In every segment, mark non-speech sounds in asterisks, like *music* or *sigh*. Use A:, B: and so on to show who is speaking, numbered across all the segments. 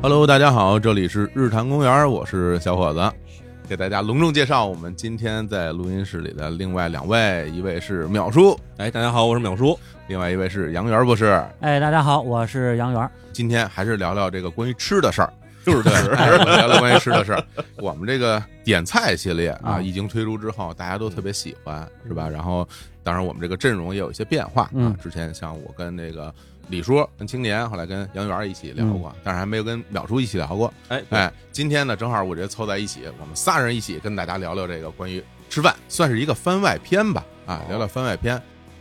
A: Hello，大家好，这里是日坛公园，我是小伙子，给大家隆重介绍我们今天在录音室里的另外两位，一位是淼叔，
B: 哎，大家好，我是淼叔。
A: 另外一位是杨元博士。
C: 哎，大家好，我是杨元。
A: 今天还是聊聊这个关于吃的事儿，就是对，聊聊关于吃的事儿。我们这个点菜系列啊，
C: 啊
A: 一经推出之后，大家都特别喜欢，是吧？然后，当然我们这个阵容也有一些变化啊
C: 嗯。
A: 之前像我跟那个李叔、跟青年，后来跟杨元一起聊过，但是还没有跟淼叔一起聊过。
B: 哎，
A: 哎，今天呢，正好我这凑在一起，我们仨人一起跟大家聊聊这个关于吃饭，算是一个番外篇吧，啊，聊聊番外篇。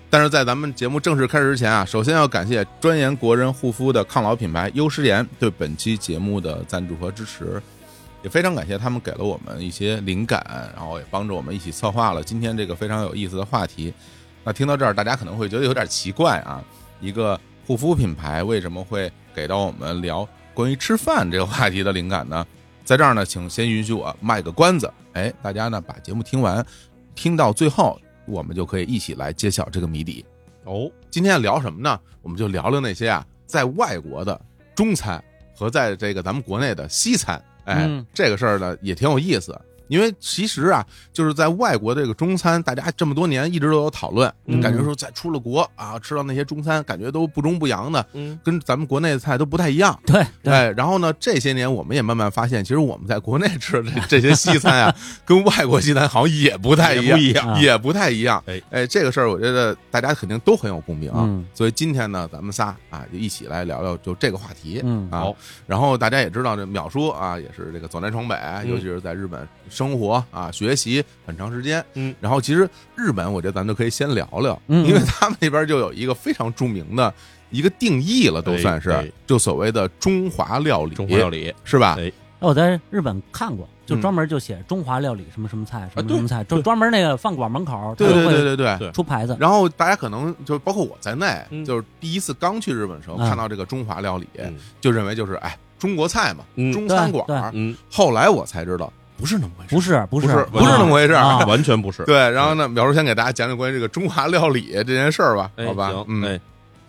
A: 但是在咱们节目正式开始之前啊，首先要感谢专研国人护肤的抗老品牌优诗颜对本期节目的赞助和支持，也非常感谢他们给了我们一些灵感，然后也帮着我们一起策划了今天这个非常有意思的话题。那听到这儿，大家可能会觉得有点奇怪啊，一个护肤品牌为什么会给到我们聊关于吃饭这个话题的灵感呢？在这儿呢，请先允许我卖个关子，哎，大家呢把节目听完，听到最后，我们就可以一起来揭晓这个谜底。
B: 哦，
A: 今天聊什么呢？我们就聊聊那些啊，在外国的中餐和在这个咱们国内的西餐。哎，
C: 嗯
A: 这个事儿呢也挺有意思，因为其实啊，就是在外国这个中餐，大家这么多年一直都有讨论，
B: 嗯
A: 感觉说在出了国啊，吃到那些中餐，感觉都不中不洋的，
B: 嗯，
A: 跟咱们国内的菜都不太一样。
C: 对对，
A: 哎，然后呢，这些年我们也慢慢发现，其实我们在国内吃的这这 *laughs* 些西餐啊，跟外国西餐好像也不太一样，
B: 也不一
C: 样
A: 也不太一样。
B: 哎
A: 这个事儿我觉得大家肯定都很有共鸣啊。
C: 嗯
A: 所以今天呢，咱们仨啊就一起来聊聊就这个话题。
C: 嗯
A: 啊
B: 好，
A: 然后大家也知道，这淼叔啊，也是这个走南闯北，
B: 嗯
A: 尤其是在日本生活啊、学习很长时间。
B: 嗯，
A: 然后其实日本，我觉得咱们就可以先聊聊，
C: 嗯
A: 因为他们那边就有一个非常著名的一个定义了，都
B: 哎
A: 算是、
B: 哎
A: 就所谓的中华料理，
B: 中华料理
A: 是吧
B: 哎？
C: 我在日本看过，就
A: 嗯
C: 专门就写中华料理什么什么菜，什么
A: 对
C: 什么菜，就专门那个饭馆门口，
A: 对对对
C: 对
A: 对对。
B: 对
C: 出牌子。
A: 然后大家可能就包括我在内，
B: 嗯啊
A: 就是第一次刚去日本的时候，
C: 嗯
A: 看到这个中华料理，
B: 嗯
A: 就认为就是哎中国菜嘛，
B: 嗯
A: 中餐馆
C: 对
A: 儿。
B: 嗯，
A: 后来我才知道不是那么回事，
C: 不是不
A: 啊不是
C: 不
A: 不是那么回事儿。 *laughs*
C: 啊
B: 完全不是。
A: 对，然后呢，淼叔先给大家讲讲关于这个中华料理这件事儿吧，
B: 哎，
A: 好吧
B: 行？
A: 嗯，
B: 哎，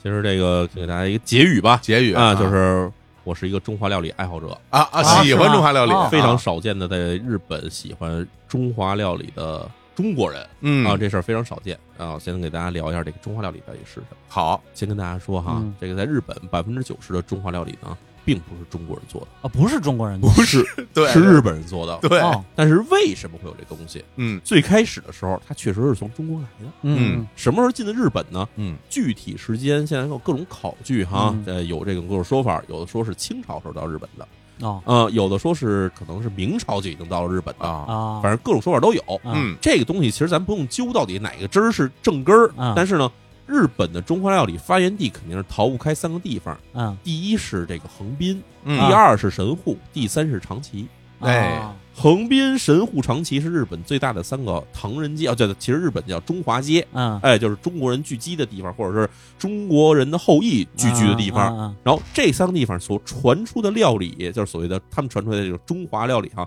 B: 其实这个给大家一个结语吧，
A: 结语
B: 啊，就是我是一个中华料理爱好者，
A: 啊啊，
C: 啊
A: 喜
C: 是
A: 欢
C: 吗
A: 中华料理
C: 哦，
B: 非
A: 啊
B: 常少见的在日本喜欢中华料理的中国人
A: 嗯
B: 啊，这事儿非常少见啊。我先给大家聊一下这个中华料理到底是什么。
A: 好，
B: 先跟大家说哈
C: 嗯，
B: 这个在日本百分之九十的中华料理呢，并不是中国人做的，
C: 啊，不是中国人做
B: 是
A: 对，
B: 是日本人做的。
A: 对，
C: 哦
B: 但是为什么会有这东西？
A: 嗯
B: 最开始的时候，它确实是从中国来的。
A: 嗯
C: 嗯
B: 什么时候进的日本呢？
A: 嗯
B: 具体时间现在有各种考据哈，
C: 嗯
B: 呃，有这种各种说法，有的说是清朝时候到日本的，
C: 哦
B: 呃，有的说是可能是明朝就已经到了日本的，
A: 啊，
C: 啊，
B: 反正各种说法都有。
C: 啊
A: 嗯
B: 这个东西其实咱不用揪到底哪个汁儿是正根儿，
C: 啊
B: 但是呢，日本的中华料理发源地肯定是逃不开三个地方，
C: 嗯，
B: 第一是这个横滨，
A: 嗯
B: 第二是神户，第三是长崎。
A: 哎
C: 啊
B: 横滨神户长崎是日本最大的三个唐人街啊，对，其实日本叫中华街，
C: 嗯，
B: 哎，就是中国人聚集的地方，或者是中国人的后裔聚居的地方。
C: 啊，
B: 然后这三个地方所传出的料理，就是所谓的他们传出来的这种中华料理哈、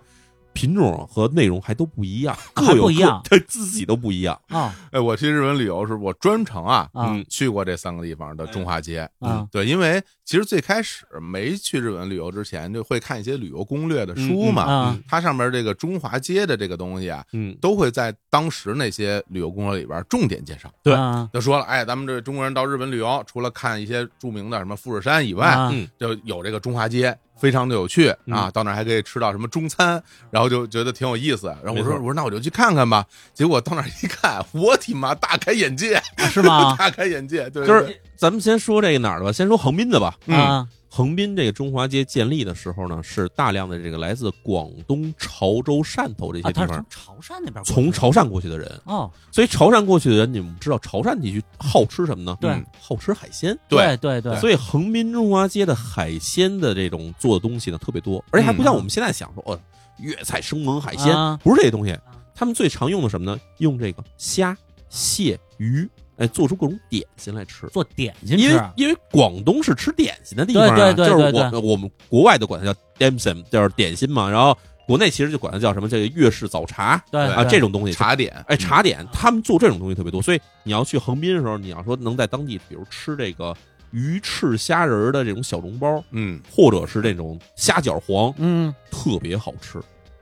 B: 品种和内容还都不一样，
C: 还
B: 各有
C: 不
B: 各
C: 一
B: *laughs*
C: 样
B: 对自己都不一样。
C: 啊啊
A: 哎，我去日本旅游时，我专程啊
C: 啊
B: 嗯
A: 去过这三个地方的中华街。
C: 啊
A: 对，因为其实最开始没去日本旅游之前，就会看一些旅游攻略的书
B: 嗯
A: 嘛。
C: 啊
A: 它上面这个中华街的这个东西啊，
B: 嗯，
A: 都会在当时那些旅游攻略里边重点介绍。
B: 对
C: 啊
A: 就说了，哎，咱们这中国人到日本旅游，除了看一些著名的什么富士山以外，
C: 啊
B: 嗯
A: 就有这个中华街，非常的有趣啊！
B: 嗯
A: 到那儿还可以吃到什么中餐，然后就觉得挺有意思。然后我
B: 没错
A: 说，我说那我就去看看吧。结果到那儿一看，我的妈，大开眼界，
C: 是吗？
A: 大开眼界，对，
B: 就是咱们先说这个哪儿的吧，先说横滨的吧。
A: 嗯
C: 啊
B: 横滨这个中华街建立的时候呢，是大量的这个来自广东潮州、汕头这
C: 啊，
B: 些
C: 他是
B: 地方
C: 从，潮汕那边过去的
B: 从潮汕过去的人。
C: 哦，
B: 所以潮汕过去的人，你们知道潮汕地区好吃什么呢？
C: 对
B: 嗯好吃海鲜。
A: 对
C: 对对对，
B: 所以横滨中华街的海鲜的这种做的东西呢特别多，而且还不像我们现在想说哦，粤菜生猛海鲜
C: 嗯啊，
B: 不是这些东西。他们最常用的什么呢？用这个虾、蟹、鱼，哎，做出各种点心来吃。
C: 做点心
B: 因
C: 吃啊
B: 为因为广东是吃点心的地方啊，
C: 对对对对
B: 就是我我们国外的管它叫 damson，就是点心嘛，然后国内其实就管它叫什么这个粤式早茶
C: 对
B: 啊
C: 对
B: 这种东西，
A: 嗯茶点，
C: 嗯
B: 哎，茶点他们做这种东西特别多，所以你要去横滨的时候，你要说能在当地，比如吃这个鱼翅虾仁儿的这种小笼包，
A: 嗯，
B: 或者是这种虾饺皇，
C: 嗯，哦
B: 特别好吃，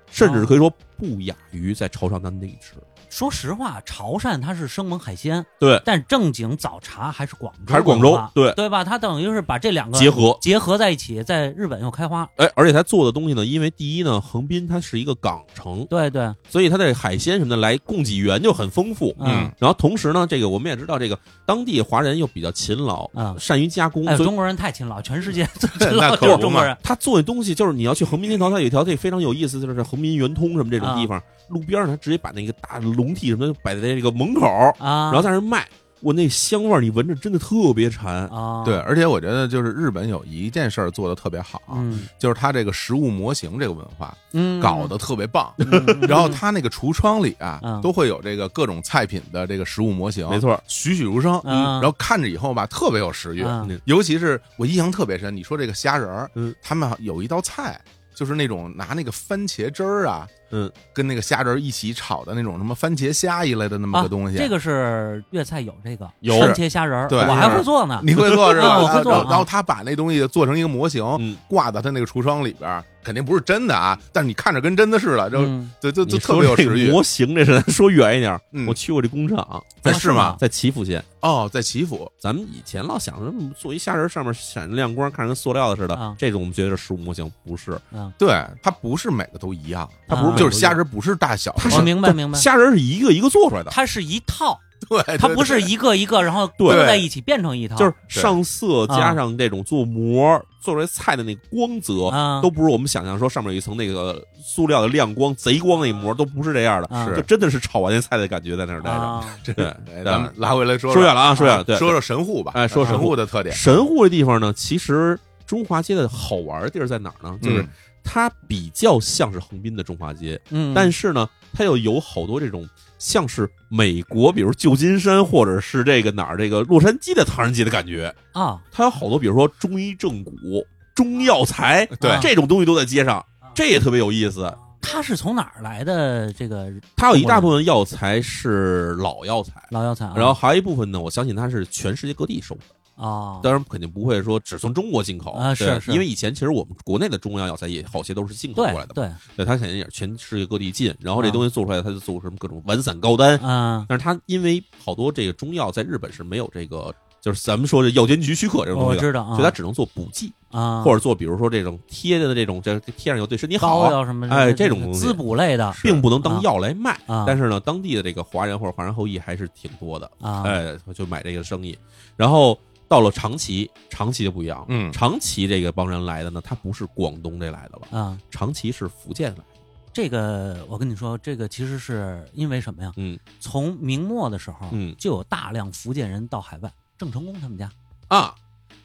B: 甚至可以说不亚于在潮汕当地吃。
C: 说实话，潮汕它是生猛海鲜，
B: 对，
C: 但正经早茶还是广州文化，
B: 还是广州对
C: 对吧？它等于是把这两个
B: 结合，
C: 结合在一起，在日本又开花，
B: 哎，而且它做的东西呢，因为第一呢，横滨它是一个港城，
C: 对对，
B: 所以它的海鲜什么的来供给源就很丰富。
A: 嗯
B: 然后同时呢，这个我们也知道，这个当地华人又比较勤劳，
C: 嗯
B: 善于加工，
C: 哎，
B: 所以
C: 中国人太勤劳，全世
B: *laughs*
C: 界最
A: 那
C: 勤劳
A: 可
C: 就是
A: 不
C: 中
A: 嘛
C: 国人。
B: 他做的东西就是你要去横滨天桥，它有一条这非常有意思，就是横滨圆通什么这
C: 啊
B: 种地方，路边上他直接把那个大笼屉什么的摆在这个门口，
C: 啊，
B: 然后在那儿卖。我那香味儿，你闻着真的特别馋。
C: 啊，
A: 对，，而且我觉得就是日本有一件事儿做的特别好，
C: 嗯
A: 就是它这个食物模型这个文化
C: 嗯，
A: 搞得特别棒。
C: 嗯，
A: 然后它那个橱窗里啊，
C: 嗯
A: 都会有这个各种菜品的这个食物模型，
B: 没，错，
A: 栩栩如生。
C: 嗯
A: 然后看着以后吧，特别有食欲。
C: 嗯
A: 尤其是我印象特别深，你说这个虾仁儿，
B: 嗯，
A: 他们有一道菜，就是那种拿那个番茄汁儿啊，
B: 嗯，
A: 跟那个虾仁儿一起炒的那种什么番茄虾一类的那么
C: 啊
A: 个东西。
C: 这个是粤菜有这个
B: 有
C: 番茄虾仁儿，
A: 对
C: 我还会做呢。
A: *laughs* 你会做是吧？
C: 啊我会做
A: 然后
C: 啊
A: 然后他把那东西做成一个模型，
B: 嗯，
A: 挂到他那个橱窗里边儿，肯定不是真的啊，但是你看着跟真的似的，就
C: 嗯
A: 就就就
B: 你
A: 特
B: 说
A: 别有
B: 这
A: 食
B: 个
A: 欲。
B: 模型这是咱 *laughs* 说远一点儿，
A: 嗯
B: 我去过这工厂，
A: 哎
C: 啊
A: 是吗？
B: 在岐阜县。
A: 哦，在祈福，
B: 咱们以前老想着嗯做一虾仁，上面闪着亮光，看着跟塑料的似的
C: 啊，
B: 这种我们觉得是食物模型，不是。
A: 对，它不是每个都一样，
B: 它不是
C: 啊
A: 就是虾仁不是大小的，
C: 我明白明白，
B: 虾仁是一个一个做出来的，
C: 它是一套，
A: 对，对
B: 哎
C: 它不是一个一个，然后
B: 对
C: 搁在一起变成一套，
B: 就是上色加上这种做膜做出来菜的那个光泽，
C: 啊，
B: 都不是我们想象说上面有一层那个塑料的亮光、贼光那膜，都不是这样的，
C: 啊
A: 是
B: 就真的是炒完那菜的感觉在那儿待着。
C: 啊，
A: 对
B: 对，
A: 对咱们拉回来说
B: 嗯说远了啊，说远了。对，
A: 说说神户吧，
B: 哎说
A: 神
B: 神户
A: 的特点，
B: 神户这地方呢，其实中华街的好玩的地儿在哪儿呢？就是
A: 嗯
B: 它比较像是横滨的中华街，
C: 嗯，
B: 但
C: 是
B: 是呢，它又有好多这种像是美国，比如旧金山或者是这个哪儿这个洛杉矶的唐人街的感觉。
C: 啊，
B: 它有好多，比如说中医正骨、中药材，
A: 对
B: 这种东西都在街上，这也特别有意思。
C: 它是从哪儿来的这个
B: 它有一大部分药材是老药材。
C: 老药材啊？
B: 然后还有一部分呢，我相信它是全世界各地收的，
C: 啊，
B: 当然肯定不会说只从中国进口
C: 啊是
B: 对
C: 是
B: 因为以前其实我们国内的中药药材也好些都是进口过来
C: 对
B: 的嘛，
C: 对，
B: 对，它肯定也是全世界各地进，然后这
C: 啊
B: 东西做出来，它就做出什么各种丸散高丹，
C: 嗯，
B: 但是它因为好多这个中药在日本是没有这个，就是咱们说的药监局许可 *laughs* 哦这种
C: 我
B: 东西的，
C: 知道啊，
B: 所以它只能做补剂，
C: 啊，
B: 或者做比如说这种贴的这种，这贴上以后对身体
C: 膏
B: 好，
C: 药什么，
B: 哎这种东西
C: 滋补类的
B: 并不能当药来卖。
C: 啊，
B: 但
C: 是
B: 是呢，当地的这个华人或者华人后裔还是挺多的，
C: 啊，
B: 哎，就买这个生意。然后到了长崎，长崎就不一样了。
A: 嗯
B: 长崎这个帮人来的呢，他不是广东这来的了，
C: 啊，
B: 长崎是福建来的。
C: 这个我跟你说，这个其实是因为什么呀？
B: 嗯
C: 从明末的时候，
B: 嗯
C: 就有大量福建人到海外，郑成功他们家，
B: 啊，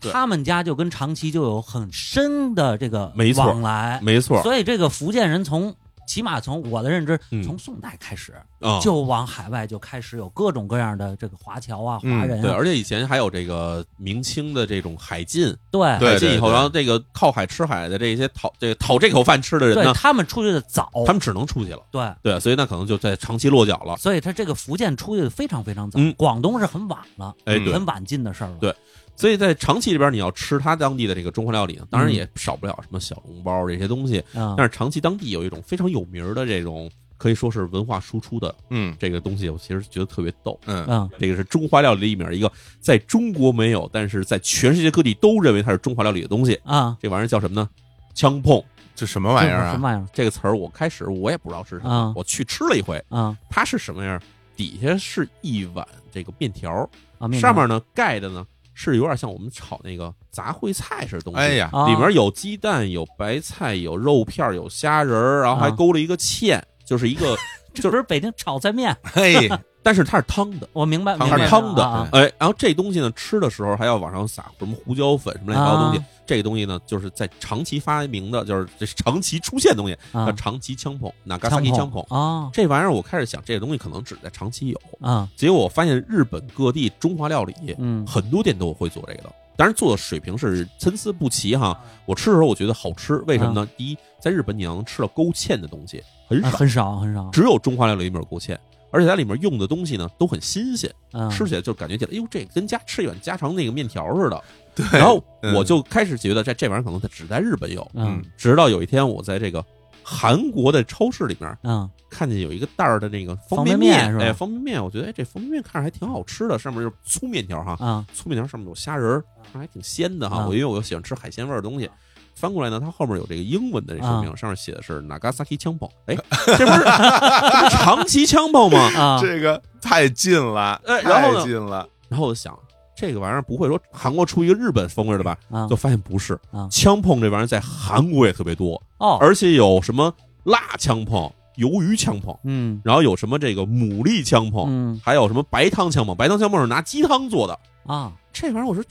B: 对
C: 他们家就跟长崎就有很深的这个
B: 没错
C: 往来，
B: 没错
C: 哎所以这个福建人从。起码从我的认知
B: 嗯，
C: 从宋代开始、
B: 啊，
C: 就往海外就开始有各种各样的这个华侨啊、
A: 嗯
C: 华人
B: 对，
C: 啊，
B: 而且以前还有这个明清的这种海禁，
C: 对
A: 对
B: 海禁以后，
A: 对
B: 然后这个靠海吃海的这些讨这个讨这口饭吃的人
C: 对
B: 呢，
C: 他们出去的早，
B: 他们只能出去了，
C: 对，
B: 对，啊所以那可能就在长期落脚了。
C: 所以他这个福建出去的非常非常早，
B: 嗯
C: 广东是很晚了，
B: 哎，
A: 嗯
B: 对，
C: 很晚进的事儿了。
B: 对所以在长崎这边，你要吃他当地的这个中华料理呢，当然也少不了什么小笼包这些东西。
C: 嗯，
B: 但是长崎当地有一种非常有名的这种，可以说是文化输出的
A: 嗯
B: 这个东西，我其实觉得特别逗。
A: 嗯，
C: 嗯
B: 这个是中华料理里面一个在中国没有，但是在全世界各地都认为它是中华料理的东西。
C: 啊，
B: 这玩意儿叫什么呢？枪碰
A: 这什么玩意儿
C: 什
A: 啊？
C: 么玩意
B: 这个词儿，我开始我也不知道是什么
C: 啊，
B: 我去吃了一回，
C: 儿啊
B: 它是什么样？底下是一碗这个面条，
C: 啊？面
B: 上面呢盖的呢是有点像我们炒那个杂烩菜似的东西。
A: 哎，呀，
C: 条啊
B: 里面有鸡蛋，有白菜，有肉片儿，有虾仁儿，然后还
C: 啊
B: 勾了一个芡，就是一个， *laughs*
C: 这不是北京炒菜面，
A: 嘿，
B: 但是它是汤的。
C: 我明白，
A: 汤
C: 明白
B: 它是汤的
C: 啊啊
B: 哎，然后这东西呢，吃的时候还要往上撒什么胡椒粉什么乱七八糟的东西。
C: 啊
B: 这个东西呢，就是在长崎发明的，就是这是长崎出现的东西，
C: 啊
B: 叫长崎枪炮 （Nagasaki 枪炮）。
C: 啊
B: 这玩意儿我开始想，这个东西可能只在长崎有。
C: 啊
B: 结果我发现日本各地中华料理
C: 嗯
B: 很多店都会做这个的，当然做的水平是参差不齐哈。
C: 嗯
B: 我吃的时候我觉得好吃，为什么呢？第一，在日本你能吃到勾芡的东西很
C: 啊 *laughs*
B: 少，
C: 很少很少，
B: 只有中华料理里面有勾芡，而且它里面用的东西呢都很新鲜，
C: 嗯
B: 吃起来就感觉起来，哎呦，这跟家吃一碗家常那个面条似的。
A: 对，
B: 然后
A: 嗯
B: 我就开始觉得这这玩意儿可能它只在日本有，
C: 嗯
B: 直到有一天我在这个韩国的超市里面
C: 嗯
B: 看见有一个袋儿的那个方
C: 方便面
B: 面，
C: 是吧
B: 哎，方便面，我觉得哎这方便面看着还挺好吃的，上面就是粗面条哈，
C: 啊
B: 粗面条上面有虾仁儿，看着还挺鲜的哈。
C: 啊
B: 我因为我又喜欢吃海鲜味儿的东西。翻过来呢，它后面有这个英文的这说
C: 啊
B: 明，上面写的是 Nagasaki 枪炮，哎，这不是 *laughs* 这不是长崎枪炮吗？
C: 啊，
A: 这个太近了，
B: 哎然后呢
A: 太近了，
B: 然后我就想，这个玩意儿不会说韩国出一个日本风味的吧？
C: 啊
B: 就发现不是
C: 啊，
B: 枪碰这玩意儿在韩国也特别多，
C: 哦，
B: 而且有什么辣枪碰、鱿鱼枪碰，
C: 嗯
B: 然后有什么这个牡蛎枪碰，
C: 嗯
B: 还有什么白汤枪碰，白汤枪碰是拿鸡汤做的。
C: 啊
B: 这玩意儿我说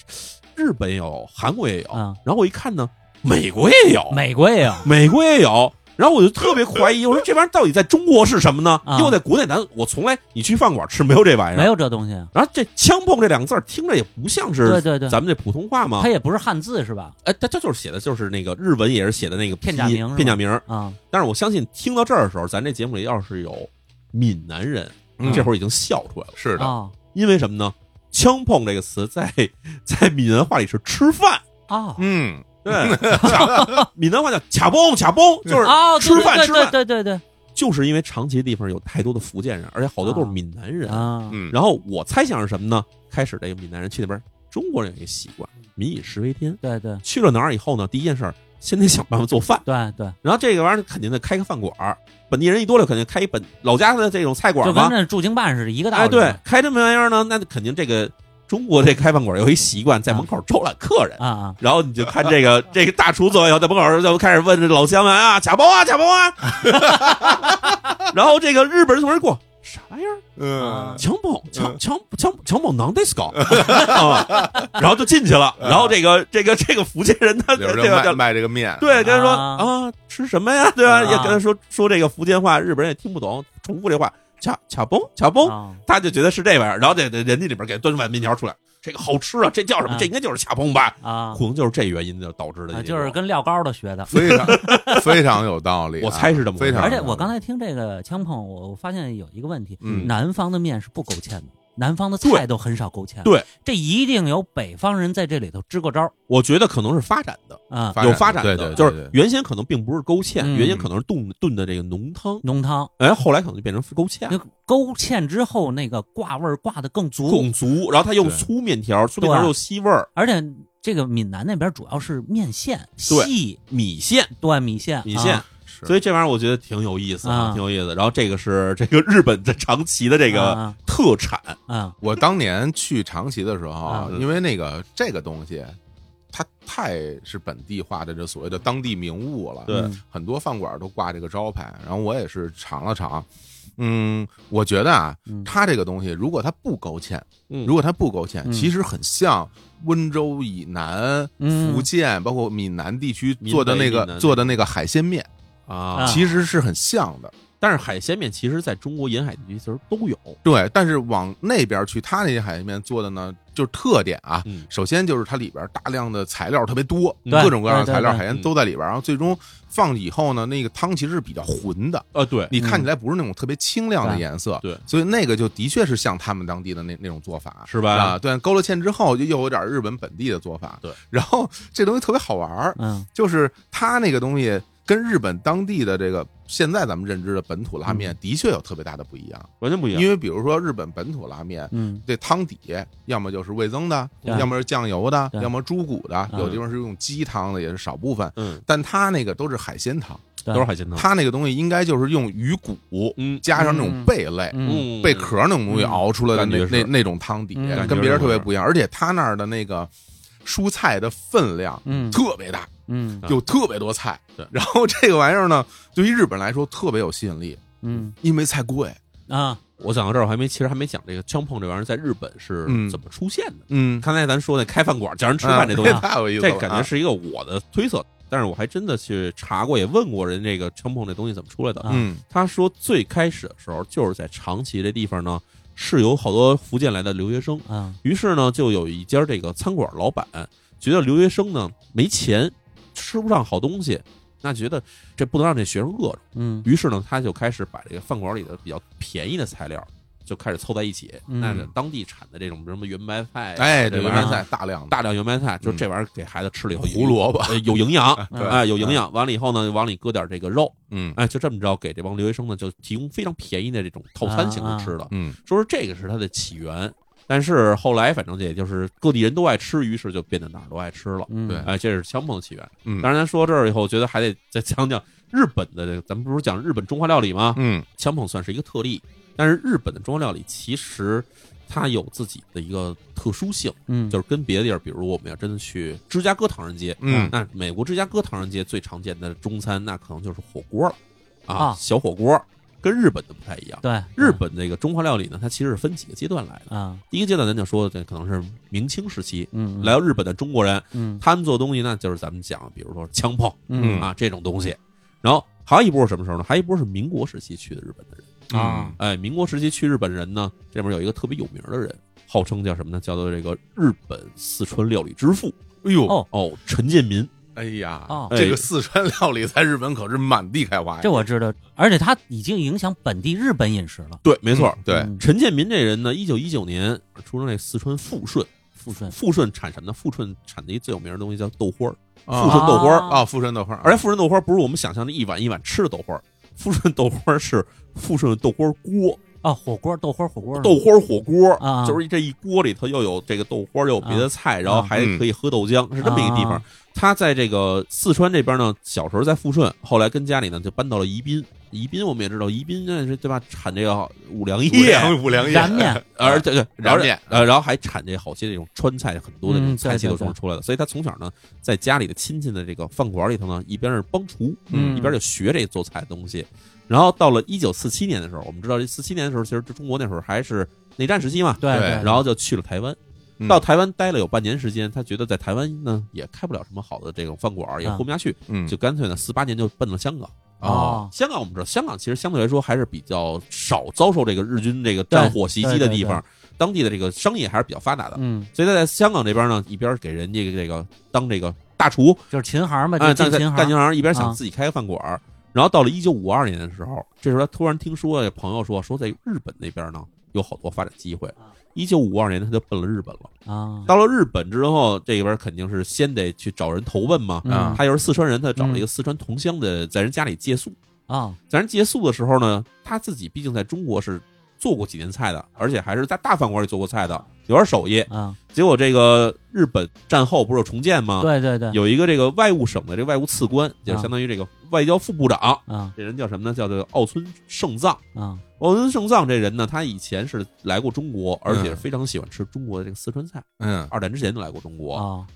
B: 日本也有，韩国也有，
C: 啊，
B: 然后我一看呢，美国也有，
C: 美国也有
B: 美国也有。然后我就特别怀疑，我说这玩意儿到底在中国是什么呢？
C: 啊
B: 因为我在国内咱我从来你去饭馆吃没有这玩意
C: 没
B: 儿，
C: 有这东西？啊
B: 然后这“枪碰”这两个字儿听着也不像
C: 对
B: 是
C: 对对，
B: 咱们这普通话嘛
C: 它，也不是汉字是吧？
B: 哎，他他就是写的就是那个日文也是写的那个
C: 片假
B: 拼
C: 名是吧
B: 片假名儿。
C: 啊
B: 但是我相信听到这儿的时候，咱这节目里要是有闽南人，
A: 嗯
B: 这会儿已经笑出来了，
A: 是的，
C: 啊
B: 因为什么呢？“枪碰”这个词在在闽南话里是吃饭，
C: 啊
A: 嗯，
B: *laughs* 对，卡闽南话叫卡崩卡崩，就是
C: 啊！
B: 吃饭
C: 对
B: 吃饭
C: 对对对对
B: 就是因为长崎地方有太多的福建人，而且好多都是闽南
C: 对
B: 人。
C: 啊
A: 嗯，
B: 然后我猜想是什么呢？开始这个闽南人去那边，中国人有一个习惯，民以食为天。
C: 对对
B: 去了哪儿以后呢，第一件事儿先得想办法做饭。
C: 对对，
B: 然后这个玩意儿肯定得开个饭馆儿，本地人一多了，肯定开一本老家的这种菜馆
C: 就
B: 儿
C: 跟
B: 嘛。
C: 那驻京办似的，一个道理。
B: 哎，对，开这么玩意儿呢，那肯定这个中国这开饭馆儿有一习惯，在门口招揽客人。
C: 啊啊
B: 然后你就看这
C: *laughs*
B: 个这个大厨做完以后，在门口就开始问这老乡们啊，假包啊，假包啊。 *laughs* 然后这个日本人从这儿过，啥玩意儿？
A: 嗯
C: 啊，
B: 强暴强强强强暴囊 disco *laughs* 啊，然后就进去
C: 嗯
B: 了。然后这个这个这个福建人他
A: 比如说
B: 这个
A: 卖
B: 叫
A: 卖这个面，
B: 对，跟他说
C: 啊
B: 啊，吃什么呀？对吧？
C: 啊
B: 也跟他说说这个福建话，日本人也听不懂，重复这话，卡卡崩卡崩，
C: 啊
B: 他就觉得是这玩意儿。然后这这人家里边给端出碗面条出来，这个好吃啊，这叫什么？
C: 啊
B: 这应该就是卡崩吧？
C: 啊
B: 可！能就是这原因就嗯导致的
C: 啊，
B: 结
C: 就
B: 果，
C: 是跟廖高的学的。
A: 非常非常有道理啊，
B: 我猜是这么回
A: 非
B: 事儿
A: 常有道
C: 而
A: 理，
C: 且我刚才听这个枪碰，我我发现有一个问题，
A: 嗯
C: 南方的面是不勾芡的，南方的菜都很少勾芡。
B: 对，
C: 这一定有北方人在这里头支过招儿
B: 我觉得可能是发展的，
C: 啊，
A: 发
B: 有发展
A: 对对，
B: 的，
A: 对
B: 就是
A: 对
B: 原先可能并不是勾芡，
C: 嗯
B: 原先可能是炖炖的这个浓汤，
C: 浓汤。
B: 哎，后来可能就变成勾芡。
C: 那勾芡之后，那个挂味儿挂的更足，
B: 拱足，然后他用
A: 对
B: 粗面条，粗面条
C: 对
B: 又吸味儿，
C: 而且这个闽南那边主要是面线
B: 对
C: 细
B: 米线，
C: 段米线，
B: 米线
C: 啊，
A: 是
B: 所以这玩意儿我觉得挺有意思啊，
C: 啊
B: 挺有意思。然后这个是这个日本的长崎的这个
C: 啊
B: 特产，
C: 啊
A: 我当年去长崎的时
C: 啊
A: 候，因为那个这个东西，它太是本地化的这所谓的当地名物了。
B: 对
C: 嗯
A: 很多饭馆都挂这个招牌，然后我也是尝了尝。嗯，我觉得啊
C: 嗯，
A: 它这个东西如果它不勾芡，
B: 嗯
A: 如果它不勾芡，
C: 嗯
A: 其实很像温州以南、
C: 嗯
A: 福建，包括闽南地区
B: 闽
A: 做的
B: 北
A: 那
B: 闽南
A: 个做的那个海鲜面，
B: 啊
C: 啊
A: 其实是很像的。
B: 但是海鲜面其实在中国沿海地区其实都有，
A: 对，但是往那边去，它那些海鲜面做的呢，就是特点啊，
B: 嗯
A: 首先就是它里边大量的材料特别多，
B: 对
A: 各种各样的材料
C: 对对对
A: 海鲜
B: 嗯
A: 都在里边，然后最终放以后呢，那个汤其实是比较浑的，
B: 啊，对，
C: 嗯
A: 你看起来不是那种特别清亮的颜色，
B: 对对
A: 所以那个就的确是像他们当地的那那种做法，
B: 是吧
A: 啊，对，勾了芡之后就又有点日本本地的做法，
B: 对，
A: 然后这东西特别好玩儿，
C: 嗯
A: 就是它那个东西跟日本当地的这个现在咱们认知的本土拉面的确有特别大的不一样，
B: 完嗯全不一样。
A: 因为比如说日本本土拉面，
C: 嗯
A: 这汤底要么就是味增的，
C: 对
A: 要么是酱油的，
C: 对
A: 要么猪骨的，
C: 嗯
A: 有地方是用鸡汤的，也是少部分。
B: 嗯，
A: 但它那个都是海鲜汤，
C: 对
B: 都是海鲜汤，
A: 它那个东西应该就是用鱼骨
B: 嗯
A: 加上那种贝类、
C: 嗯
A: 贝壳那种东西
C: 嗯
A: 熬出来的
B: 感觉
A: 那
B: 是
A: 那那种汤底
C: 嗯，
B: 感觉
A: 跟别人
B: 是
A: 特别不一样。而且它那儿的那个蔬菜的分量
C: 嗯
A: 特别大，
C: 嗯
B: 啊
A: 有特别多菜
B: 对。
A: 然后这个玩意儿呢，对于日本来说特别有吸引力，
C: 嗯
A: 因为菜贵。
C: 啊
B: 我讲到这儿，我还没其实还没讲这个枪碰这玩意儿在日本是
A: 嗯
B: 怎么出现的。
A: 嗯，
B: 刚才咱说那开饭馆叫人吃饭这东西
A: 啊，太 *laughs* 有意思了
B: 这
A: 啊，
B: 感觉是一个我的推测，但是我还真的去查过，也问过人这个枪碰这东西怎么出来的。
A: 嗯
B: 他说最开始的时候就是在长崎这地方呢，是有好多福建来的留学生，
C: 啊
B: 于是呢就有一家这个餐馆老板觉得留学生呢没钱，吃不上好东西。那觉得这不能让这学生饿着，
C: 嗯
B: 于是呢，他就开始把这个饭馆里的比较便宜的材料，就开始凑在一起，
C: 嗯
B: 那就当地产的这种什么圆白菜啊，
A: 哎，对，
B: 这玩
A: 圆
B: 意儿
A: 白菜大量的
B: 大量圆白菜，
A: 嗯
B: 就
A: 哦
B: 这玩意儿给孩子吃了以后有
A: 胡萝卜，
B: 呃有营养，
A: *laughs* 对
B: 哎，有营养。完了以后呢，往里搁点这个肉，
A: 嗯
B: 哎，就这么着给这帮留学生呢，就提供非常便宜的这种套餐型的吃的。
A: 嗯，
B: 说是这个是它的起源，但是后来反正也就是各地人都爱吃，于是就变得哪儿都爱吃了。
C: 嗯
A: 对
B: 哎，这是枪碰的起源。
A: 嗯
B: 当然咱说到这儿以后，我觉得还得再讲讲日本的这个，咱们不是讲日本中华料理吗？
A: 嗯
B: 枪碰算是一个特例，但是日本的中华料理其实它有自己的一个特殊性。
C: 嗯，
B: 就是跟别的地儿，比如我们要真的去芝加哥唐人街，
A: 嗯
B: 那美国芝加哥唐人街最常见的中餐，那可能就是火锅了啊，
C: 啊
B: 小火锅，跟日本的不太一样。
C: 对嗯
B: 日本这个中华料理呢，它其实是分几个阶段来的。
C: 啊，
B: 第一个阶段，咱就说这可能是明清时期
C: 嗯，嗯
B: 来，到日本的中国人，
C: 嗯
B: 他们做东西呢，就是咱们讲，比如说枪炮
C: 嗯
B: 啊这种东西。然后还有一波是什么时候呢？还有一波是民国时期去的日本的人。
A: 啊
B: 哎，民国时期去日本人呢，这边有一个特别有名的人，号称叫什么呢？叫做这个日本四川料理之父
A: 哎呦
C: 哦
B: 哦，陈建民。
A: 哎呀
C: 哦，
A: 这个四川料理在日本可是满地开花呀
C: 这。我知道，而且它已经影响本地日本饮食了。
B: 对，没错儿，
A: 嗯对，
C: 嗯
B: 陈建民这人呢，一九一九年出生在四川富顺。
C: 富顺
B: 富顺产什么呢？富顺产的一最有名的东西叫豆花儿，富
A: 啊
B: 顺豆花儿。
A: 啊，富顺豆花儿，
B: 而且富顺豆花儿不是我们想象的一碗一碗吃的豆花儿，富顺豆花儿是富顺豆花儿锅，
C: 啊，火锅豆花火锅
B: 豆花儿火锅
C: 啊，
B: 就是这一锅里头又有这个豆花儿，又有别的菜，然后还
A: 嗯
B: 可以喝豆浆，是这么一个地方
C: 啊。
B: 他在这个四川这边呢，小时候在富顺，后来跟家里呢就搬到了宜宾。宜宾我们也知道，宜宾那是对吧？产这个五粮
A: 五
B: 液，
A: 粮五粮液
C: 燃
B: *laughs*
C: 面，
B: 而对对，然
A: 啊燃
B: 后
A: 面
B: 呃，然后还产这好些这种川菜，很多的这种
C: 嗯
B: 菜系
C: 对对
B: 都从
C: 对
B: 出来的。所以他从小呢，在家里的亲戚的这个饭馆里头呢，一边是帮厨，
C: 嗯
B: 一边就学这做菜的东西。然后到了一九四七年的时候，我们知道这四七年的时候，其实中国那时候还是内战时期嘛，
C: 对
A: 对
C: 对，
B: 然后就去了台湾。
A: 嗯
B: 到台湾待了有半年时间，他觉得在台湾呢也开不了什么好的这种饭馆，也
C: 啊
B: 混不下去，
A: 嗯
B: 就干脆呢四八年就奔了香港。
C: 哦
B: 香港我们知道，香港其实相对来说还是比较少遭受这个日军这个战火袭击的地方，当地的这个商业还是比较发达的。
C: 嗯，
B: 所以他在香港这边呢，一边给人家这个当这个大厨，
C: 就是琴行嘛，
B: 啊，
C: 就进
B: 干干
C: 琴
B: 干
C: 行
B: 行行，一边想
C: 啊
B: 自己开个饭馆儿。然后到了一九五二年的时候，这时候他突然听说朋友说说在日本那边呢有好多发展机会。一九五二年他就奔了日本了。
C: 啊，
B: 到了日本之后，这边肯定是先得去找人投问嘛。
A: 啊
C: 嗯
B: 他又是四川人，他找了一个四川同乡的，在人家里借宿。
C: 啊，
B: 在人借宿的时候呢，他自己毕竟在中国是做过几年菜的，而且还是在大饭馆里做过菜的，有点手艺。
C: 啊，
B: 结果这个日本战后不是有重建吗？
C: 对对对，
B: 有一个这个外务省的这个外务次官，就
C: 啊
B: 相当于这个外交副部长，
C: 啊
B: 这人叫什么呢？叫做奥村胜藏。
C: 啊
B: 奥村胜藏这人呢，他以前是来过中国，而
C: 嗯
B: 且非常喜欢吃中国的这个四川菜。
A: 嗯
B: 二战之前就来过中国。
C: 啊，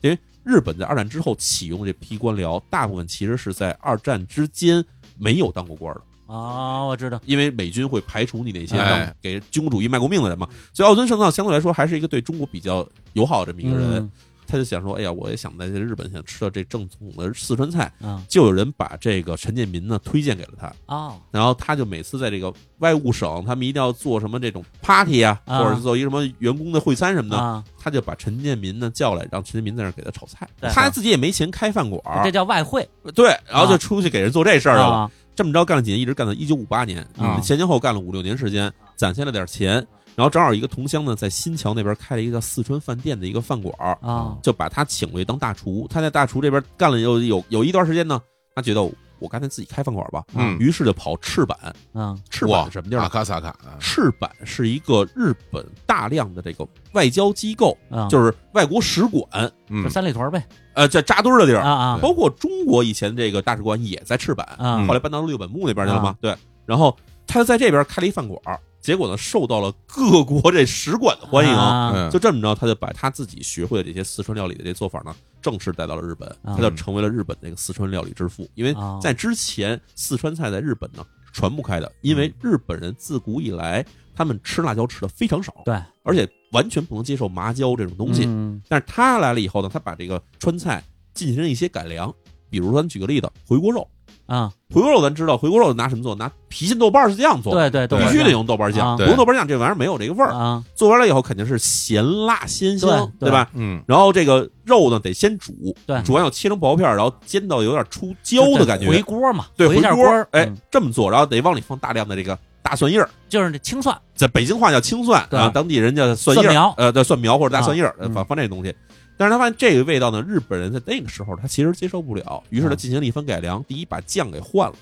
B: 日本在二战之后启用这批官僚，大部分其实是在二战之间没有当过官的。
C: 啊，我知道，
B: 因为美军会排除你那些
A: 哎
B: 让给军国主义卖过命的人
C: 嗯
B: 嘛，所以奥尊胜藏相对来说还是一个对中国比较友好的这么一个人。
C: 嗯
B: 他就想说，哎呀，我也想在这日本想吃到这正宗的四川菜，
C: 啊
B: 就有人把这个陈建民呢推荐给了他，
C: 哦
B: 然后他就每次在这个外务省，他们一定要做什么这种 party 啊，
C: 啊
B: 或者是做一个什么员工的会餐什么的，
C: 啊，
B: 他就把陈建民呢叫来，让陈建民在那儿给他炒菜，
C: 对
B: 他自己也没钱开饭馆
C: 这
B: 儿，
C: 叫外汇
B: 对，然后就出去给人做这事儿了。
C: 啊
B: 这么着干了几年，一直干到一九五八年，
C: 啊
B: 前前后后干了五六年时间，攒下了点钱，然后正好一个同乡呢，在新桥那边开了一个叫四川饭店的一个饭馆儿，
C: 啊
B: 就把他请过去当大厨。他在大厨这边干了有有有一段时间呢，他觉得我干脆自己开饭馆吧，
A: 嗯，
B: 于是就跑赤坂。
C: 啊
B: 赤
A: 哇
B: 坂是什么地儿
A: 阿
B: 呢？
A: 卡萨卡啊
B: 赤坂是一个日本大量的这个外交机构，
C: 啊，
B: 就是外国使馆，
A: 嗯
C: 就三里屯呗
B: 呃，在扎堆儿的地儿，
C: 啊啊
B: 包括中国以前这个大使馆也在赤坂，
C: 啊
B: 后来搬到六本木那边去了嘛。对，然后他在这边开了一饭馆儿，结果呢受到了各国这使馆的欢迎。
C: 啊
A: 嗯
B: 就这么着，他就把他自己学会的这些四川料理的这做法呢，正式带到了日本，
C: 啊
B: 他就成为了日本这个四川料理之父。因为
C: 啊
B: 在之前，四川菜在日本呢传不开的，因为
C: 嗯
B: 日本人自古以来他们吃辣椒吃的非常少，
C: 对
B: 而且完全不能接受麻椒这种东西。
C: 嗯
B: 但是他来了以后呢，他把这个川菜进行了一些改良，比如说咱举个例子，回锅肉。
C: 啊，
B: 回锅肉咱知道，回锅肉拿什么做？拿郫县豆瓣儿是酱做，
C: 对对，
A: 对
B: 必须得用豆瓣酱，
C: 啊
B: 不
A: 对
B: 用豆瓣酱这玩意儿没有这个味儿。
C: 啊
B: 做完了以后肯定是咸辣鲜香，
C: 对
B: 吧？
A: 嗯
B: 然后这个肉呢得先煮，
C: 对
B: 煮完要切成薄片儿，然后煎到有点出焦的感觉，
C: 回锅嘛，
B: 对
C: 回一下
B: 锅哎
C: 锅嗯
B: 儿，哎，这么做，然后得往里放大量的这个大蒜叶儿，
C: 就是这青蒜，
B: 在北京话叫青蒜
C: 对
B: 啊，当地人叫蒜叶
C: 蒜苗
B: 儿，呃，对，蒜苗或者大蒜叶儿，呃
C: 啊嗯
B: 放放这东西。但是他发现这个味道呢，日本人在那个时候他其实接受不了，于是他
C: 嗯
B: 进行了一番改良。第一，把酱给换了，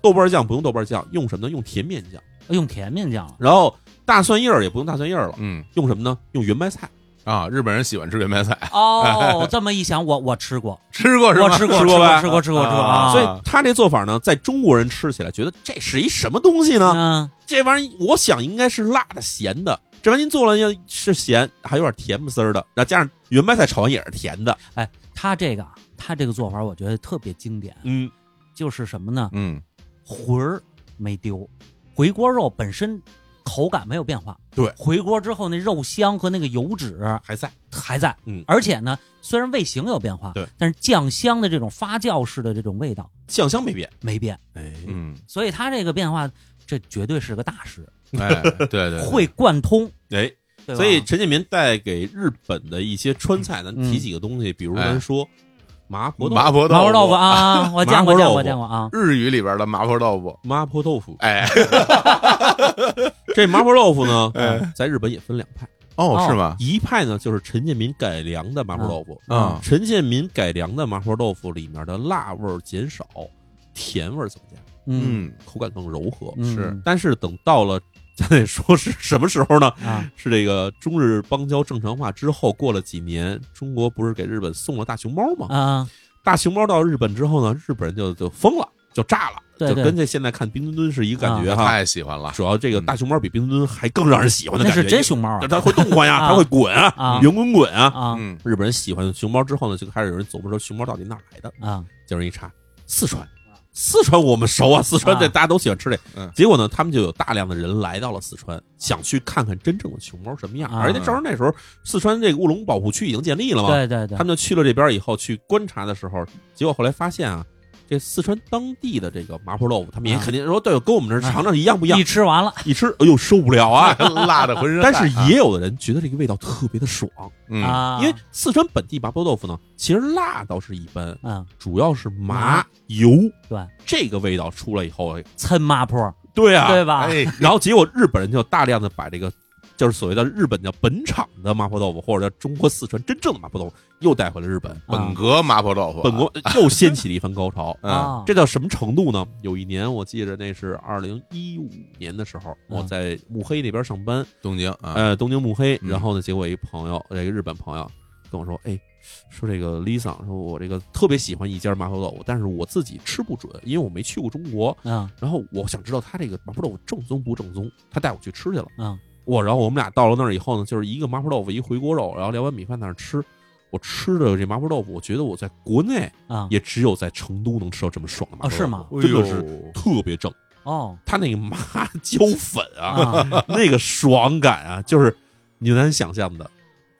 B: 豆瓣酱不用豆瓣酱，用什么呢？用甜面酱。
C: 哎用甜面
B: *laughs*
C: 酱了。
B: 然后大蒜叶儿也不用大蒜叶儿了，
A: 嗯
B: 用什么呢？用圆白菜。
A: 啊，日本人喜欢吃圆白菜， *laughs*
B: 哎
C: 哦，这么一想，我我吃过，
A: 吃过是
C: 我
A: 吗？
C: 吃过，吃
B: 吃过吧
C: 吃过，吃过，吃过
A: 啊
C: 啊。
B: 所以他这做法呢，在中国人吃起来觉得这是一什么东西呢？
C: 嗯，
B: 这玩意儿我想应该是辣的、咸的。这玩意儿您做了要是咸，还有点甜不丝儿的，然后加上圆白菜炒完也是甜的。
C: 他这个啊他这个做法，我觉得特别经典，
B: 嗯，
C: 就是什么呢？
A: 嗯，
C: 魂儿没丢，回锅肉本身口感没有变化，
A: 对，
C: 回锅之后那肉香和那个油脂
B: 还在。
C: 还在，
B: 嗯
C: 而且呢，虽然味型有变化，
B: 对，
C: 但是酱香的这种发酵式的这种味道
B: 酱香没变。
C: 没变，
B: 哎
A: 嗯，
C: 所以他这个变化，这绝对是个大师，
A: 哎，对对对，
C: 会贯通，
B: 哎，
C: 对吧
B: 所以陈建民带给日本的一些川菜，咱提几个东西，比如咱说嗯哎麻婆豆
A: 麻
B: 腐、
A: 婆
C: 麻婆豆腐
A: 腐，
C: 啊，我见过
B: 麻婆豆
C: 见
B: 腐
C: 过见过啊，
A: 日语里边的麻婆豆腐，
B: 麻婆豆腐。 *laughs*
A: 哎，
B: 这麻婆豆腐呢， *laughs* 在日本也分两派，
A: 哦，是吗？
B: 一派呢就是陈建民改良的麻婆豆腐。
A: 啊
B: 陈建民改良的麻婆豆腐里面的辣味儿减少，甜味儿增加，
C: 嗯
A: 嗯，
B: 口感更柔和。
C: 嗯
A: 是
B: 但是等到了咱得说是什么时候呢？
C: 啊，
B: 是这个中日邦交正常化之后，过了几年，中国不是给日本送了大熊猫吗？
C: 啊，
B: 大熊猫到日本之后呢，日本人就就疯了，就炸了，
C: 对
B: 就
C: 对
B: 跟这现在看冰墩墩是一个感觉哈。
A: 啊太嗯喜欢了，
B: 主要这个大熊猫比冰墩墩还更让人喜欢的
C: 那
B: 感觉，
C: 是真熊猫啊
B: 因为它会动换呀，
C: 啊
B: 它会滚啊
C: 啊，
B: 圆滚滚啊。
C: 啊
A: 嗯，
B: 日本人喜欢熊猫之后呢，就开始有人琢磨说熊猫到底哪儿来的，
C: 啊，
B: 结果人一查，四川。四川我们熟啊，四川
C: 啊
B: 这大家都喜欢吃这。
A: 嗯
B: 结果呢，他们就有大量的人来到了四川，想去看看真正的熊猫什么样。
C: 啊
B: 而且正好那时候，四川这个乌龙保护区已经建立了嘛，
C: 对对对，
B: 他们就去了这边以后去观察的时候，结果后来发现啊，这四川当地的这个麻婆豆腐，他们也
C: 啊
B: 肯定说对，跟我们这儿尝尝一样不一样
C: 一。吃完了
B: 一吃，哎呦，受不了啊！
A: 辣的浑身
B: 但
A: 汗，
B: 是也有的人觉得这个味道特别的爽，
A: 嗯
C: 啊，
B: 因为四川本地麻婆豆腐呢，其实辣倒是一般，
C: 嗯，
B: 主要是麻
C: 麻
B: 油
C: 啊对
B: 这个味道出来以后，哎
C: 抻麻婆，
B: 对啊，
C: 对吧？
A: 哎，
B: 然后结果日本人就大量的把这个，就是所谓的日本叫本场的麻婆豆腐，或者叫中国四川真正的麻婆豆腐，又带回了日本，
C: 啊
A: 本格麻婆豆腐，
B: 啊
A: 啊
B: 本国
A: *laughs*
B: 又掀起了一番高潮。
A: 嗯
C: 啊，
B: 这到什么程度呢？有一年我记着那是二零一五年的时候，
C: 嗯
B: 我在慕黑那边上班，
A: 东京啊，
B: 呃，东京慕黑。
A: 嗯
B: 然后呢，结果一朋友，这个日本朋友跟我说，哎，说这个 Lisa，说我这个特别喜欢一家麻婆豆腐，但是我自己吃不准，因为我没去过中国。
C: 嗯
B: 然后我想知道他这个麻婆豆腐正宗不正宗，他带我去吃去了。
C: 嗯，
B: 我然后我们俩到了那儿以后呢，就是一个麻婆豆腐，一回锅肉，然后聊完米饭在那儿吃。我吃的这麻婆豆腐，我觉得我在国内
C: 啊，
B: 也只有在成都能吃到这么爽的麻婆
C: 哦
B: 豆腐
C: 是吗
B: 真的
A: 哎
B: 是
A: 呦
B: 特别正，
C: 哦
B: 它那个麻
C: *laughs*
B: 椒粉啊，
C: 啊，
B: 那个爽感啊，就是你难想象的，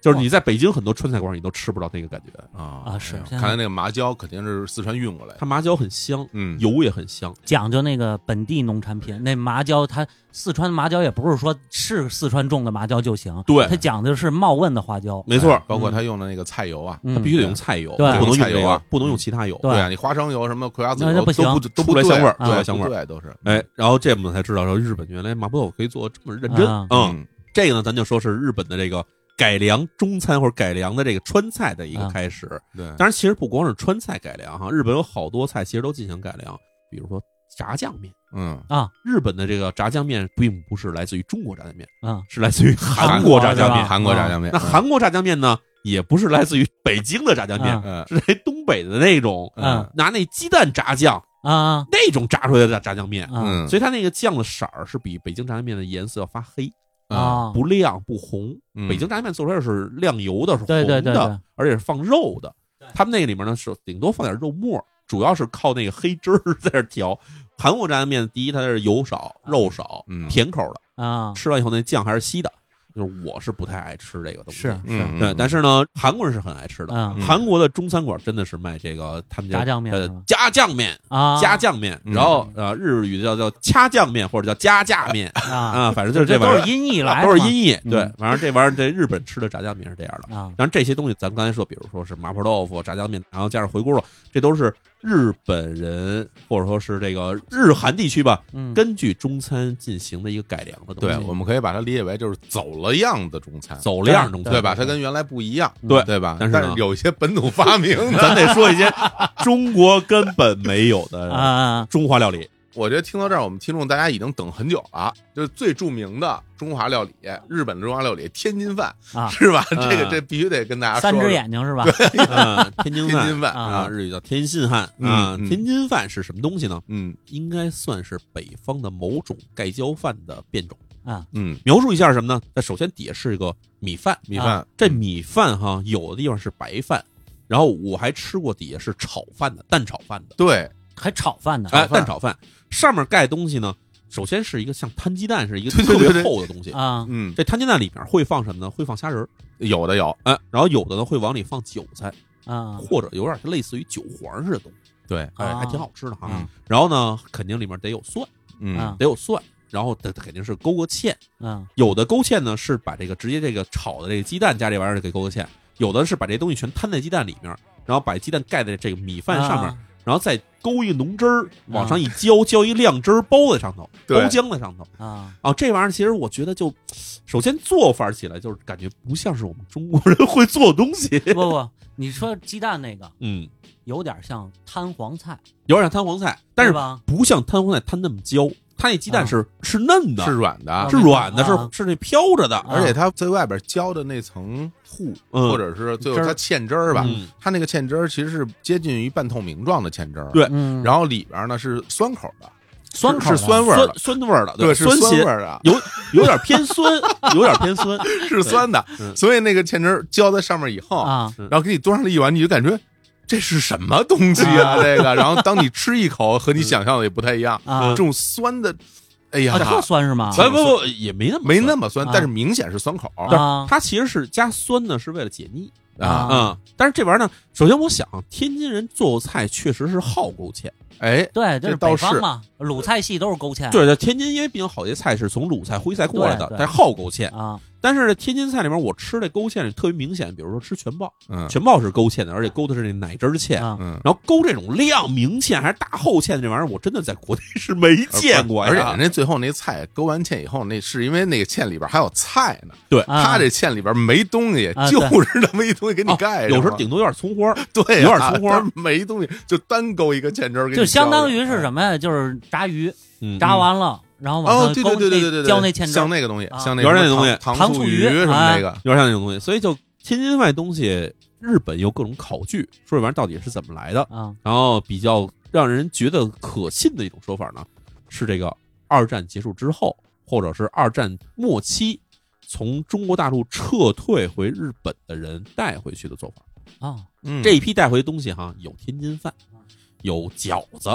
B: 就是你在北京很多川菜馆你都吃不到那个感觉。
A: 啊
C: 啊是
A: 哎呦
C: 现在
A: 看来那个麻椒肯定是四川运过来的，
B: 它麻椒很香，
A: 嗯，
B: 油也很香，
C: 讲究那个本地农产品，那麻椒它四川麻椒也不是说是四川种的麻椒就行，
B: 对
C: 它讲究是冒问的花椒，
B: 没错嗯
A: 哎，包括他用的那个菜油啊，
C: 嗯
B: 它必须得用菜油，
C: 对
B: 不能用
A: 菜
B: 这
A: 油
B: 个
A: 啊，
B: 不能用其他油。
C: 嗯对
A: 啊，你花生油什么葵花籽
C: 那那
A: 油
C: 不行
A: 都不都不
B: 出不来
A: 对
B: 香味儿
A: 啊
B: 出不来
A: 都
B: 香味儿
A: 对，都是，
B: 哎，然后这我们才知道说日本原来麻婆豆腐可以做这么认真，
C: 啊
B: 嗯，，这个呢，咱就说是日本的这个改良中餐或者改良的这个川菜的一个
C: 啊
B: 开始。
A: 对，
B: 当然，其实不光是川菜改良哈，日本有好多菜其实都进行改良，比如说炸酱面。
A: 嗯，
B: 日本的这个炸酱面并不是来自于中国炸酱面，
C: 嗯
B: 是来自于韩国炸
C: 啊
B: 酱面。啊
A: 韩国炸酱面，
B: 那韩国炸酱面呢，也不是来自于北京的炸酱面，
C: 啊
A: 嗯
B: 是来东北的那种
A: 嗯
B: 拿那鸡蛋炸酱
C: 啊
B: 那种炸出来的炸炸酱面。
C: 啊
A: 嗯，
B: 所以它那个酱的色儿是比北京炸酱面的颜色要发黑，
A: 啊，
C: 啊，
B: 嗯不亮不红。
A: 嗯
B: 北京炸酱面做出来是亮油的，是红的，
C: 对对对对
B: 而且是放肉的。他们那个里面呢是顶多放点肉末，主要是靠那个黑汁儿 *laughs* 在这儿调。韩国炸酱面，第一它是油少、肉少
A: 嗯，
B: 甜口的，
C: 啊
B: 吃完以后那酱还是稀的。就是我是不太爱吃这个东西，
C: 是
A: 嗯
B: 对，但是呢，韩国人是很爱吃的。
C: 嗯
B: 韩国的中餐馆真的是卖这个他们叫
C: 炸酱面
B: 呃
C: 是吗
B: 加酱面、
C: 啊
B: 加酱面，
A: 嗯
B: 然后呃日语叫叫掐酱面或者叫加价面
C: 啊，
B: 啊，反正就是
C: 这
B: 这玩
C: 都
B: 意儿啊
C: 是音译来的嘛，
B: 都是音译。
C: 嗯
B: 对，反正这玩意儿，这日本吃的炸酱面是这样的。
C: 啊
B: 然后这些东西，咱们刚才说，比如说是麻婆豆腐、炸酱面，然后加上回锅肉，这都是日本人或者说是这个日韩地区吧，
C: 嗯，
B: 根据中餐进行的一个改良的东
A: 对
B: 西，，
A: 我们可以把它理解为就是走了样的中餐，
B: 走量中餐，
A: 对吧？它跟原来不一样，
B: 对
A: 对吧？
B: 但是呢
A: 但是有一些本土发明的，
B: 咱得说一些中国根本没有
A: *laughs*
B: 的
C: 啊，
B: 中华料理，
A: 我觉得听到这儿，我们听众大家已经等很久了，就是最著名的中华料理，日本的中华料理天津饭
C: 啊
A: 是吧？这个
B: 嗯
A: 这必须得跟大家说
C: 三
A: 说
C: 只眼睛是吧？
B: 嗯天津
A: 天
B: 饭
A: 津饭
C: 啊
B: 啊，日语叫天津饭
A: 嗯
B: 啊。
A: 嗯
B: 天津饭是什么东西呢？
A: 嗯
B: 应该算是北方的某种盖浇饭的变种。
C: 啊，
A: 嗯，
B: 描述一下是什么呢？那首先底下是一个米饭，啊
A: 米饭
B: 这米饭哈，有的地方是白饭，然后我还吃过底下是炒饭的，蛋炒饭的，
A: 对，
C: 还炒饭呢，
B: 哎，
A: 饭
B: 蛋炒饭上面盖东西呢，首先是一个像摊鸡蛋是一个
A: 对
B: 特
A: 对
B: 别
A: 对
B: 厚的东西，
C: 啊，
A: 嗯，
B: 这摊鸡蛋里面会放什么呢？会放虾仁儿，
A: 有的有，
B: 哎，然后有的呢会往里放韭菜，
C: 啊
B: 或者有点类似于韭黄似的东西，
A: 对，
B: 哎，还挺
C: 啊
B: 好吃的哈。
A: 嗯
B: 然后呢，肯定里面得有蒜，
A: 嗯
C: 啊
B: 得有蒜，然后得肯定是勾个芡。
C: 嗯
B: 有的勾芡呢是把这个直接这个炒的这个鸡蛋加这玩意儿给勾个芡，有的是把这东西全摊在鸡蛋里面，然后把鸡蛋盖在这个米饭上面，
C: 啊
B: 然后再勾一个浓汁儿往上一浇，浇一亮汁儿包在上头，包
A: 对
B: 浆在上头。
C: 啊，
B: 啊，这玩意儿其实我觉得就，首先做法起来就是感觉不像是我们中国人会做的东西。
A: *laughs*
C: 不不，你说鸡蛋那个
B: 嗯，
C: 有点像摊黄菜，
B: 有点像摊黄菜，但
C: 对
B: 是
C: 吧？
B: 不像摊黄菜摊那么焦，它那鸡蛋是是嫩的，
A: 啊
B: 嗯
A: 是软的，
B: 是软的，
C: 啊
B: 是是那飘着的。
C: 啊
A: 而且它最外边浇的那层糊，
B: 嗯
A: 或者是最后
C: 汁儿
A: 它芡汁儿吧
B: 嗯，
A: 它那个芡汁儿其实是接近于半透明状的芡汁儿，
B: 对
C: 嗯，
A: 然后里边呢是酸口的，
C: 酸口
A: 是
C: 的
A: 是酸味儿的
B: 酸，酸味儿的，
A: 对，是
B: 酸
A: 酸
B: 咸
A: 味，儿的，
B: *laughs*
A: 啊
B: 有有点偏酸，有点偏
A: *laughs*
B: 酸。
A: 是酸的
B: 嗯，
A: 所以那个芡汁儿浇在上面以后，
C: 啊
A: 然后给你端上来一碗，你就感觉这是什么东西啊？这个，然后当你吃一口，和你想象的也不太一样，
C: 啊
A: 这种酸的，哎呀
C: 啊，，特酸是吗？
A: 酸
B: 哎不不，也没那么
A: 没那
B: 酸，
A: 么酸
C: 啊，
A: 但是明显是酸口
C: 啊
B: 但是它其实是加酸呢，是为了解腻
A: 啊！
B: 啊。但是这玩意儿呢，首先我想，天津人做菜确实是好勾芡。
A: 哎，
C: 对，
A: 这
C: 是
A: 倒
C: 北
A: 是
C: 方嘛，鲁菜系都是勾芡，
B: 对对，天津因为毕竟好些菜是从鲁菜、徽菜过来的
C: 对，对
B: 它好勾芡。
C: 啊，
B: 但是天津菜里面，我吃这勾芡里特别明显，比如说吃全爆，
A: 嗯
B: 全爆是勾芡的，而且勾的是那奶汁儿芡。
C: 啊
A: 嗯，
B: 然后勾这种亮明芡还是大厚芡这玩意儿，我真的在国内是没见过
A: 呃
B: 呀。
A: 而且人家最后那菜勾完芡以后，那是因为那个芡里边还有菜呢，
B: 对
C: 啊
A: 他这芡里边没东西
C: 啊，
A: 就
C: 对
A: 是那么一东西给你
B: 啊
A: 盖上了，
B: 有时候顶多有点葱花儿，
A: 对啊，
B: 有点葱花
A: *laughs* 但是没东西，就单勾一个芡汁儿给你浇着，
C: 就相当于是
A: 啊
C: 什么呀？就是炸鱼，
B: 嗯
C: 炸完了，然后
A: 哦，
C: 往
A: 对对
C: 上勾
A: 对对对对
C: 那
A: 对，
C: 浇那芡汁
A: 像
C: 儿，
A: 那个东西，
C: 啊
A: 像那
B: 有点
A: 什么
B: 那东西
A: 糖
C: 糖
A: 醋
C: 醋鱼
A: 什么
C: 哎
A: 那个，
B: 有点像那种东西。所以就天津外东西，日本有各种考据，说这玩意儿到底是怎么来的。
C: 啊
B: 然后比较让人觉得可信的一种说法呢，是这个二战结束之后，或者是二战末期，从中国大陆撤退回日本的人带回去的做法。
C: 啊
A: 嗯
B: 这一批带回的东西哈，有天津饭，有饺子，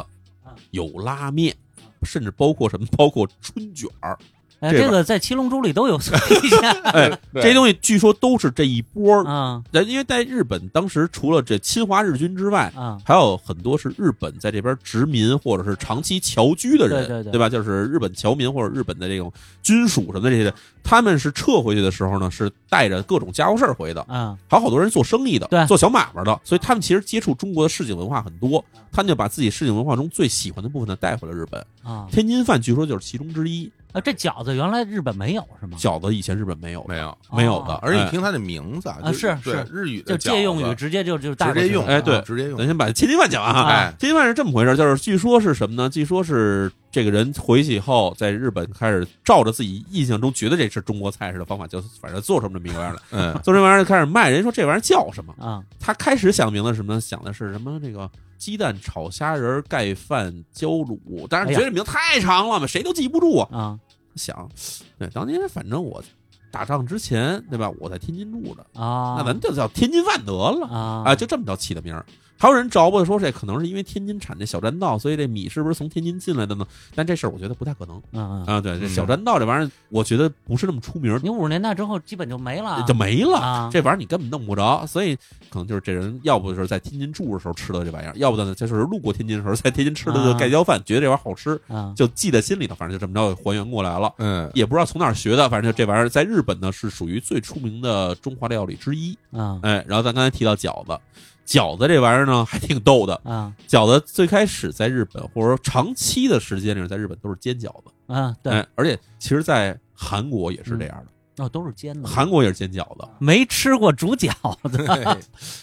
B: 有拉面，甚至包括什么，包括春卷
A: *laughs*
B: 儿。
C: 哎，
B: 这
C: 这个在七龙珠里都有体现
B: 哎，
A: 对
B: 这些东西据说都是这一波
C: 啊
B: 人因为在日本当时除了这侵华日军之外，
C: 啊
B: 还有很多是日本在这边殖民或者是长期侨居的人，
C: 对对对
B: 吧？就是日本侨民或者日本的这种军属什么的这些，他们是撤回去的时候呢，是带着各种家伙事儿回的，
C: 啊
B: 还有好多人做生意的，
C: 对
B: 做小买卖的，所以他们其实接触中国的市井文化很多，他们就把自己市井文化中最喜欢的部分呢带回了日本。
C: 啊！
B: 天津饭据说就是其中之一，
C: 啊，这饺子原来日本没有是吗？
B: 饺子以前日本没有的，
A: 没有。
B: 没有的，
C: 哦
A: 而且你
B: 哎
A: 听它这名字啊，
C: 啊
A: 就是对
C: 是
A: 日语的
C: 就借用语
A: 饺子
C: 直接就就带
A: 直
C: 过去
A: 接用，
C: 了
B: 哎对
A: 直接用
B: 咱，先把天津饭讲完啊，
A: 哎，
B: 天津饭是这么回事，就是据说是什么呢？据说是这个人回去以后，在日本开始照着自己印象中觉得这是中国菜式的方法，就反正做出这么一个玩
A: *laughs*
B: 意儿来，
A: 嗯，
B: 做这玩意儿就开始卖。人家说这玩意儿叫什么？
C: 啊
B: 他开始想明白什么呢？想的是什么？这个鸡蛋炒虾仁儿盖饭浇卤，但是觉得这名字太长了嘛，谁都记不住啊。
C: 啊
B: 想，对，当年反正我打仗之前，对吧？我在天津住着，
C: 啊！
B: 那咱就叫天津饭得了。
C: 啊
B: 啊，就这么着起的名儿。还有人着吧说这可能是因为天津产这小栈道，所以这米是不是从天津进来的呢？但这事儿我觉得不太可能
C: 嗯嗯，
B: 啊。对，这
A: 嗯
B: 小栈道这玩意儿，我觉得不是那么出名儿，
C: 你五十年代之后基本就没了，
B: 就没了。
C: 啊
B: 这玩意儿你根本弄不着，所以可能就是这人要不就是在天津住的时候吃的这玩意儿，要不呢就是路过天津的时候在天津吃的这个
C: 啊
B: 盖浇饭，觉得这玩意儿好吃，
C: 啊
B: 就记在心里头，反正就这么着还原过来了。
A: 嗯，
B: 也不知道从哪儿学的，反正就这玩意儿在日本呢是属于最出名的中华料理之一。
C: 啊
B: 哎，然后咱刚才提到饺子，饺子这玩意儿呢，还挺逗的。
C: 啊
B: 饺子最开始在日本，或者说长期的时间里，在日本都是煎饺子。
C: 啊，对，
B: 哎，而且其实，在韩国也是这样的，
C: 哦，都是煎的，
B: 韩国也是煎饺子。
C: 没吃过煮饺子，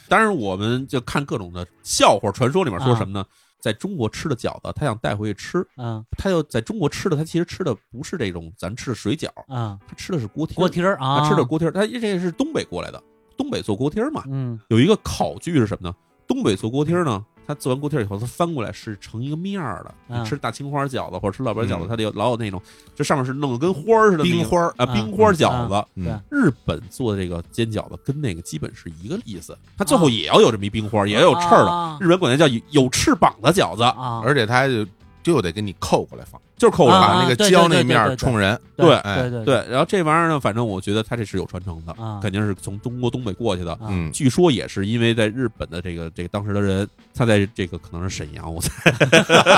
B: 当然，我们就看各种的笑话、传说里面说什么呢？在中国吃的饺子，他想带回去吃，
C: 嗯
B: 他就在中国吃的，他其实吃的不是这种咱吃的水饺，
C: 啊，
B: 他吃的是锅贴。
C: 锅，贴儿
B: 他
C: 啊，
B: 吃的锅贴，他这个是东北过来的，东北做锅贴嘛。
C: 嗯
B: 有一个考据是什么呢？东北做锅贴呢，它做完锅贴以后，它翻过来是成一个面儿的。
C: 嗯
B: 你吃大青花饺子或者吃烙饼饺子，
A: 嗯
B: 它得有老有那种，就上面是弄得跟花儿似的那个
A: 冰花儿
B: 啊，
C: 嗯
B: 冰花儿饺子。
A: 嗯
C: 对
B: 日本做的这个煎饺子跟那个基本是一个意思，它最后也要有这么一冰花儿，也要有翅儿的。
C: 啊
B: 日本管那叫有有翅膀的饺子，
C: 啊，
A: 而且他还就就得给你扣过来放，
B: 就是扣着
C: 啊
B: 吧。
A: 把那个
C: 对对
A: 胶
C: 对
A: 那
C: 对
A: 面
C: 对
A: 儿
C: 对
A: 冲人。
C: 对
A: 哎
C: 对对
B: 对，然后这玩意儿呢，反正我觉得它这是有传承的，
C: 啊
B: 肯定是从中国东北过去的。
C: 啊
A: 嗯，
B: 据说也是因为在日本的这个这个当时的人，他在这个可能是沈阳，我猜，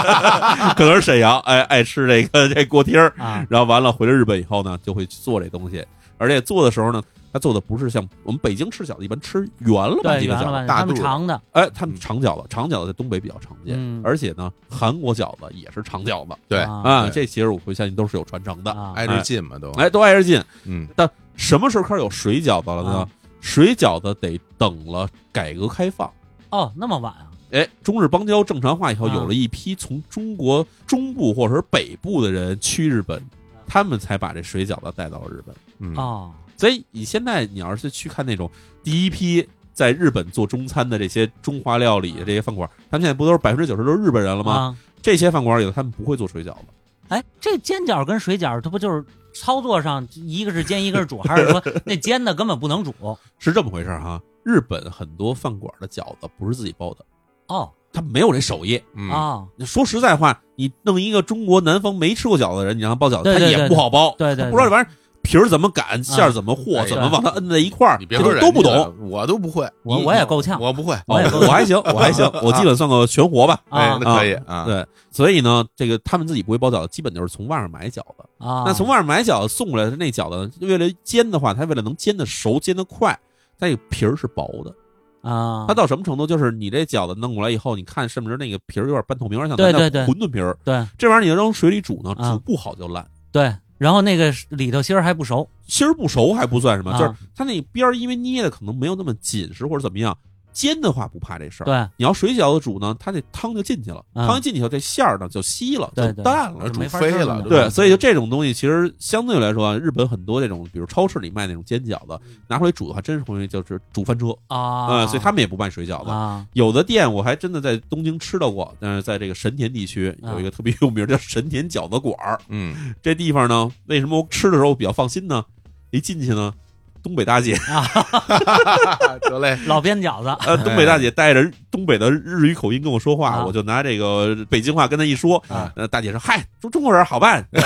B: *laughs* 可能是沈阳，哎爱吃这个这锅贴儿，
C: 啊
B: 然后完了回了日本以后呢，就会去做这东西，而且做的时候呢，他做的不是像我们北京吃饺子一般吃圆了吧
C: 对
B: 唧的
C: 圆
B: 饺
C: 了吧，
B: 子，
A: 大
C: 他们
A: 肚子
C: 长的
B: 哎，他们长饺子，长饺子在东北比较常见，
C: 嗯
B: 而且呢，韩国饺子也是长饺子
A: 对，
C: 啊
B: 啊，
A: 对
B: 这其实我会相信都是有传承的，
C: 啊
A: 挨着近嘛都。
B: 哎，都挨着近。
A: 嗯，
B: 什么时候开始有水饺子了呢
C: 啊？
B: 水饺子得等了改革开放。
C: 哦，那么晚啊，
B: 哎，中日邦交正常化以后，
C: 啊
B: 有了一批从中国中部或者是北部的人去日本，他们才把这水饺子带到了日本。
A: 嗯，
C: 哦，
B: 所以你现在你要是去看那种第一批在日本做中餐的这些中华料理这些饭馆，他们现在不都是百分之九十都是日本人了吗？
C: 啊，
B: 这些饭馆里头他们不会做水饺子，
C: 哎，这煎饺跟水饺，它不就是操作上一个是煎，一个是煮，还
B: *laughs*
C: 是说那煎的根本不能煮？
B: 是这么回事儿哈。日本很多饭馆的饺子不是自己包的，
C: 哦
B: 他没有这手艺。
A: 嗯
C: 哦，
B: 说实在话，你弄一个中国南方没吃过饺子的人，你让他包饺子，
C: 对对
B: 他也
C: 对
B: 不好包。
C: 对对，对嗯
B: 不知道这玩意儿皮儿怎么擀，馅儿怎么和，
A: 哎
B: 怎么往它摁在一块儿，
A: 你别
B: 这
A: 说
B: 都
A: 人
B: 都不
A: 家
B: 懂。
A: 了，我都不会，
C: 我
A: 你
C: 我也够呛
A: 我不会。
C: *laughs*
B: 哦
C: 我也不
B: 我还行，我还行，
A: *laughs*
B: 我基本算个全活吧。
A: 哎
C: 啊，
A: 那可以啊，
B: 对，所以呢，这个他们自己不会包饺子，基本就是从外面买饺子。
C: 啊，
B: 那从外面买饺子送过来的那饺子，为了煎的话，它为了能煎的熟、煎的快，它这个皮儿是薄的。
C: 啊，
B: 它到什么程度？就是你这饺子弄过来以后，你看是不是那个皮儿有点半透明，有点像
C: 对
B: 咱的
C: 对对
B: 馄饨皮儿。
C: 对
B: 这玩意儿你扔水里煮呢，
C: 啊
B: 煮不好就烂。
C: 对，然后那个里头芯儿还不熟，
B: 芯儿不熟还不算什么，
C: 啊
B: 就是它那边儿因为捏的可能没有那么紧实或者怎么样，煎的话不怕这事儿。
C: 对
B: 你要水饺子煮呢，它这汤就进去了，
C: 嗯
B: 汤一进去以后这馅儿呢就稀了，
C: 对
B: 就淡了
A: 而。煮
C: 没法
A: 飞
C: 吃
A: 了
C: 了
A: 都，
B: 对，所以就这种东西，其实相对来说啊，日本很多这种，比如超市里卖那种煎饺子，嗯拿回来煮的话，真是容易就是煮翻车
C: 啊
B: 啊、所以他们也不卖水饺子。
C: 啊
B: 有的店我还真的在东京吃到过，但是在这个神田地区有一个特别有名儿叫神田饺子馆儿，
A: 嗯，
B: 这地方呢，为什么我吃的时候我比较放心呢？一进去呢，东北大
A: *laughs*
B: 姐，
A: 得嘞，
C: 老边饺子
B: 呃，东北大姐带着东北的日语口音跟我说话，
C: 啊
B: 我就拿这个北京话跟她一说，
A: 啊
B: 呃，大姐说：“嗨，中中国人好
A: *laughs*
B: 办。对”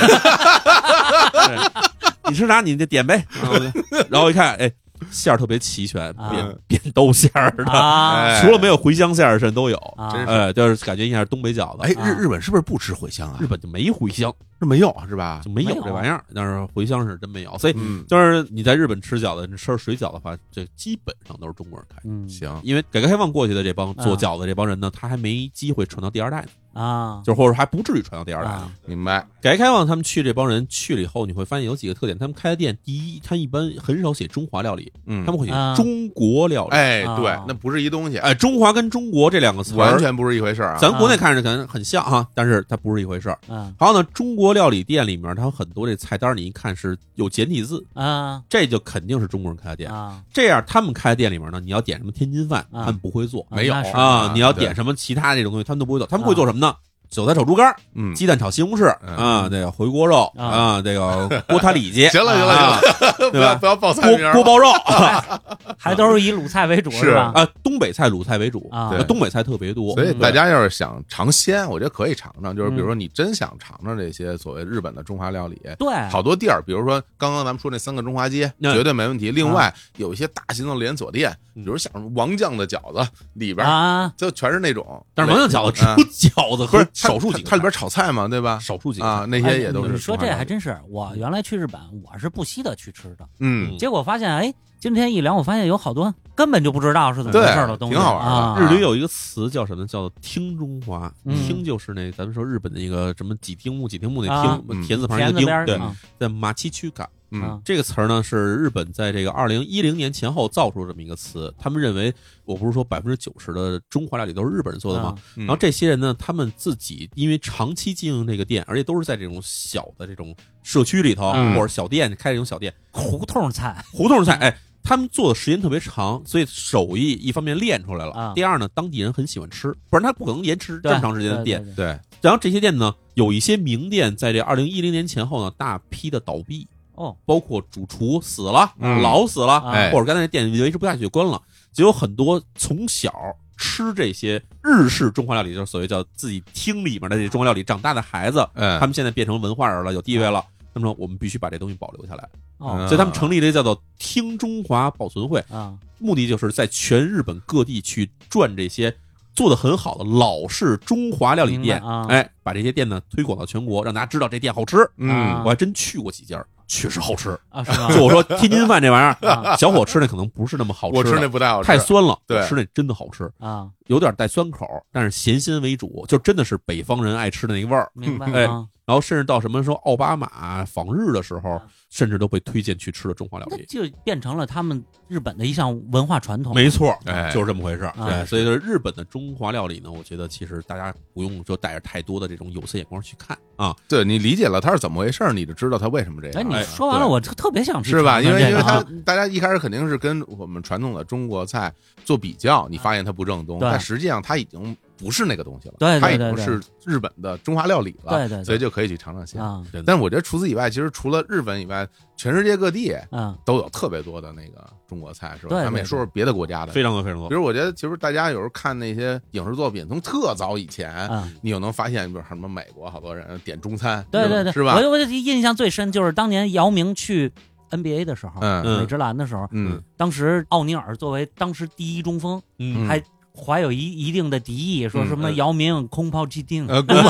B: 你吃啥你就点呗。
A: 啊
B: 然后我就然后一看，哎，馅儿特别齐全，
C: 啊
B: 扁扁豆馅儿的，
C: 啊
A: 哎
B: 除了没有茴香馅儿，甚至都有。
C: 啊
A: 真是
B: 呃，就是感觉一下东北饺子。
A: 哎，
C: 啊
A: 日日本是不是不吃茴香啊？
B: 日本就没茴香，
A: 是没有是吧？
B: 就没有
C: 没有
B: 这玩意儿，但是茴香是真没有，所以
A: 嗯，
B: 就是你在日本吃饺子，你吃水饺的话，这基本上都是中国人开的。
C: 嗯
A: 行，
B: 因为改革开放过去的这帮
C: 啊
B: 做饺子这帮人呢，他还没机会传到第二代呢，
C: 啊
B: 就是或者说还不至于传到第二代呢。
C: 啊
A: 明白。
B: 改革开放他们去这帮人去了以后，你会发现有几个特点，他们开的店，第一，他一般很少写中华料理，
A: 嗯，
B: 他们会写
C: 啊
B: 中国料理。
A: 哎，
C: 啊
A: 对，那不是一东西，
B: 哎，中华跟中国这两个词
A: 完
B: 儿，
A: 全不是一回事儿啊。
B: 咱国内看着可能很像哈，但是它不是一回事儿。
C: 嗯
B: 还有呢，中国料理店里面，它有很多这菜单，你一看是有简体字，
C: 啊
B: 这就肯定是中国人开的店。
C: 啊
B: 这样他们开的店里面呢，你要点什么天津饭，
C: 啊
B: 他们不会做
C: 啊
A: 没有
C: 那是
B: 啊，你要
A: 对
B: 点什么其他这种东西，他们都不会做，他们会做什么呢？韭菜炒猪肝儿、
A: 啊嗯，
B: 鸡蛋炒西红柿
A: 嗯
B: 啊，这个回锅肉
C: 啊
B: 啊，这个锅塌里
A: *laughs*
B: 脊
A: 行了行了
B: 啊
A: 行，了，不
B: 对
A: 要
B: 吧？
A: 不要报菜名
B: 锅
A: 儿了。
B: 锅包
A: *laughs*
B: 肉啊，
C: 还都是以鲁菜为主
A: 是啊
C: 吧？
B: 东北菜、鲁菜为主
C: 啊
A: 对
B: 东北菜特别多，
A: 所以
B: 对
A: 大家要是想尝鲜，我觉得可以尝尝。就是比如
C: 嗯
A: 说，你真想尝尝这些所谓日本的中华料理，
C: 对，
A: 好多地儿，比如说刚刚咱们说那三个中华街，
B: 哎嗯
A: 绝对没问题。另外有一些大型的连锁店，比如像王酱的饺子里边儿
C: 啊
A: 就全是那种，
B: 但是
A: 没
B: 王酱饺子
A: 啊
B: 出饺子
A: 不
B: 和
A: 是它
B: 少数
A: 它
B: 几个菜，
A: 它里边炒菜嘛，对吧？
B: 少数几个
A: 啊，
B: 菜，
A: 那
C: 哎
A: 些也都是
C: 你
A: 中
C: 说
A: 华
C: 这
A: 料理。
C: 还真是，我原来去日本我是不惜的去吃的，
A: 嗯
C: 结果发现哎，今天一聊我发现有好多根本就不知道是怎么
A: 对
C: 回事儿的东西，
A: 挺好玩的
C: 啊、
B: 日语有一个词叫什么？叫做“听中华”，
C: 嗯
B: 听就是那咱们说日本的一个什么几丁目、几丁目
C: 啊
B: 那听，
A: 嗯
B: 田字旁一
C: 田
B: 个
C: 字边
B: 丁，
C: 儿
B: 对，
C: 啊
B: 在马七区嘎。
A: 嗯
C: 啊
B: 这个词儿呢，是日本在这个二零一零年前后造出这么一个词。他们认为，我不是说百分之九十的中华料理都是日本人做的吗？
C: 啊
A: 嗯，
B: 然后这些人呢，他们自己因为长期经营这个店，而且都是在这种小的这种社区里头、
C: 嗯
B: 或者小店开这种小店
C: 胡同菜
B: 胡同菜，哎，他们做的时间特别长，所以手艺一方面练出来了，
C: 啊
B: 第二呢，当地人很喜欢吃，不然他不可能连吃这么长时间的店。，
C: 对对对对
A: 对，
B: 然后这些店呢，有一些名店在这二零一零年前后呢，大批的倒闭，
C: 哦，
B: 包括主厨死了、
A: 嗯
B: 老死了，
C: 啊
A: 哎
B: 或者刚才那店维持不下去就关了，就有很多从小吃这些日式中华料理，就是所谓叫自己听里面的这中华料理长大的孩子，他
A: 嗯，
B: 们现在变成文化人了，有地位了。他
C: 嗯
B: 们说我们必须把这东西保留下来，
C: 哦
B: 所以他们成立了一个叫做“听中华保存
A: 嗯
B: 会”，
C: 啊
B: 目的就是在全日本各地去转这些做的很好的老式中华料理店，
C: 明白啊
B: 哎，把这些店呢推广到全国，让大家知道这店好吃。
A: 嗯
C: 啊
B: 我还真去过几家，确实好吃。
A: *laughs*
C: 啊是吗？
B: *laughs* 就我说天津饭这玩意
C: 啊
B: 儿，小伙吃那可能不是那么好吃的，
A: 我吃那不太好吃，
B: 太酸了，
A: 对
B: 我吃那真的好吃，
C: 啊，
B: 有点带酸口，但是咸鲜为主，就真的是北方人爱吃的那个味儿。
C: 明白
A: 嗯
B: 哎
C: 啊。
B: 然后甚至到什么说奥巴马访日的时
A: 啊
B: 候，甚至都被推荐去吃的中华料
C: 那
B: 理。
C: 就变成了他们日本的一项文化传统。
B: 没错，
A: 哎
B: 就是这么回事儿。
C: 啊
B: 对，所以就是日本的中华料理呢，我觉得其实大家不用说带着太多的这种有色眼光去看啊。
A: 对你理解了它是怎么回事儿，你就知道它为什么这
C: 哎，
A: 样，
C: 你
B: 哎
C: 说完了，
B: 对
C: 我就特别想吃
A: 是吧？
C: 肠子
A: 因为
C: 这
A: 因
C: 个
A: 为它
C: 啊
A: 大家一开始肯定是跟我们传统的中国菜做比较，你发现它不正宗，
C: 对
A: 但实际上它已经不是那个东西了，
C: 对对
A: 它已
C: 对
A: 经
C: 对
A: 是日本的中华料理了，
C: 对对对
A: 所以就可以去尝尝鲜。
C: 啊
B: 真的
A: 但我觉得除此以外，其实除了日本以外，全世界各地
C: 啊
A: 都有特别多的那个中国菜，是吧？
C: 对对
A: 咱们也说说别的国家的，
B: 非常多，非常多
A: 比。如我觉得，其实大家有时候看那些影视作品，从特早以前，
C: 啊！
A: 你就能发现，比如什么美国好多人点中餐，
C: 对
A: 嗯是吧
C: 对对，
A: 是吧
C: 我？就我就印象最深就是当年姚明去 NBA 的时候，
A: 嗯
C: 美职篮的时候，
A: 嗯
C: 当时奥尼尔作为当时第一中锋，
B: 嗯，
C: 还怀有一一定的敌意，说什么
B: 嗯嗯
C: 姚明空抛
A: *laughs*
C: 击钉， *laughs*
A: 呃，宫保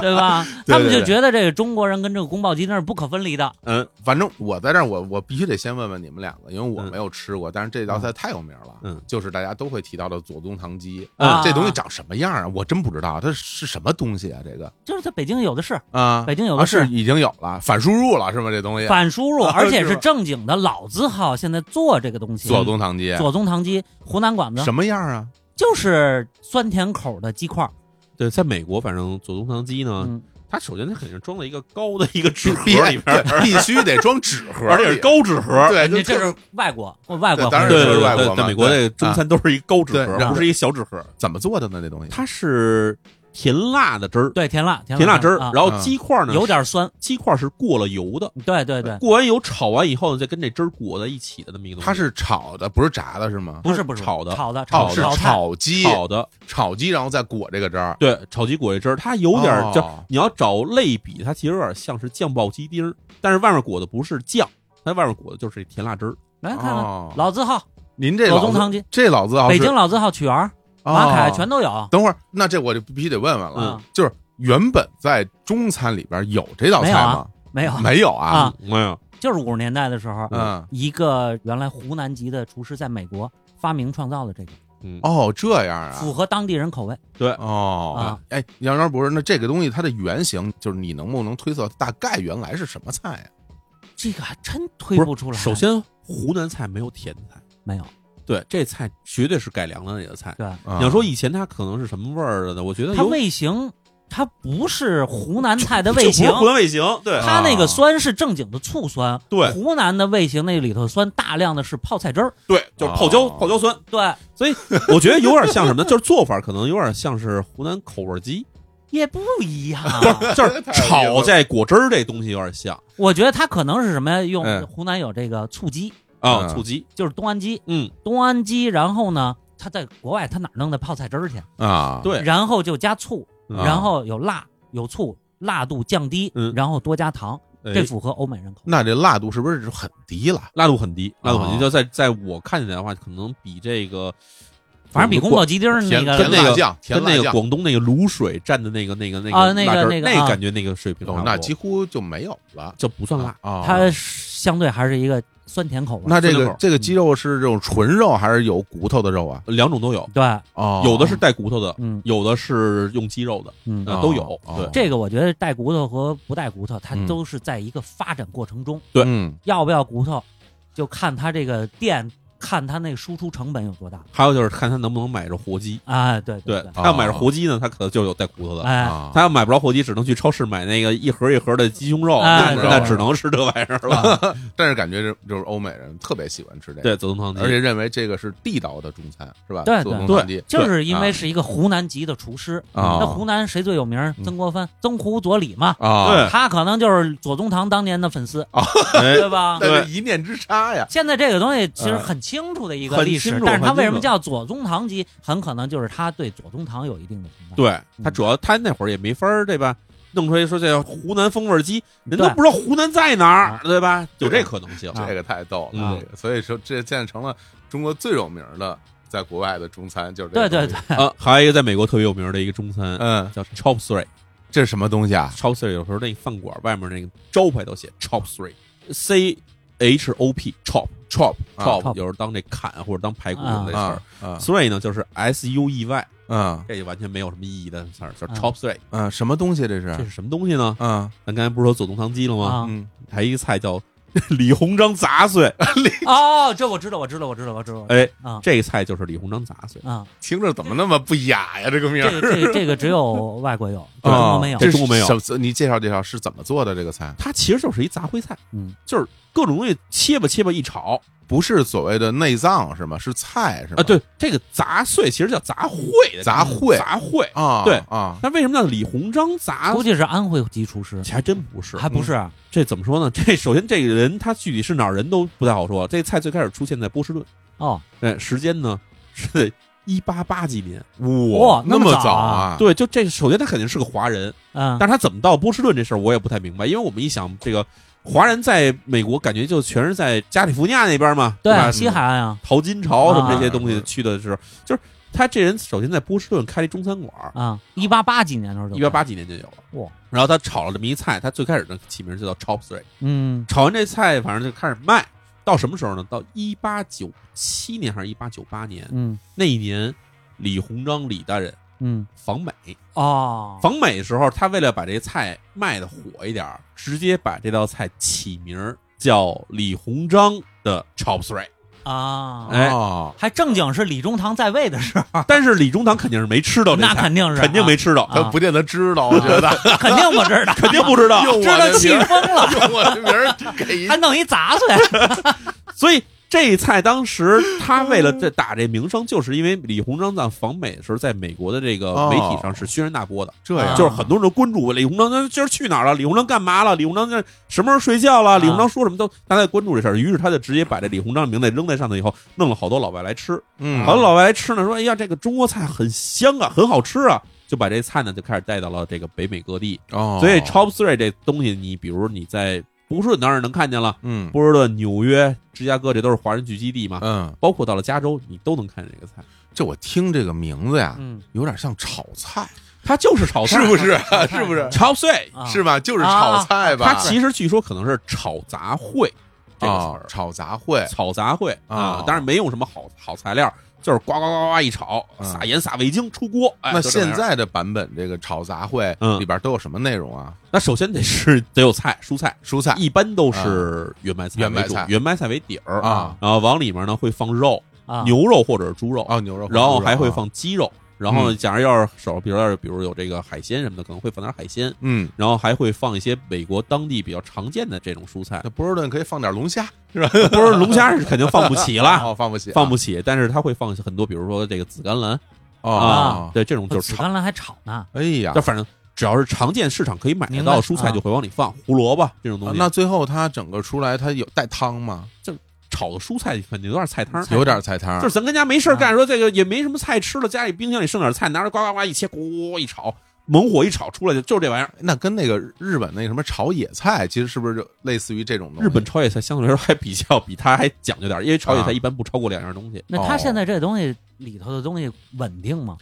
C: 对吧？
A: 对
C: 他们
A: 对
C: 就
A: 对
C: 觉得这个中国人跟这个宫保鸡丁是不可分离的。
B: 嗯，
A: 反正我在这儿，我我必须得先问问你们两个，因为我
B: 嗯
A: 没有吃过，但是这道菜太有名了，
B: 嗯
A: 就是大家都会提到的左宗棠鸡，
C: 啊
A: 这东西长什么样啊？我真不知道，它是什么东西啊？这个
C: 就是在北京有的是，
A: 啊，
C: 北京有
A: 啊
C: 的
A: 是已经有了反输入了是吗？这东西
C: 反输入，
A: 啊
C: 而且
A: 是
C: 是
A: 吧
C: 正经的老字号，现在做这个东西。
A: 左宗棠鸡
C: 左宗棠鸡，湖南馆子
A: 什么样啊？
C: 就是酸甜口的鸡块儿，
B: 对，在美国，反正左宗棠鸡呢，
C: 嗯，
B: 它首先它肯定是装在一个高的一个纸盒
A: 必
B: 里边儿，
A: 对必须得装纸
B: *laughs*
A: 盒里，
B: 而且是高纸盒。
A: 对，
C: 这
A: 就
C: 哎这
A: 特
C: 是外国，外国
A: 对当
B: 对
A: 然
B: 对
A: 是
B: 对
A: 外国
B: 对，
A: 嘛
B: 在美国
A: 对
B: 这中餐都是一高纸
A: 啊对
B: 盒，
A: 然后
B: 不是一小纸盒。
A: 怎么做的呢？这东西
B: 它是甜辣的汁儿，
C: 对甜辣甜
B: 甜辣汁儿，
C: 啊
B: 然后
A: 啊
B: 鸡块呢
C: 有点酸，
B: 鸡块是过了油的，
C: 对对对，
B: 过完油炒完以后呢，再跟这汁儿裹在一起的那么一个东西。
A: 它是炒的，不是炸的，是吗？
C: 不是不是
B: 炒的
C: 炒的
A: 哦，
C: 炒
A: 是
C: 炒菜
A: 炒鸡，
B: 炒的，
A: 炒鸡，然后再裹这个汁儿。
B: 对，炒鸡裹这汁儿，它有点儿
A: 哦
B: 叫、你要找类比，它其实有点像是酱爆鸡丁儿，但是外面裹的不是酱，它外面裹的就是甜辣汁儿。
C: 来哎看看
A: 哦
C: 老字号
A: 您这
C: 左
A: 老
C: 宗
A: 字
C: 棠鸡，
A: 这老字号是
C: 北京老字号曲园儿、马凯全。
A: 哦
C: 都有，
A: 等会儿，那这我就必须得问问了
C: 嗯，
A: 就是原本在中餐里边有这道菜吗？
C: 没有，
A: 没有啊
C: 啊，
B: 哎呀，
C: 就是五十年代的时候，
A: 嗯，
C: 一个原来湖南籍的厨师在美国发明创造了这个，
B: 嗯，
A: 哦，这样啊
C: 符。合当地人口味。
A: 哦
C: 啊，
A: 哎，杨元博士，那这个东西它的原型，就是你能不能推测大概原来是什么菜呀？
C: 这个还真推
B: 不是
C: 出来。
B: 首先，湖南菜没有甜菜，
C: 没有，
B: 对，这菜绝对是改良的那个菜。
C: 对，
A: 啊
B: 你要说以前它可能是什么味儿的呢？我觉得
C: 它
B: 有
C: 味型它不是湖南菜的
B: 就
C: 味
B: 不是
C: 型，
B: 湖南味型，对
A: 啊
C: 它那个酸是正经的醋酸。
B: 对
C: 湖南的味型那里头酸大量的是泡菜汁儿。
B: 对，就是泡椒
A: 哦
B: 泡椒酸。
C: 对，
B: 所以我觉得有点像什么呢？就是做法可能有点像是湖南口味鸡，
C: 也不一样。啊
B: *laughs* 就是炒在果汁儿这东西有点像
C: 我觉得它可能是什么呀？
A: 嗯
C: 用湖南有这个醋鸡，
B: 啊，
A: 嗯
B: 醋鸡，
C: 就是东安鸡，
B: 嗯，
C: 东安鸡，然后呢，它在国外它哪儿弄的泡菜汁儿去？
A: 啊，
B: 对，
C: 然后就加醋，
A: 啊
C: 然后有辣有醋，辣度降低
B: 嗯，
C: 然后多加糖，
B: 哎
C: 这符合欧美人口。
A: 那这辣度是不是就很低了？
B: 辣度很低，辣度很低，
A: 哦
B: 就在在我看起来的话，可能比这个，
C: 反正比宫保鸡丁儿那
A: 甜
C: 个
A: 甜
B: 那
A: 辣
B: 个
A: 酱，甜
B: 跟
A: 辣
B: 那个
A: 酱，
B: 广东那个卤水蘸的那个那个那
C: 啊
B: 个
C: 那
B: 辣
C: 个
B: 汁儿
C: 那个
B: 那
C: 啊
B: 感觉那个水平差
A: 哦
B: 不多，
A: 那几乎就没有了
C: 哦
B: 就不算辣，
A: 啊。
C: 它是相对还是一个酸甜口味儿。嗯
A: 那这
B: 四零
A: 个
B: 口
A: 这个鸡肉是这种纯肉还是有骨头的肉啊？
B: 两种都有，
C: 对，
A: 哦，
B: 有的是带骨头的，
C: 嗯
B: 有的是用鸡肉的，
C: 嗯，
B: 呃
A: 哦
B: 都有。
A: 哦
B: 对，
C: 这个我觉得带骨头和不带骨头，它
A: 嗯
C: 都是在一个发展过程中，
B: 对
A: 嗯，
C: 要不要骨头，就看它这个店，看它那输出成本有多大
B: 还有就是看他能不能买着活鸡。
C: 啊！对
B: 对
C: 对，
B: 他要买着活鸡呢，他可能就有带骨头的；
C: 哎，
A: 啊
B: 他要买不着活鸡，只能去超市买那个一盒一盒的鸡胸肉，
C: 哎
B: 那
A: 对
B: 那只能吃这玩意儿了。
A: 但是感觉这就是欧美人特别喜欢吃这个，
B: *laughs* 对，走动汤鸡，
A: 而
B: *laughs*
A: 且认为这个是地道的中餐，是吧？
C: 对
A: 做工
B: 对
A: 堂鸡
C: 就是因为
A: 啊
C: 是一个湖南籍的厨师。
A: 啊
C: 那湖南谁最有名儿？曾国藩，曾胡左李嘛。
A: 啊，
B: 对
C: 他可能就是左宗棠当年的粉丝，
B: 哎
C: 对吧？
A: 但是一念之差呀，
C: 现在这个东西其实很清楚的一个
B: 嗯很
C: 历
B: 清
C: 史，
B: 楚
C: 但是它
B: 很
C: 为
B: 清
C: 什么
B: 楚
C: 叫左宗棠鸡？很可能就是他对左宗棠有一定的评价。
B: 对
C: 嗯
B: 他主要他那会儿也没法儿，对吧？弄出来说这湖南风味儿鸡，人都
C: 对
B: 不知道湖南在哪儿，对吧？有
A: 对
B: 这可能性。
C: 啊
A: 这个太逗了，
B: 嗯
A: 这个所以说这现在成了中国最有名的在国外的中餐，就是这
C: 对
A: 个
C: 对
A: 东
C: 对
A: 西，
B: 啊，还有一个在美国特别有名的一个中餐，
A: 嗯，
B: 叫 Chop Three。
A: 这是什么东西啊？
B: Chop Three 有时候那饭馆外面那个招牌都写 Chop Three，C H O P Chop Chop
A: 啊
B: Chop，
C: chop
B: 有时候当这砍或者当排骨
C: 啊
B: 的词儿
A: 啊。啊
B: Three 呢就是 S U E Y，
A: 嗯
B: 这就完全没有什么意义的词儿，叫
C: 啊
B: Chop Three。
A: 嗯，什么东西这
B: 这
A: 是？
B: 是什么东西呢？
A: 嗯
B: 咱刚才不是说左宗棠鸡了吗？
C: 啊
A: 嗯，
B: 还有一个菜叫 *laughs* 李鸿章杂碎，
C: 哦，这我知道，我知道，我知道，我知道。我知道
B: 哎，
C: 啊
B: 这个菜就是李鸿章杂碎。
C: 啊，
A: 听着怎么那么不雅呀？这个名
C: 这
A: 儿
C: 个这
B: *laughs*
C: 个这个只有外国有，中
A: 啊
C: 国没有
B: 这。
A: 是
B: 哎中国没有
A: 什么你介绍介绍是怎么做的这个菜？
B: 它其实就是一杂烩菜，
C: 嗯，
B: 就是各种东西切吧切吧一炒
A: 不是所谓的内脏是吗？是菜是吗？
B: 啊，对，这个杂碎其实叫杂烩的，
A: 杂烩
B: 杂烩。
A: 啊，
B: 对
A: 啊，
B: 那为什么叫李鸿章杂
C: 估？计是安徽籍厨师，
B: 还真不是，嗯
C: 还不是啊
B: 这怎么说呢？这首先这个人他具体是哪儿人都不太好说。这菜最开始出现在波士顿，
C: 哦，
B: 哎，时间呢是在一八八几年。
A: 哇
C: 哇
A: 那
C: 那么
A: 早
C: 早
A: 啊
C: 啊？
B: 对，就这首先他肯定是个华人，
C: 嗯，
B: 但是他怎么到波士顿这事儿我也不太明白，因为我们一想这个华人在美国感觉就全是在加利福尼亚那边嘛，对吧？嗯
C: 对，西海岸啊
B: 淘金潮什么这些
A: 啊
B: 东西去的时候，就是他这人首先在波士顿开了一中餐馆儿，
C: 啊，一八八几年的时候就
B: 一八八几年就有了。
C: 哇，
B: 然后他炒了这么一菜，他最开始呢起名就叫 Chop Three。
C: 嗯
B: 炒完这菜，反正就开始卖。到什么时候呢？到一八九七年还是一八九八年？
C: 嗯
B: 那一年，李鸿章李大人
C: 嗯
B: 访美，
C: 哦，
B: 访美的时候，他为了把这菜卖的火一点儿，直接把这道菜起名儿叫李鸿章的 Chop
C: *laughs*
B: Three。
C: 啊，
B: 哎
A: 哦
C: 还正经是李中堂在位的时候，
B: 但是李中堂肯定是没吃到这
C: 那
B: 菜，
C: 肯定是啊
B: 哦肯
C: *laughs*
B: 定没吃到，
C: 啊
A: 他不见得知道，我觉得
C: 肯定不知道，
B: 肯定不
C: *laughs*
B: 知道。
A: 用我
C: 知道
A: 的
C: 气
A: 名儿，
C: 疯了，
A: *laughs*
C: 哎
A: 用我的名儿给一
C: 还弄一杂
B: *laughs*
C: 碎，
B: 所以这菜当时他为了这打这名声，就是因为李鸿章在访美的时候，在美国的这个媒体上是轩然大波的。
A: 这样，
C: 啊
B: 就是很多人都关注李鸿章，那今儿去哪儿了？李鸿章干嘛了？李鸿章这什么时候睡觉了？
C: 啊
B: 李鸿章说什么都，大家在关注这事儿。于是他就直接把这李鸿章的名字扔在上头以后，弄了好多老外来吃。
A: 嗯，
B: 好多老外来吃呢，说哎呀，这个中国菜很香啊，很好吃啊，就把这菜呢就开始带到了这个北美各地。
A: 哦，
B: 所以 Chop Three 这东西，你比如你在波士顿当然能看见了，
A: 嗯
B: 波士顿、纽约、芝加哥这都是华人聚集地嘛，
A: 嗯，
B: 包括到了加州，你都能看见这个菜。
A: 这我听这个名字呀，
C: 嗯，
A: 有点像炒菜，
B: 它就是炒菜，
A: 是不是？啊
C: 炒菜
A: 是不是？
B: 炒碎？
C: 啊
A: 是吧？就是炒菜吧？
B: 它其实据说可能是炒杂烩这个词
A: 啊
B: 儿，，
A: 炒杂烩
B: 炒杂烩
A: 啊
B: 啊，当然没用什么好好材料，就是呱呱呱呱一炒，
A: 嗯
B: 撒盐撒味精出锅。哎
A: 那
B: 就这样
A: 现在的版本，这个炒杂烩
B: 嗯
A: 里边都有什么内容啊？
B: 那首先得是得有菜，蔬菜
A: 蔬菜
B: 一般都是圆白菜
A: 圆白
B: 为主
A: 菜，
B: 圆白菜为底儿
A: 啊，
B: 然后往里面呢会放肉，
C: 啊
B: 牛肉或者是猪肉，
A: 哦，牛肉，
B: 然后还会
A: 啊，
B: 放鸡肉。然
A: 嗯
B: 后，假如要是手，比如要是比如有这个海鲜什么的，可能会放点海鲜，
A: 嗯，
B: 然后还会放一些美国当地比较常见的这种
A: *laughs*
B: 蔬菜
A: 那。波士顿可以放点龙虾，是吧？
B: 不是龙虾是肯定放不起了，
A: *laughs* 哦，放不起啊，
B: 放不啊起，但是它会放很多，比如说这个紫甘蓝
A: 哦，
B: 对这种就是
C: 紫
B: 常，
C: 甘蓝还炒呢，
A: 哎呀
B: 就，反正只要是常见市场可以买得
C: 明
B: 到
C: 白
B: 的蔬菜
C: 啊
B: 就会往里放，胡萝卜这种东
A: 啊
B: 西。
A: 那最后它整个出来，它有带汤吗？
B: 炒的蔬菜肯定有点菜汤，
A: 有点菜汤
B: 就，是咱跟家没
C: 啊
B: 事儿干，说这个也没什么菜吃了，家里冰箱里剩点菜，拿着呱呱呱一切，咕一炒，猛火一炒出来就就是这玩意儿。
A: 那跟那个日本那个什么炒野菜，其实是不是就类似于这种东西？
B: 日本炒野菜相对来说还比较比它还讲究点儿，因为炒野
A: 啊
B: 菜一般不超过两样东西。
C: 那
A: 哦
C: 他现在这东西里头的东西稳定吗？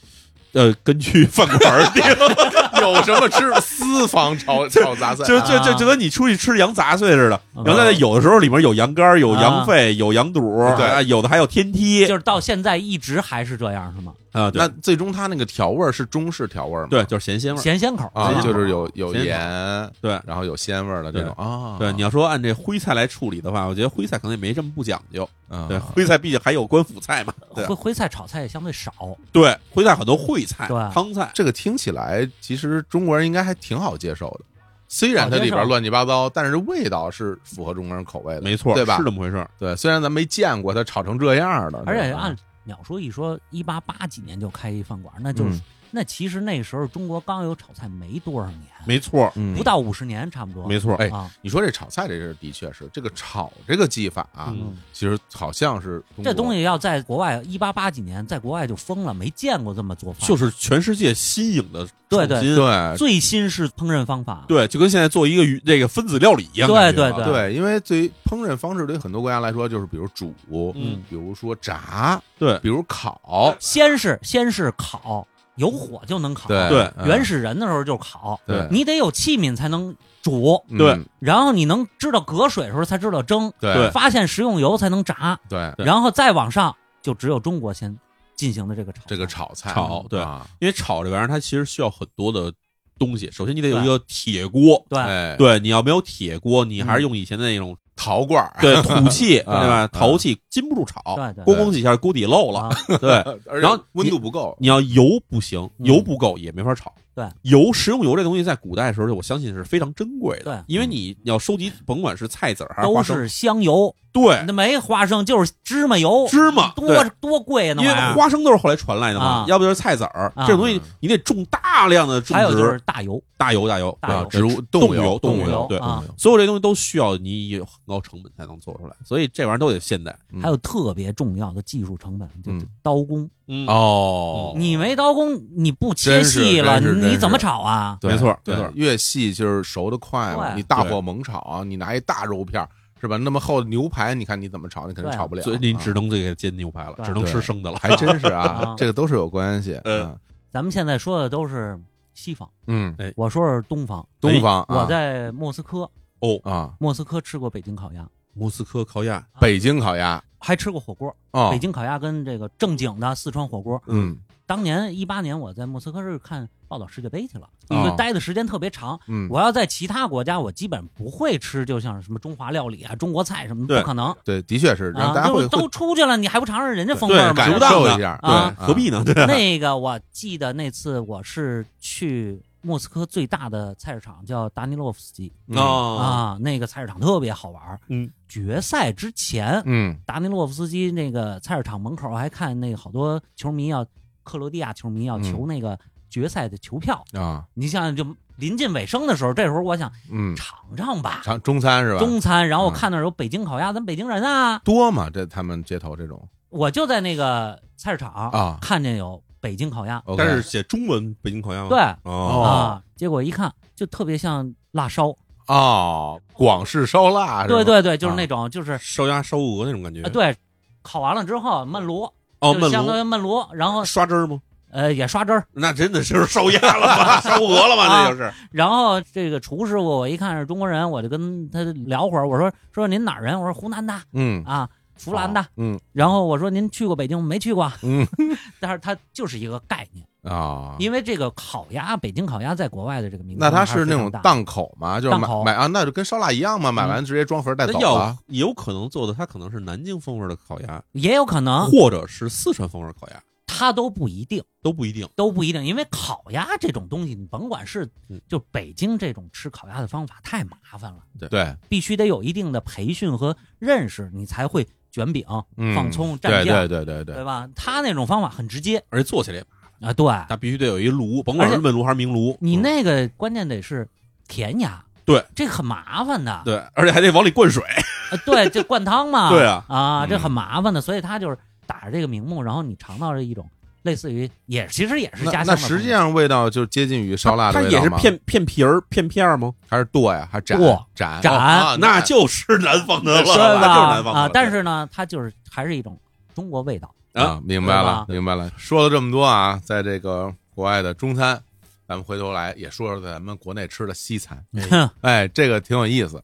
B: 呃，根据饭馆儿定，
A: *laughs* 有什么吃私房炒炒杂菜？
B: *laughs*
A: 啊
B: 就就就就跟你出去吃羊杂碎似的。
C: 嗯
B: 羊杂碎有的时候里面有羊肝儿、有
C: 啊
B: 羊肺、有羊肚儿，
A: 对
B: 啊有的还有天梯
C: 就是到现在一直还是这样是吗？
B: 啊。
A: 那
B: 对
A: 最终它那个调味儿是中式调味儿吗？
B: 对，就是咸鲜味儿。
C: 咸鲜口
B: 咸
A: 啊，
B: 鲜口
A: 就是有有
B: 咸口
A: 盐，
B: 对
A: 然后有鲜味儿的这种啊。
B: 对，你要说按这徽菜来处理的话，我觉得徽菜可能也没这么不讲究。
A: 嗯
B: 对，徽菜毕竟还有官府菜嘛。对
C: 徽徽菜、炒菜也相对少，
B: 对，徽菜很多烩菜、
C: 对
B: 汤菜，
A: 这个听起来其实中国人应该还挺好接受的，虽然它里
C: 好接
A: 边
C: 受
A: 乱七八糟，但是味道是符合中国人口味的，
B: 没错，
A: 对吧
B: 是？这么回事儿。
A: 对，虽然咱没见过它炒成这样的，
C: 而且
A: 对啊吧
C: 按淼叔一说，一八八几年就开一饭馆，那就是、
A: 嗯
C: 那其实那时候中国刚有炒菜没多少年，
B: 没错，
A: 嗯
C: 不到五十年差不多，
B: 没错。
A: 哎
C: 啊，
A: 你说这炒菜这事儿的确是这个炒这个技法啊，
B: 嗯
A: 其实好像是中国
C: 这东西要在国外一八八几年，在国外就疯了，没见过这么做饭，
B: 就是全世界新颖的
C: 对
B: 创新
A: 对
C: 最新式烹饪方法，
B: 对，就跟现在做一个鱼这个分子料理一样
C: 对
B: 感觉啊，
C: 对
A: 对，因为对于烹饪方式对于很多国家来说，就是比如煮，
B: 嗯
A: 比如说炸，
B: 对
A: 比如烤，
C: 先是先是烤，有火就能烤，
A: 对
B: 对
A: 嗯
C: 原始人的时候就烤，
A: 对
C: 你得有器皿才能煮，
A: 嗯
B: 对
C: 然后你能知道隔水的时候才知道蒸，
A: 对
C: 发现食用油才能炸，
A: 对，
B: 对
C: 然后再往上就只有中国先进行的这个炒菜
A: 这个炒菜
B: 炒对
A: 啊
B: 因为炒这玩意儿它其实需要很多的东西，首先你得有一个铁锅。
C: 对、嗯
A: 哎
B: 对，你要没有铁锅，你还是用以前的那种
A: 陶罐儿，
B: *laughs* 对土气，对
A: 啊
B: 吧？
A: 啊
B: 陶气禁不住炒
C: 对，对
B: 咣咣几下锅底漏了
C: 啊。 *laughs*
B: 对，
A: *laughs* 而且
B: 然后
A: 温
B: 你
A: 度不够，
B: 你要油不行，
C: 嗯
B: 油不够也没法炒。
C: 对，
B: 油食用油这东西在古代的时候，我相信是非常珍贵的。
C: 对嗯
B: 因为你要收集，甭管是菜籽儿还是花
C: 都
B: 生，
C: 是香油，
B: 对，
C: 那没花生就是芝麻油，
B: 芝麻
C: 多
B: 对
C: 多贵呢，
B: 因为花生都是后来传来的嘛
C: 啊，
B: 要不就是菜籽儿，
C: 啊
B: 这种东西你得种大量的种
C: 还有就是
B: 植，
C: 大油，
B: 大油大油
C: 大油
B: 啊
A: 植物
B: 动
A: 物
B: 油
A: 动
B: 动
A: 油
B: 油对
C: 啊，
A: 嗯
B: 所有这东西都需要你有很高成本才能做出来，所以这玩意儿都得现代。
A: 嗯
C: 还有特别重要的技术成本，就是
A: 嗯
C: 刀工。
B: 嗯
A: 哦，
C: 你没刀工，你不切细了，
A: 真是真是
C: 你
A: 真
C: 你
A: 是
C: 怎么炒啊？
A: 对
B: 没错
A: 对
B: 没错
A: 越细就是熟的快嘛，
C: 对
A: 你大火猛炒，啊你拿一大肉片儿是吧？那么厚的牛排，你看你怎么炒，你肯定
C: 对
A: 炒不了，
B: 所以你只
A: 啊
B: 能这个煎牛排了，
C: 对
B: 只能吃生的了。
A: 还真是啊
C: 啊，
A: 这个都是有关系。
B: 嗯
A: 嗯
C: 咱们现在说的都是西方，
A: 嗯，
C: 我说说东方。
A: 东方啊
C: 我在莫斯科，
B: 哦，
A: 啊，
C: 莫斯科吃过北京烤鸭，
B: 莫斯科烤鸭，
A: 北京烤鸭
C: 还吃过火锅。
A: 哦，
C: 北京烤鸭跟这个正经的四川火锅，
A: 嗯
C: 当年一八年我在莫斯科是看报道世界杯去了，
A: 哦
C: 因为待的时间特别长。
A: 嗯，
C: 我要在其他国家，我基本不会吃，就像什么中华料理啊、中国菜什么的，
B: 对
C: 不可能
A: 对，的确是让大
C: 啊！
A: 家
C: 就
A: 会
C: 是
A: 会
C: 都出去了，你还不尝尝人家风味
B: 对
C: 儿，吗？
A: 感
B: 值不
C: 是
B: 当
C: 吧
A: 受
B: 的
A: 一下，
C: 啊
A: 对
B: 何必？呢？对吧，
C: 那个我记得那次我是去莫斯科最大的菜市场叫达尼洛夫斯基
A: 啊
B: 啊，
C: 啊，那个菜市场特别好玩儿。
B: 嗯，
C: 决赛之前，
A: 嗯
C: 达尼洛夫斯基那个菜市场门口还看那个好多球迷要克罗地亚球迷要
A: 嗯
C: 求那个决赛的球票。
A: 嗯啊
C: 你想想，就临近尾声的时候，这时候我想
A: 嗯，
C: 尝尝吧，
A: 尝中餐是吧？
C: 中餐。然后我
A: 嗯
C: 看那儿有北京烤鸭，咱北京人啊，
A: 多嘛，这他们街头这种
C: 我就在那个菜市场
A: 啊
C: 看见有北京烤鸭，
A: ，OK，
B: 但是写中文北京烤鸭吗？
C: 对。
A: 哦
B: 哦，
C: 啊，结果一看就特别像辣烧，
A: 哦，广式烧腊是吧，
C: 对对对，就是
A: 啊
C: 那种就是
B: 烧鸭、烧鹅那种感觉
C: 呃。对，烤完了之后焖炉，
B: 哦，
C: 就是相当
B: 焖
C: 于焖炉，然后
B: 炉刷汁儿吗？
C: 呃也刷汁儿，
B: 那真的是烧鸭了吧， *laughs* 烧鹅了吧？那就是
C: 然后这个厨师傅我一看是中国人，我就跟他聊会儿，我说说您哪儿人？我说湖南的
A: 嗯
C: 啊，湖南的。
A: 嗯
C: 然后我说您去过北京？没去过，
A: 嗯
C: *laughs* 但是它就是一个概念，
A: 啊，
C: 因为这个烤鸭，北京烤鸭在国外的这个名
A: 那它
C: 它是
A: 是那种
C: 大，
A: 档口吗？就是
C: 档
A: 买
C: 口嗯
A: 买啊，那就跟烧腊一样嘛，买完直接装盒带
B: 那
A: 走
B: 要
A: 了。
B: 也有可能做的，它可能是南京风味的烤鸭，
C: 也有可能
B: 或者是四川风味烤鸭，
C: 它都不一定。
B: 都不一定。
C: 都不一定，因为烤鸭这种东西，你甭管是
B: 嗯
C: 就北京这种吃烤鸭的方法太麻烦了，
A: 对，
C: 必须得有一定的培训和认识，你才会卷饼、
A: 嗯
C: 放葱、蘸
A: 对
C: 酱，呃
A: 对对对对，
C: 吧？他那种方法很直接
B: 而且做起来也麻烦，
C: 啊，对
B: 它必须得有一炉，甭管
C: 而
B: 是
C: 且
B: 焖炉还是明炉。
C: 你
B: 嗯
C: 那个关键得是甜鸭，
B: 对，
C: 这很麻烦的，
B: 对，而且还得往里灌水。
C: 啊对，这灌汤
A: *laughs*
C: 嘛，
B: 对啊，
C: 这
A: 嗯
C: 很麻烦的，所以他就是打着这个名目，然后你尝到了一种类似于也其实也是
A: 那
C: 家乡
A: 那
C: 的
A: 实际
C: 风
A: 上味道就接近于烧腊的
B: 它
A: 味道
B: 也是
A: 吗
B: 片片皮儿、片片儿吗？
A: 还是剁呀，还斩
C: 剁
A: 斩
C: 斩
A: 哦啊
B: 那就是南方的了，
C: 格
B: 那就
C: 吧
B: 是南？方的
C: 啊，
B: 了
C: 但是呢，它就是还是一种中国味道。
B: 对
A: 啊，明白了
C: 嗯对吧，
A: 明白了。说了这么多啊，在这个国外的中餐，咱们回头来也说说咱们国内吃的西餐。
C: 哼
A: 哎，这个挺有意思，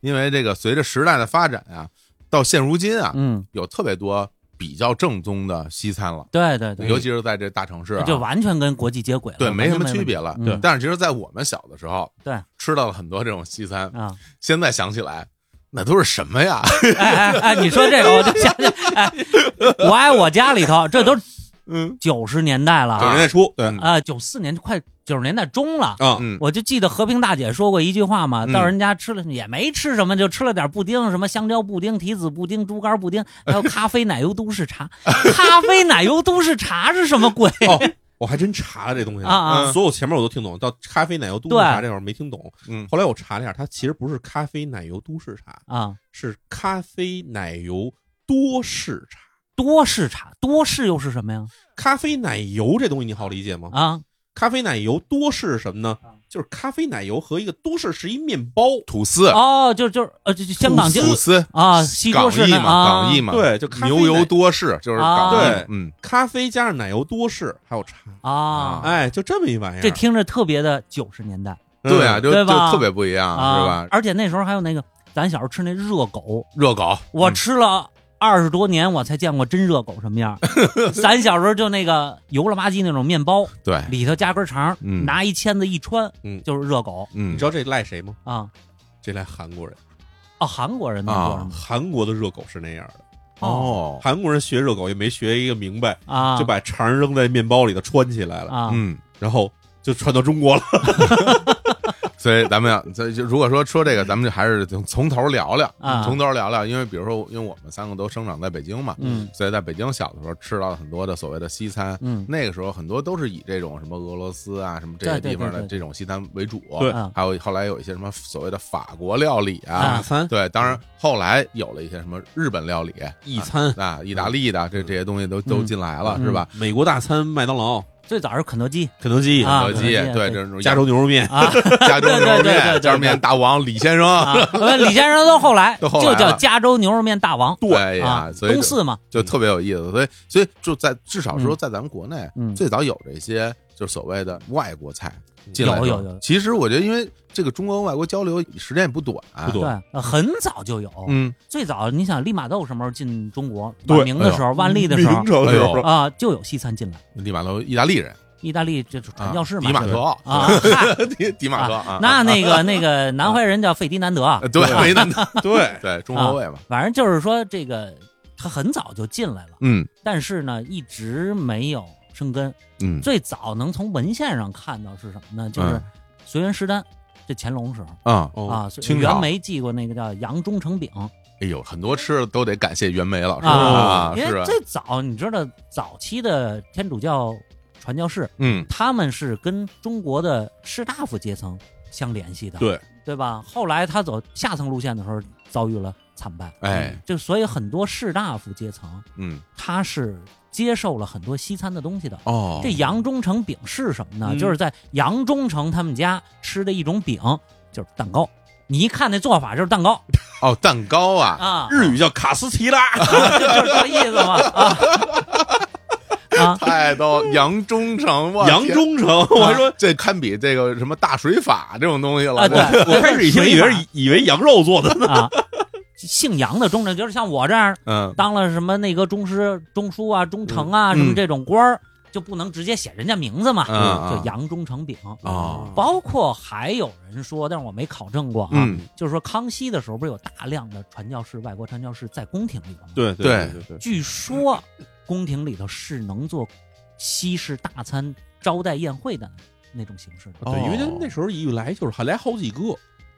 A: 因为这个随着时代的发展啊，到现如今啊，
C: 嗯，
A: 有特别多比较正宗的西餐了，
C: 对对对，
A: 尤其是在这大城市啊，
C: 就完全跟国际接轨了，
A: 对，
C: 完
A: 没
C: 全
A: 什么
C: 问
A: 区
C: 题
A: 别了。
C: 嗯
A: 但是其实，在我们小的时候，
C: 对，
A: 吃到了很多这种西餐，
C: 啊！
A: 现在想起来，那都是什么呀？
C: 哎哎哎，你说这个我就想起，哎，我爱我家里头，这都
A: 嗯，
C: 九十年代了
B: 九十年
C: 啊，
B: 代初，
A: 对
C: 啊，九四年快九十年代中了。
B: 啊，
A: 嗯，
C: 我就记得和平大姐说过一句话嘛，
A: 嗯
C: 到人家吃了也没吃什么，就吃了点布丁，什么香蕉布丁、提子布丁、猪肝布丁，还有咖啡奶油都
A: *laughs*
C: 市茶。咖啡奶油都市茶是什么鬼？
B: 哦， *laughs* 我还真查了这东西
C: 啊啊
B: 所有前面我都听懂，到咖啡奶油都市
C: 对
B: 茶这会儿没听懂，
A: 嗯
B: 后来我查了一下，它其实不是咖啡奶油都市茶，
C: 啊，
B: 是咖啡奶油多式茶。
C: 多市茶，多市又是什么呀？
B: 咖啡奶油这东西你好理解吗？
C: 啊，
B: 咖啡奶油多式是什么呢？就是咖啡奶油和一个多式是一面包，
A: 吐司，
C: 哦，就就呃，就就香港就
A: 吐司，
C: 啊，西
A: 港
C: 多士
A: 译
C: 那
A: 嘛，
C: 啊，
A: 港译嘛，
B: 对，就咖啡奶
A: 牛油多士就是港译
B: 啊对
A: 嗯，
B: 咖啡加上奶油多式，还有茶，
C: 啊，
B: 哎，就这么一玩意儿。
C: 这听着特别的九十年代
A: 对啊，
B: 嗯
A: 就
C: 对
A: 就
C: 吧
A: 特别不一样，
C: 啊，
A: 是吧？
C: 而且那时候还有那个咱小时候吃那热狗，
A: 热狗，
C: 我
A: 嗯
C: 吃了。二十多年我才见过真热狗什么样儿，
A: *laughs*
C: 咱小时候就那个油了吧唧那种面包，
A: 对，
C: 里头加根肠，
A: 哎嗯
C: 拿一签子一穿，
B: 嗯
C: 就是热狗
A: 嗯
B: 你知，道这赖谁吗？
C: 啊。
B: 这赖韩国人。
C: 哦，韩国人的
A: 啊
C: 做什么
B: 韩国的热狗是那样的，
A: 哦，
B: 韩国人学热狗也没学一个明白，
C: 啊？
B: 就把肠扔在面包里头穿起来了，
C: 啊，
A: 嗯，
B: 然后就传到中国了。
A: 所以咱们要，所以就如果说说这个，咱们就还是从从头聊聊
C: 啊，
A: 从头聊聊，因为比如说，因为我们三个都生长在北京嘛，
C: 嗯
A: 所以在北京小的时候吃到了很多的所谓的西餐。
C: 嗯
A: 那个时候很多都是以这种什么俄罗斯啊、什么这些
C: 对对
A: 地方
C: 对
A: 的
C: 对
A: 这种西餐为主，啊
B: 对
C: 嗯
A: 还有后来有一些什么所谓的法国料理啊
C: 啊，
B: 餐、
A: 对，当然后来有了一些什么日本料理、
B: 意餐、
A: 啊、意大利的这这些东西都都
C: 嗯
A: 进来了，
C: 嗯
A: 是吧？
B: *laughs* 美国大餐、麦当劳、
C: 最早是肯德基
B: 肯德基、
C: 啊
A: 德基
C: 肯德基
A: 对
C: 对
A: 这种
B: 加州牛肉面，
C: 啊，
A: 加州牛肉
C: 对对对对对
A: 面，
C: 对
A: 加州面大王李先生，
C: 啊，呃李先生都后来
A: 都后来了
C: 就叫加州牛肉面大王，
A: 对哎呀
C: 啊，，
A: 所以
C: 东
A: 就
C: 四嘛，
A: 就特别有意思，所以所以就在至少说
C: 嗯
A: 在咱们国内
C: 嗯
A: 最早有这些就是所谓的外国菜
B: 嗯
A: 进来之后，
C: 有有有
A: 其实我觉得，因为这个中国跟外国交流时间也不短，不
B: 不多，
C: 对，呃很早就有。
A: 嗯，
C: 最早你想利玛窦什么时候进中国？
B: 对
C: 晚明的时候，万历的时候
B: 明朝的时候
A: 哎呦
C: 啊，就有西餐进来。
A: 利玛窦意大利人，
C: 意大利这就传
A: 啊
C: 教士嘛，
A: 迪马
C: 就是
A: 特奥，
C: 啊，
A: 迪迪马特啊
C: 嗨，那那个那个南怀仁叫费迪南德啊
A: 啊，对，没那
C: *laughs*
A: 么
B: 对
A: 对中后卫嘛，
C: 反正就是说这个他很早就进来了，
A: 嗯
C: 但是呢一直没有生根。
A: 嗯，
C: 最早能从文献上看到是什么呢？就是
A: 嗯
C: 隋元时丹，这乾隆时候。
A: 啊，
B: 哦，
C: 啊，所以
A: 清朝
C: 袁枚记过那个叫杨忠诚饼
A: 哎呦，很多吃的都得感谢袁枚老师
C: 啊，因
A: 是
C: 为
A: 啊，
C: 最早你知道早期的天主教传教士，
A: 嗯
C: 他们是跟中国的士大夫阶层相联系的，
B: 对
C: 对吧？后来他走下层路线的时候，遭遇了惨败，
A: 哎，
C: 就所以很多士大夫阶层
A: 嗯
C: 他是接受了很多西餐的东西的。
A: 哦，
C: 这杨忠诚饼是什么呢？
B: 嗯
C: 就是在杨忠诚他们家吃的一种饼，就是蛋糕。你一看那做法就是蛋糕
A: 哦蛋糕
C: *laughs*
A: 啊，
C: 啊，
B: 日语叫卡斯提拉，
C: 就是这意思嘛啊
A: *laughs*
C: 啊
A: 太逗，杨忠诚，
B: *laughs*
A: 我
B: 杨
A: 天
B: 忠诚。我还说，
A: 这堪比这个什么大水法这种东西了。
C: 啊！
A: 我
C: *laughs* 对，
B: 我开始以前以为是以为羊肉做的呢。
C: 啊，姓杨的忠诚就是像我这样
A: 嗯，
C: 当了什么内阁中师、中书啊、中丞啊、什么这种官儿，就不能直接写人家名字嘛，
A: 嗯
C: 就杨忠诚饼。
B: *laughs*
A: 哦
C: 包括还有人说，但是我没考证过啊，
A: 嗯
C: 就是说康熙的时候不是有大量的传教士、外国传教士在宫廷里头吗？
B: 对
A: 对
B: 对
C: 据说宫廷里头是能做西式大餐招待宴会的那种形式
A: 嗯
C: 的
B: 对，因为他
A: 哦
B: 那时候一来就是还来好几个，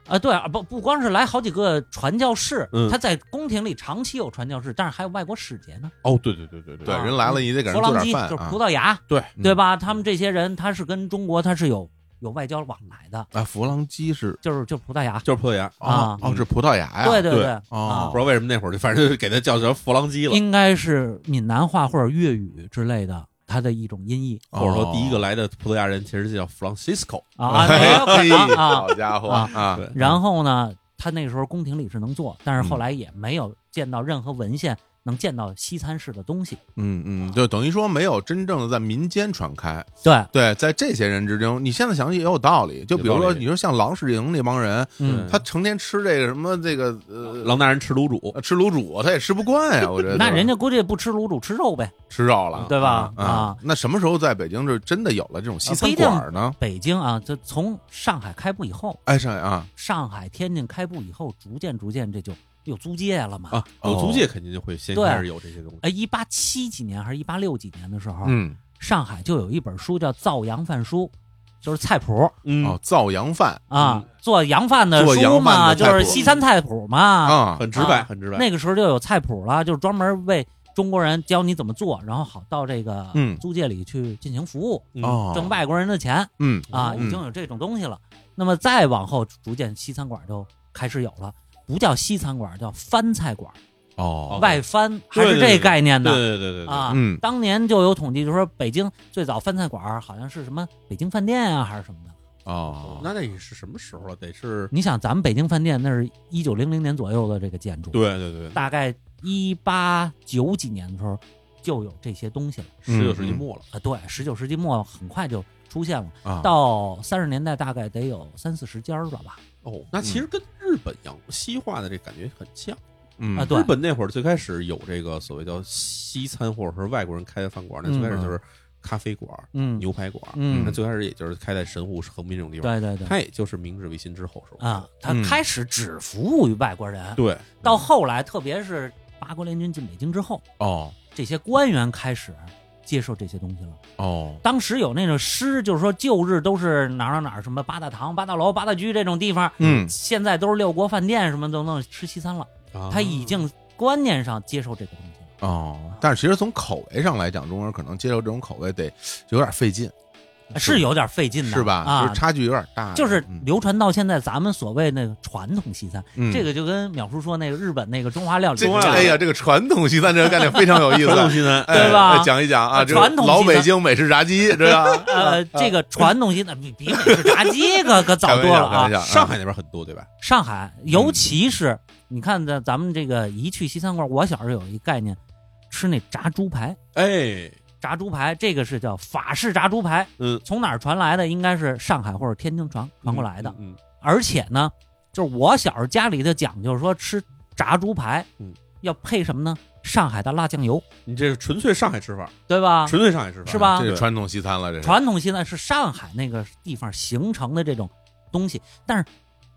C: 啊，对啊，不不光是来好几个传教士，
B: 嗯
C: 他在宫廷里长期有传教士，但是还有外国使节呢，
B: 哦，对对对对
A: 对，
C: 啊
A: 人来了你得给人
C: 佛
A: 做
C: 朗
A: 点
C: 机
A: 饭
C: 就是
A: 啊
C: 葡。萄牙，
B: 对
A: 嗯
C: 对吧？他们这些人他是跟中国他是有有外交往来的，
A: 啊，弗朗基是
C: 就是就是葡萄牙，
B: 就是葡萄牙。
A: 哦
C: 啊
A: 哦，是葡萄牙呀。
C: 对对
B: 对
C: 对，
A: 哦
C: 啊
B: 不知，道为什么那会儿就反正就给他叫成弗朗基了，
C: 应该是闽南话或者粤语之类的，它的一种音译
A: 哦
B: 或者说第一个来的葡萄牙人其实就叫 Francisco，
C: 啊啊，
A: 哎
C: 没有可能
A: 嘿
C: 啊。
A: 好家伙
C: 啊
A: 啊！
B: 对
C: 然后呢，他那时候宫廷里是能做，但是后来也没有见到任何文献能见到西餐式的东西。
A: 嗯嗯，就等于说没有真正的在民间传开。
C: 对，
A: 对，在这些人之中，你现在想起也有道理。就比如
B: 有
A: 说，
B: 道理
A: 你说像郎世宁那帮人，
C: 嗯
B: 对，
A: 他成天吃这个什么这个呃
B: 狼大人吃卤煮，
A: 吃卤煮，他也吃不惯呀。我觉得
C: 那人家估计不吃卤煮，吃肉呗。
A: 吃肉了，
C: 对吧
A: 啊
C: 啊呃
A: 那什么时候在北京就真的有了这种西
C: 不
A: 餐
C: 一定
A: 馆呢？
C: 北京啊，就从上海开埠以后，
A: 哎，上海啊
C: 上海、天津开埠以后，逐渐逐渐这就有租界了嘛。
B: 啊，有
A: 哦
B: 租界肯定就会先
C: 对
B: 开始有这些东西。
C: 哎，一八七几年还是一八六几年的时候，
A: 嗯，
C: 上海就有一本书叫《造洋饭书》，就是菜谱
B: 嗯
A: 哦，造洋饭
C: 啊，做洋饭的
A: 嗯做
C: 书
A: 洋饭
C: 嘛，
A: 的
C: 就
A: 菜谱
C: 是西餐菜谱嘛。
A: 啊，
B: 很直白，
C: 啊
B: 很直白。
C: 那个时候就有菜谱了，就是专门为中国人教你怎么做，然后好到这个
A: 嗯
C: 租界里去进行服务，
B: 嗯
A: 哦，
C: 挣外国人的钱
A: 嗯
C: 啊，
B: 哦
C: 已经有这种东西了。那么再往后，逐渐西餐馆就开始有了。不叫西餐馆，叫翻菜馆，
A: 哦
C: 外翻还
B: 对
C: 是
B: 对
C: 这
B: 对
C: 概念
B: 对
C: 的
B: 对对对对，
C: 啊。
A: 嗯
C: 当年就有统计，就说北京最早翻菜馆儿好像是什么北京饭店啊，还是什么的。
A: 哦，
B: 那那是什么时候了？得是
C: 你想，咱们北京饭店那是一九零零年左右的这个建筑，
B: 对对对，
C: 大概一八九几年的时候就有这些东西了
B: 十九
A: 嗯
B: 世纪末了。
C: 啊。对，十九世纪末很快就出现了，
A: 啊
C: 到三十年代大概得有三四十家儿了吧。
B: 哦，那其实跟日本洋西化的这感觉很像。
A: 嗯
C: 啊对
B: 日本那会儿最开始有这个所谓叫西餐，或者是外国人开的饭馆，那
C: 嗯
B: 最开始就是咖啡馆、
C: 嗯，
B: 牛排馆，
C: 嗯
B: 那最开始也就是开在神户、横滨这种地方。
C: 对对对，
B: 它也就是明治维新之后是吧？
C: 啊，他
A: 嗯
C: 开始只服务于外国人，
B: 对，
C: 到后来，特别是八国联军进北京之后，
A: 哦
C: 这些官员开始接受这些东西了。
A: 哦
C: 当时有那种诗，就是说旧日都是哪儿哪儿哪儿什么八大堂、八大楼、八大居这种地方，
A: 嗯
C: 现在都是六国饭店什么等等吃西餐了。
B: 啊
C: 他已经观念上接受这个东西了。
A: 哦，但是其实从口味上来讲，中国人可能接受这种口味得有点费劲，
C: 是有点费劲的，
A: 是吧？就是
C: 啊，
A: 差距有点大，
C: 就是
A: 嗯
C: 流传到现在咱们所谓那个传统西餐，
A: 嗯
C: 这个就跟淼叔说那个日本那个中华料理
A: 这
C: 一样，
A: 哎呀，这个传统西餐这个概念非常有意思，
B: 传统西餐，
A: 哎
C: 对吧
A: 讲一讲啊，
C: 啊
A: 这个
C: 传统西餐
A: 老北京美式炸鸡，对吧？
C: 呃，这个传统西餐比比美式炸鸡可可
A: 开
C: 早
A: 玩
C: 多
A: 笑
C: 了
A: 开玩
C: 啊！
A: 笑，
B: 哎上海那边很多对吧？
C: 上海，尤其是你看咱咱们这个一去西餐馆，我小时候有一概念，吃那炸猪排，
B: 哎，
C: 炸猪排这个是叫法式炸猪排，
B: 嗯，
C: 从哪儿传来的？应该是上海或者天津传传过来的。
B: 嗯，
C: 而且呢，就是我小时候家里的讲究说吃炸猪排，
B: 嗯，
C: 要配什么呢？上海的辣酱油，
B: 嗯你这是纯粹上海吃法，
C: 对吧？
B: 纯粹上海吃法
C: 啊是吧
A: 这是
B: 对
A: 传统西餐了，这是
C: 传统西餐是上海那个地方形成的这种东西，但是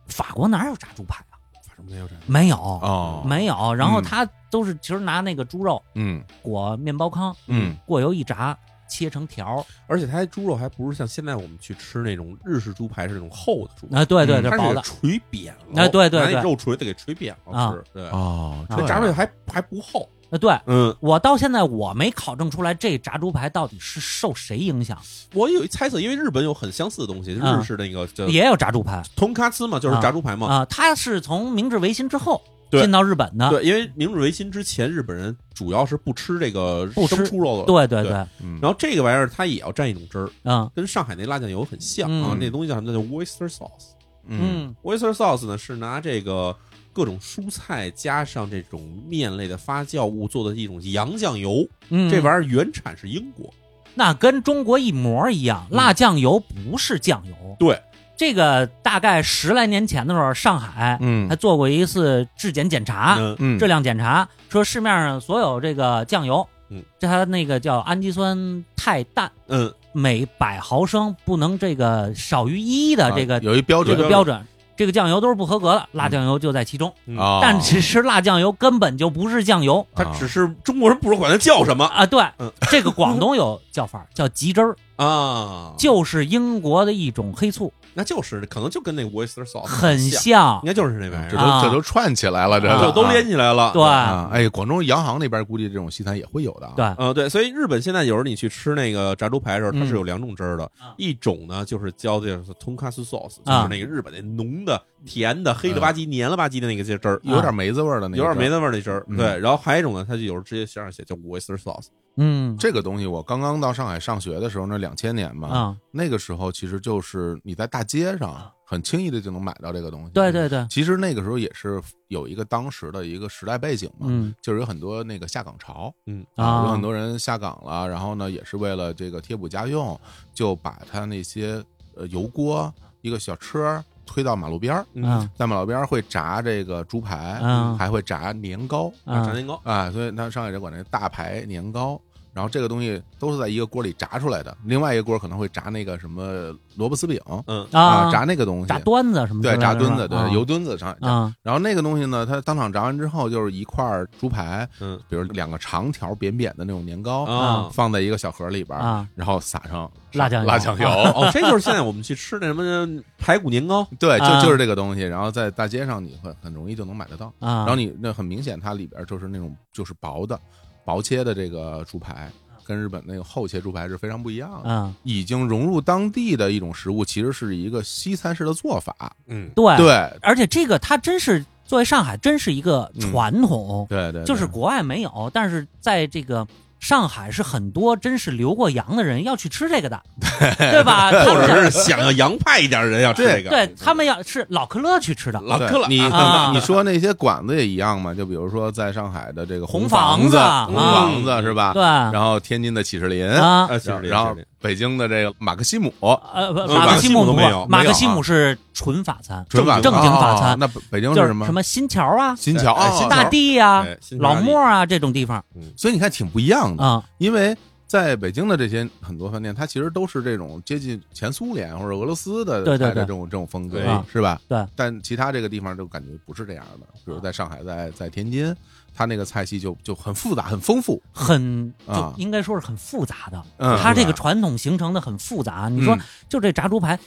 C: 法国哪有炸猪排啊？
B: 法什么没有这样
C: 没有，
A: 哦，
C: 没有。然后
A: 嗯
C: 他都是其实拿那个猪肉
A: 嗯
C: 裹面包糠，
A: 嗯，
C: 过油一炸，切成条儿。
B: 而且它猪肉还不是像现在我们去吃那种日式猪排是那种厚的猪排，
C: 啊，对
A: 嗯
C: 对对，
B: 它
C: 薄
B: 是
C: 的
B: 给，锤扁了，
C: 哎对对
B: 拿那
C: 对
B: 肉锤子给锤扁了
C: 啊
B: 吃，对，
A: 哦，这
B: 那
A: 样
B: 炸出来还还不厚，
C: 啊，对。
B: 嗯，
C: 我到现在我没考证出来这炸猪排到底是受谁影响，
B: 我有一猜测，因为日本有很相似的东西，
C: 嗯
B: 日式那个叫
C: 也有炸猪排
B: 通卡斯嘛，就是炸猪排嘛，
C: 啊，它是从明治维新之后
B: 对
C: 进到日本的，
B: 对，因为明治维新之前，日本人主要是不吃这个
C: 不吃
B: 生猪肉的，
C: 对对
B: 对
C: 对，
A: 嗯
B: 然后这个玩意儿它也要蘸一种汁儿，
C: 嗯
B: 跟上海那辣酱油很像啊，
C: 嗯
B: 那东西叫什么？叫 oyster sauce。
A: 嗯
B: oyster sauce 呢是拿这个各种蔬菜加上这种面类的发酵物做的一种洋酱油，
C: 嗯，
B: 这玩意儿原产是英国，
C: 那跟中国一模一样，
B: 嗯
C: 辣酱油不是酱油。
B: 对，
C: 这个大概十来年前的时候，上海
A: 嗯
C: 还做过一次质检检查，
B: 嗯
A: 嗯，
C: 质量检查，说市面上所有这个酱油，
B: 嗯，
C: 这它那个叫氨基酸肽氮，
B: 嗯，
C: 每百毫升不能这个少于一的
A: 啊
C: 这个、
A: 有一标
C: 这
A: 准
C: 个标准。这个酱油都是不合格的，辣酱油就在其中。
B: 嗯
A: 啊，
C: 但其实辣酱油根本就不是酱油
B: 它
A: 啊
B: 只是中国人不知道管它叫什么
C: 啊！对，
B: 嗯
C: 这个广东有叫法儿叫急汁儿，
A: 哦
B: 啊，
C: 就是英国的一种黑醋，
B: 那就是可能就跟那个 oyster
A: 哦
B: sauce
C: 很
B: 像，
C: 像
B: 应。该就是那玩意
A: 这
B: 儿，
A: 都
C: 啊
A: 这都串起来了，这
C: 啊
B: 就都连
A: 啊
B: 起来了。
C: 对
A: 啊，哎，广州洋行那边估计这种西餐也会有的啊，
C: 对
B: 嗯，对，所以日本现在有时候你去吃那个炸猪排的时候，它是有两种汁儿的
C: 啊，
B: 一种呢就是浇的是 tonkatsu sauce，就
C: 啊
B: 是那个日本那浓的、甜的、黑了吧唧、黏了吧唧的那个些汁儿，
A: 有点梅子味儿的那个
B: 有点
A: 汁儿
B: 梅子味儿那汁儿。
A: 嗯
B: 对，然后还有一种呢，它就有时候直接写上写叫 oyster sauce，
C: 嗯，
A: 这个东西我刚刚到上海上学的时候呢，两千年嘛，
C: 啊
A: 那个时候其实就是你在大街上很轻易的就能买到这个东西。
C: 对对对，
A: 其实那个时候也是有一个当时的一个时代背景嘛，
C: 嗯
A: 就是有很多那个下岗潮
B: 嗯
C: 啊
A: 有很多人下岗了，然后呢，也是为了这个贴补家用，就把他那些呃油锅一个小车推到马路边儿，
C: 嗯
A: 在马路边儿会炸这个猪排，
C: 嗯
A: 还会炸年糕
B: 啊，炸
C: 嗯
B: 年糕，
A: 啊，所以他上海人管那大排年糕。然后这个东西都是在一个锅里炸出来的，另外一个锅可能会炸那个什么萝卜丝饼
B: 嗯
A: 啊，
C: 啊，
A: 炸那个东西，
C: 炸墩子什么之类
A: 对，
C: 的
A: 炸
C: 是
A: 墩
C: 吧
A: 子，
C: 啊
A: 对，油墩子上海叫
C: 啊
A: 然后那个东西呢，它当场炸完之后，就是一块儿猪排，
B: 嗯
A: 比如两个长条扁扁的那种年糕，
B: 啊
A: 放在一个小盒里边儿，
C: 啊
A: 然后撒上
C: 辣酱油
A: 辣酱油，
B: 哦，这就是现在我们去吃那什么排骨年糕，
A: 对，
C: 啊
A: 就就是这个东西。然后在大街上你会很容易就能买得到。
C: 啊，
A: 然后你那很明显，它里边就是那种就是薄的、薄切的这个猪排，
C: 啊
A: 跟日本那个厚切猪排是非常不一样的。
C: 嗯，
A: 已经融入当地的一种食物，其实是一个西餐式的做法。
B: 嗯
C: 对，
A: 对，
C: 而且这个它真是作为上海，真是一个
A: 嗯
C: 传统，
A: 对对，
C: 就是
A: 对
C: 国外没有，但是在这个。上海是很多真是留过洋的人要去吃这个的，对吧？他
B: *laughs* 或
C: 们
B: 者是想要洋派一点的人要吃这个，
C: 对他们要是老克勒去吃的，
B: 老
A: 对
B: 克了
A: 你
C: 啊
A: 你说那些馆子也一样嘛？就比如说在上海的这个
C: 红
A: 房
C: 房子
A: 红房子
B: 啊
A: 是吧？
C: 对
A: 然后天津的启士林，
C: 啊，
B: 啊，其实
A: 然后北京的这个马克西姆，
C: 呃，
B: 呃
C: 不
B: 马
C: 马
B: 克
C: 克
B: 西
C: 西
B: 姆
C: 姆
B: 都
C: 不
B: 没有
C: 马
A: 没
C: 克
A: 有
C: 西
A: 啊
C: 姆是纯法餐，
A: 纯法
C: 正经法
A: 哦
C: 餐，
A: 那北北京
C: 就是是
A: 什么？
C: 什么新桥啊、
A: 新桥
B: 哎
A: 哦
B: 新桥
C: 大地呀、
B: 哎新桥
C: 老
B: 大地
C: 莫啊这种地方
A: 所以你看挺不一样的，
C: 啊，
A: 因为。在北京的这些很多饭店，它其实都是这种接近前苏联或者俄罗斯的
C: 对对
A: 它的
C: 对
A: 这种这种风格
B: 对
C: 啊，
A: 是吧？
C: 对。
A: 但其他这个地方就感觉不是这样的，比如在上海，在在天津，它那个菜系就就很复杂、很丰富。
C: 很
A: 啊
C: 就应该说是很复杂的。
A: 嗯
C: 它这个
A: 是吧
C: 传统形成的很复杂。你说
A: 嗯
C: 就这炸猪排，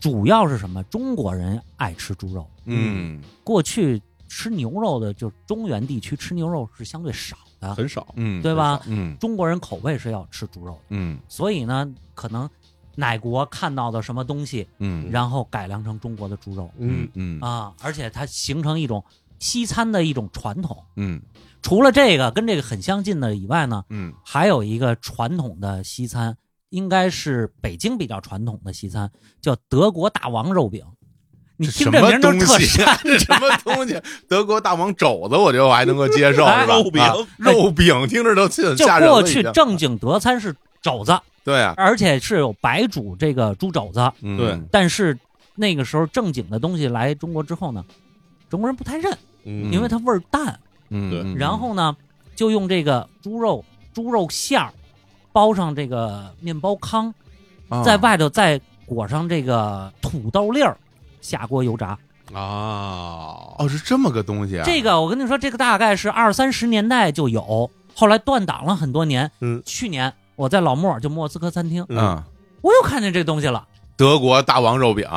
C: 主要是什么？中国人爱吃猪肉，
A: 嗯
C: 过去吃牛肉的，就是中原地区吃牛肉是相对少的，
B: 很少，
A: 嗯，
C: 对吧？
A: 嗯
C: 中国人口味是要吃猪肉的，
A: 嗯
C: 所以呢，可能哪国看到的什么东西，
A: 嗯，
C: 然后改良成中国的猪肉
B: 嗯
A: 嗯
C: 啊，而且它形成一种西餐的一种传统。
A: 嗯
C: 除了这个跟这个很相近的以外呢，
A: 嗯
C: 还有一个传统的西餐，应该是北京比较传统的西餐，叫德国大王肉饼。你听这名儿都特
A: 什
C: 膻，
A: 这 *laughs* 什么东西？德国大王肘子，我觉得我还能够接
B: *laughs*
A: 受，
C: 哎
A: 是吧
B: 肉饼
A: 啊肉饼听着都很
C: *laughs* 就
A: 吓人了
C: 过
A: 已经。
C: 去正经德餐是肘子，
A: 对啊，
C: 而且是有白煮这个猪肘子。
A: 嗯
B: 对
C: 但是那个时候正经的东西来中国之后呢，中国人不太认，
B: 嗯
C: 因为它味儿淡。
A: 嗯
B: 对
A: 嗯
C: 然后呢，就用这个猪肉猪肉馅儿包上这个面包糠，
A: 啊
C: 在外头再裹上这个土豆粒儿，下锅油炸。
B: 啊，
A: 哦是这么个东西啊，
C: 这个我跟你说，这个大概是二三十年代就有，后来断档了很多年。
B: 嗯
C: 去年我在老莫儿就莫斯科餐厅，
B: 嗯，
A: 嗯，
C: 我又看见这东西了。
A: 德国大王肉饼，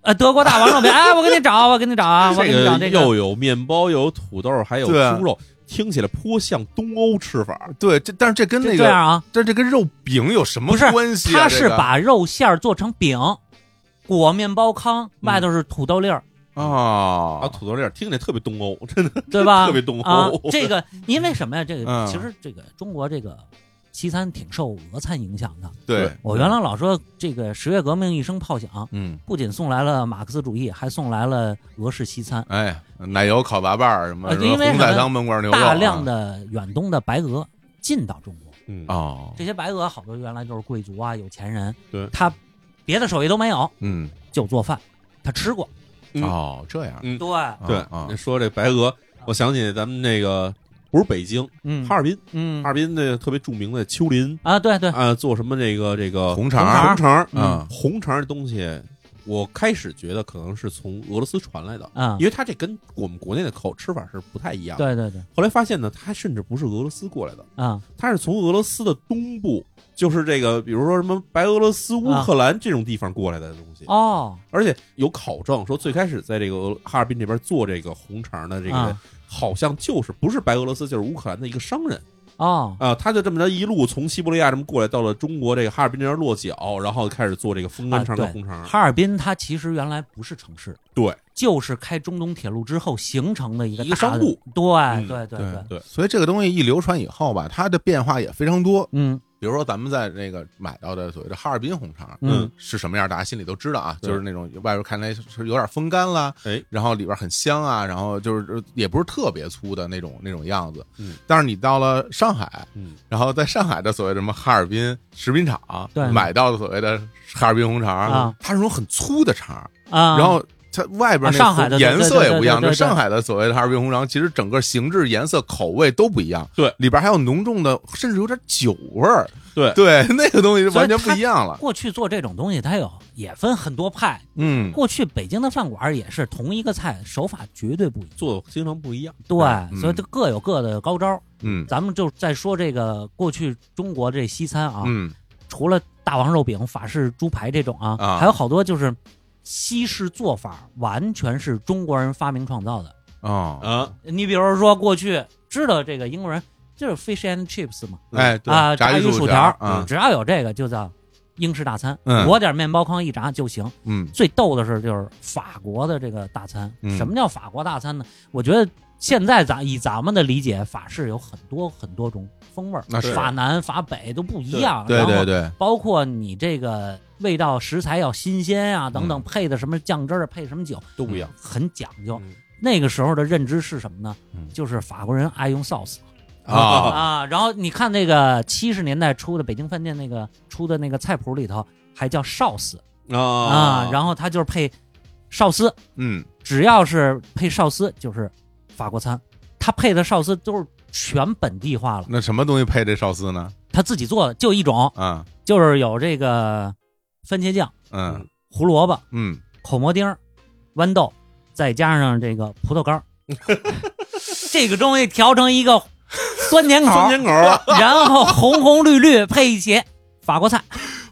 C: 呃，德国大王肉饼，哎，我给你找，我给你找啊，我给你找
B: 这
C: 这
B: 个又
C: 个。
B: 有面包，又有土豆，还有
A: 对啊
B: 猪肉，听起来颇像东欧吃法。
A: 对，这但是这跟
C: 这
A: 那
C: 这
A: 个，
C: 样啊，
A: 但这跟肉饼有什么
C: 不是
A: 关系啊？
C: 它
A: 这
C: 是
A: 个
C: 把肉馅儿做成饼，裹面包糠，外头是土豆粒儿，
B: 啊，
A: 哦，
B: 土豆粒儿听起来特别东欧，真的
C: 对吧？
B: 嗯 *laughs* 特别哦东欧。
C: 啊，这个因为什么呀？这个
A: 嗯
C: 其实这个中国这个西餐挺受俄餐影响的。
A: 对，
C: 我原来老说这个十月革命一声炮响，
A: 嗯。
C: 不仅送来了马克思主义，还送来了俄式西餐，
A: 哎，奶油烤八瓣儿什么，
C: 呃
A: 什么
C: 因为
A: 红
C: 什
A: 菜
C: 么
A: 汤焖
B: 哎
A: 罐牛肉啊，
C: 大量的远东的白俄进到中国。
B: 嗯
A: 哦，
C: 这些白俄好多原来就是贵族啊、有钱人，
B: 对
C: 他别的手艺都没有，
A: 嗯，
C: 就做饭，他吃过。
B: 嗯
A: 哦，这样，
B: 嗯
C: 对，
B: 对
A: 啊，
B: 你说这白俄，我想起咱们那个不是北京，
C: 嗯
B: 哈，尔滨，
C: 嗯
B: 哈尔滨那特别著名的丘陵
C: 啊，对对，
B: *laughs* 啊，做什么这个这个
A: 红肠
B: 红
A: 儿
B: 肠，啊
A: 嗯
B: 红肠这东西，我开始觉得可能是从俄罗斯传来的，
C: 嗯
B: 因，为它这跟我们国内的口吃法是不太一样。，
C: 对对对，
B: 后来发现呢，它甚至不是俄罗斯过来的，
C: 啊
B: 它是从俄罗斯的东部，就是这个比如说什么白俄罗斯、乌克兰这种地方过来的东西。
C: 哦，
B: 而且有考证说，最开始在这个俄哈尔滨这边做这个红肠的这个，
C: 啊
B: 好像就是不是白俄罗斯，就是乌克兰的一个商人
C: 哦，
B: 啊、他就这么着一路从西伯利亚这么过来，到了中国这个哈尔滨这边落脚，然后开始做这个风干肠
C: 啊
B: 跟
C: 对
B: 红肠。
C: 哈尔滨它其实原来不是城市，
B: 对，
C: 就是开中东铁路之后形成的一个
B: 一个
C: 大的
B: 商埠
C: 对对
A: 对
C: 对对，
B: 对，
A: 所以这个东西一流传以后吧，它的变化也非常多。
C: 嗯
A: 比如说咱们在那个买到的所谓的哈尔滨红肠，
C: 嗯，
A: 是什么样，大家心里都知道啊，
B: 对
A: 就是那种外边看来是有点风干啦，
B: 哎，
A: 然后里边很香啊，然后就是也不是特别粗的那种那种样子，
B: 嗯，
A: 但是你到了上海，
B: 嗯，
A: 然后在上海的所谓的什么哈尔滨食品厂
C: 对
A: 买到的所谓的哈尔滨红肠，
C: 啊
A: 它是那种很粗的肠，
C: 啊，
A: 然后它外边那
C: 啊上海的对
A: 颜色也不一样，就
C: 对对对对对
A: 上海的所谓的哈尔滨红肠，其实整个形制、颜色、口味都不一样。
B: 对
A: 里边还有浓重的，甚至有点酒味儿。
B: 对
A: 对，那个东西就
C: 所以
A: 完全不
C: 它
A: 一样了。
C: 过去做这种东西，它有也分很多派。
A: 嗯，
C: 过去北京的饭馆也是同一个菜，手法绝对不一样。
B: 做的经常不一样，
C: 对，
A: 嗯
C: 所以它各有各的高招。
A: 嗯
C: 咱们就再说这个过去中国这西餐啊，
A: 嗯
C: 除了大王肉饼、法式猪排这种啊，
A: 啊
C: 还有好多就是西式做法，完全是中国人发明创造的。
A: 哦，
C: 呃
B: 啊，
C: 你比如说过去知道这个英国人就是 fish and chips 嘛，
A: 哎，对
C: 啊，
A: 炸
C: 鱼
A: 薯
C: 条
A: 条
C: 儿，
A: 啊，
C: 只要有这个就叫英式大餐，
A: 嗯
C: 裹点面包糠一炸就行。
A: 嗯
C: 最逗的是，就是法国的这个大餐。
A: 嗯
C: 什么叫法国大餐呢？我觉得现在咱以咱们的理解，法式有很多很多种风味儿，
A: 那是
C: 法南、法北都不一样。
A: 对对
C: 然后
A: 对，
C: 包括你这个味道、食材要新鲜啊，等
A: 嗯
C: 等，配的什么酱汁儿，配什么酒，
B: 都不一样。
C: 很讲究
B: 嗯。
C: 那个时候的认知是什么呢
A: 嗯？
C: 就是法国人爱用 sauce
A: 啊
C: 啊。然后你看那个七十年代出的北京饭店那个出的那个菜谱里头，还叫烧司啊
B: 啊，
C: 然后它就是配寿司，
A: 嗯
C: 只要是配寿司就是法国餐，他配的寿司都是全本地化了，
A: 那什么东西配这寿司呢？
C: 他自己做的就一种，
A: 啊，
C: 就是有这个番茄酱、
A: 嗯
C: 胡萝卜、
A: 嗯，
C: 口蘑丁儿、豌豆，再加上这个葡萄干
B: *laughs*
C: 儿，这个东西调成一个酸甜口儿，
B: 酸甜口儿
C: 然后红红绿绿配一起法国菜。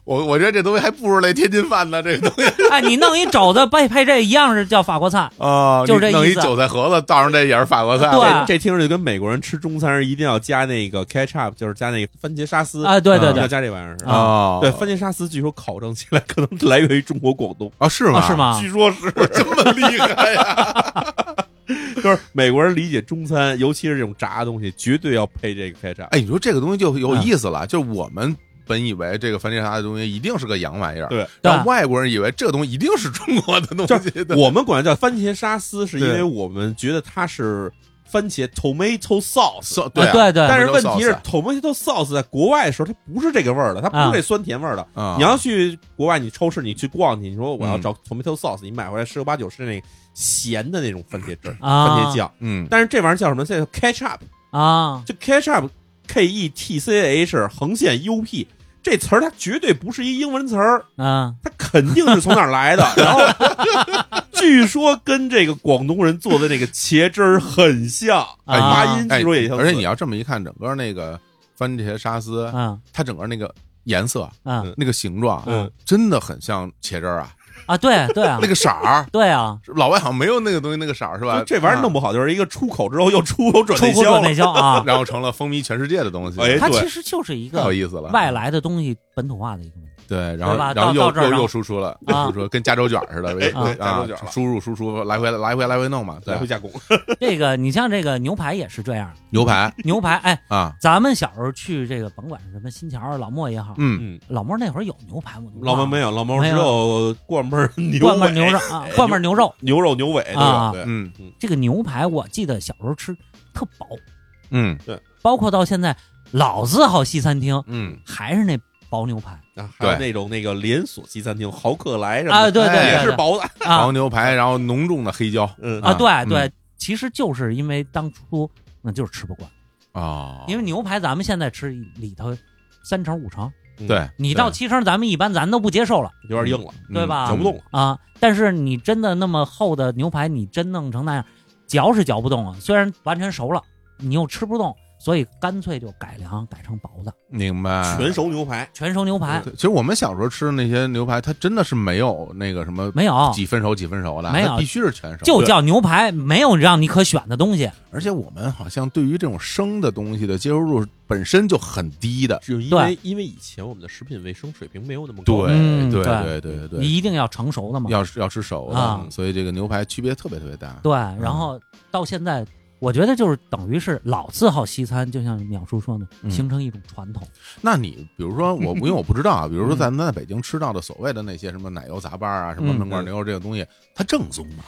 A: 我我觉得这东西还不如那天津饭呢，这个东西
C: 哎，你弄一肘子配配这一样是叫法国菜，
A: 啊，
C: *laughs* 就
A: 你
C: 是这
A: 弄一
C: 意思
A: 韭菜盒子，倒上这也是法国菜，
C: 对
B: 这这听着就跟美国人吃中餐时一定要加那个 ketchup，就是加那个番茄沙司
C: 啊对对
B: 一定
C: 对
B: 要加这玩意儿是吧？
A: 啊，
B: 对，番茄沙司据说考证起来可能来源于中国广东，
A: 啊是吗
C: 啊是？吗？
B: 据说是
A: 这么厉害呀！
B: 就是美国人理解中餐，尤其是这种炸的东西，绝对要配这个 ketchup。
A: *laughs* 哎，你说这个东西就有意思
B: 嗯
A: 了，就是我们。本以为这个番茄沙拉的东西一定是个洋玩意儿，
B: 对，
A: 让
C: 对啊
A: 外国人以为这个东西一定是中国的东西。对
B: *laughs* 我们管它叫番茄沙司，是因
A: 对
B: 为我们觉得它是番茄 tomato sauce。
A: So- 对啊
C: 啊对对
B: 但是问题是
A: tomato 啊
B: ，tomato sauce 在国外的时候，它不是这个味儿的，它不是这酸甜味儿的。
A: 啊
B: 你要去国外，你超市你去逛去，你说我要
A: 嗯
B: 找 tomato sauce，、你买回来十有八九是那个咸的那种番茄汁儿、
C: 啊
B: 番茄酱。
A: 嗯
B: 但是这玩意儿叫什么？这叫 ketchup，
C: 啊，
B: 就 ketchup k e t c h 横线 u p 这词儿，它绝对不是一英文词儿，
C: 嗯，
B: 它肯定是从哪儿来 *laughs* 的。然后据说跟这个广东人做的那个茄汁儿很像，
C: 哎
B: 发音
A: 哎
B: 据说也，相似。
A: 而且你要这么一看，整个那个番茄沙司，
C: 嗯
A: 它整个那个颜色、
C: 嗯
A: 那个形状，
B: 嗯，
A: 真的很像茄汁儿啊，
C: 啊，对对啊
A: 那，个色儿， *laughs*
C: 对啊，
A: 老外好像没有那个东西那个色儿是吧
B: 就？这玩意儿弄不好就是一个出口之后又出口转
C: 出口
B: 销
C: 转 *laughs*
B: 了
C: 内。销
A: *laughs*
C: 啊，
A: 然后成了风靡全世界的东西，
B: 哎
C: 它
B: 对
C: 其实就是一
A: 太有
C: 个
A: 意思啊了。
C: 外来的东西本土化的一个问题。
A: 对，然后
C: 对吧
A: 然后
C: 到
A: 又
C: 到这儿
A: 又
C: 然后
A: 又输出了，又
C: 啊
A: 输出跟加州卷儿似的，
B: 哎
A: 啊
B: 对加州卷儿了
A: 输入输出，来回来回来回弄嘛，对
B: 来，回加工，
C: 这个你像这个牛排也是这样，
A: 牛排
C: 牛排哎，
A: 啊，
C: 咱们小时候去这个甭管是什么新桥啊、老莫也好，
A: 嗯，
B: 嗯，
C: 老莫那会儿有牛排吗？
B: 老毛没
C: 有，
B: 有，老毛只
C: 没
B: 有灌焖儿牛
C: 灌焖
B: 尾
C: 牛肉啊，灌焖牛肉。
B: 牛肉牛尾对吧？
C: 啊
B: 对，
A: 嗯
C: 这个牛排我记得小时候吃特饱，
A: 嗯
C: 包括到现在老字号西餐厅
A: 嗯，
C: 还是那薄牛排
B: 啊，还有
A: 对
B: 那种那个连锁西餐厅豪客来什么
C: 啊，
B: 的，
C: 对对
A: 哎
C: 对，
B: 也是
C: 对
B: 薄的，
C: 啊
A: 黄牛排，然后浓重的黑椒
B: 嗯
C: 啊，对
A: 嗯
C: 对，其实就是因为当初那就是吃不惯。
A: 啊，
C: 因为牛排咱们现在吃里头三成五成，
A: 对
C: 你到
A: 对
C: 七成咱们一般咱都不接受了
B: 有点硬
A: 嗯
B: 了，
C: 对吧
B: 嚼不动了。
C: 啊。但是你真的那么厚的牛排，你真弄成那样，嚼是嚼不动啊。虽然完全熟了，你又吃不动，所以干脆就改良，改成薄的
A: 嗯明白。
B: 全熟牛排，
C: 全熟牛排，
A: 对其实我们小时候吃的那些牛排，它真的是没有那个什么
C: 没有
A: 几分熟几分熟的，
C: 没有
A: 它必须是全熟。
C: 就叫牛排，没有让你可选的东西。
A: 而且我们好像对于这种生的东西的接受度本身就很低的。
B: 只有因
C: 对
B: 为因为以前我们的食品卫生水平没有那么高，
C: 嗯
A: 对对对
C: 对
A: 对
C: 你
A: 对，
C: 一定要成熟的嘛。
A: 要吃要吃熟的
C: 啊，
A: 所以这个牛排区别特别特别大。
C: 对，然后到现在我觉得就是等于是老字号西餐，就像淼叔说的，
A: 嗯
C: 形成一种传统。
A: 那你比如说
C: *laughs*
A: 我，因为我不知道啊，比如
C: 嗯
A: 说咱们在北京吃到的所谓的那些什么奶油杂拌啊，什么
B: 嗯
A: 焖罐牛肉这个东西，它正宗吗？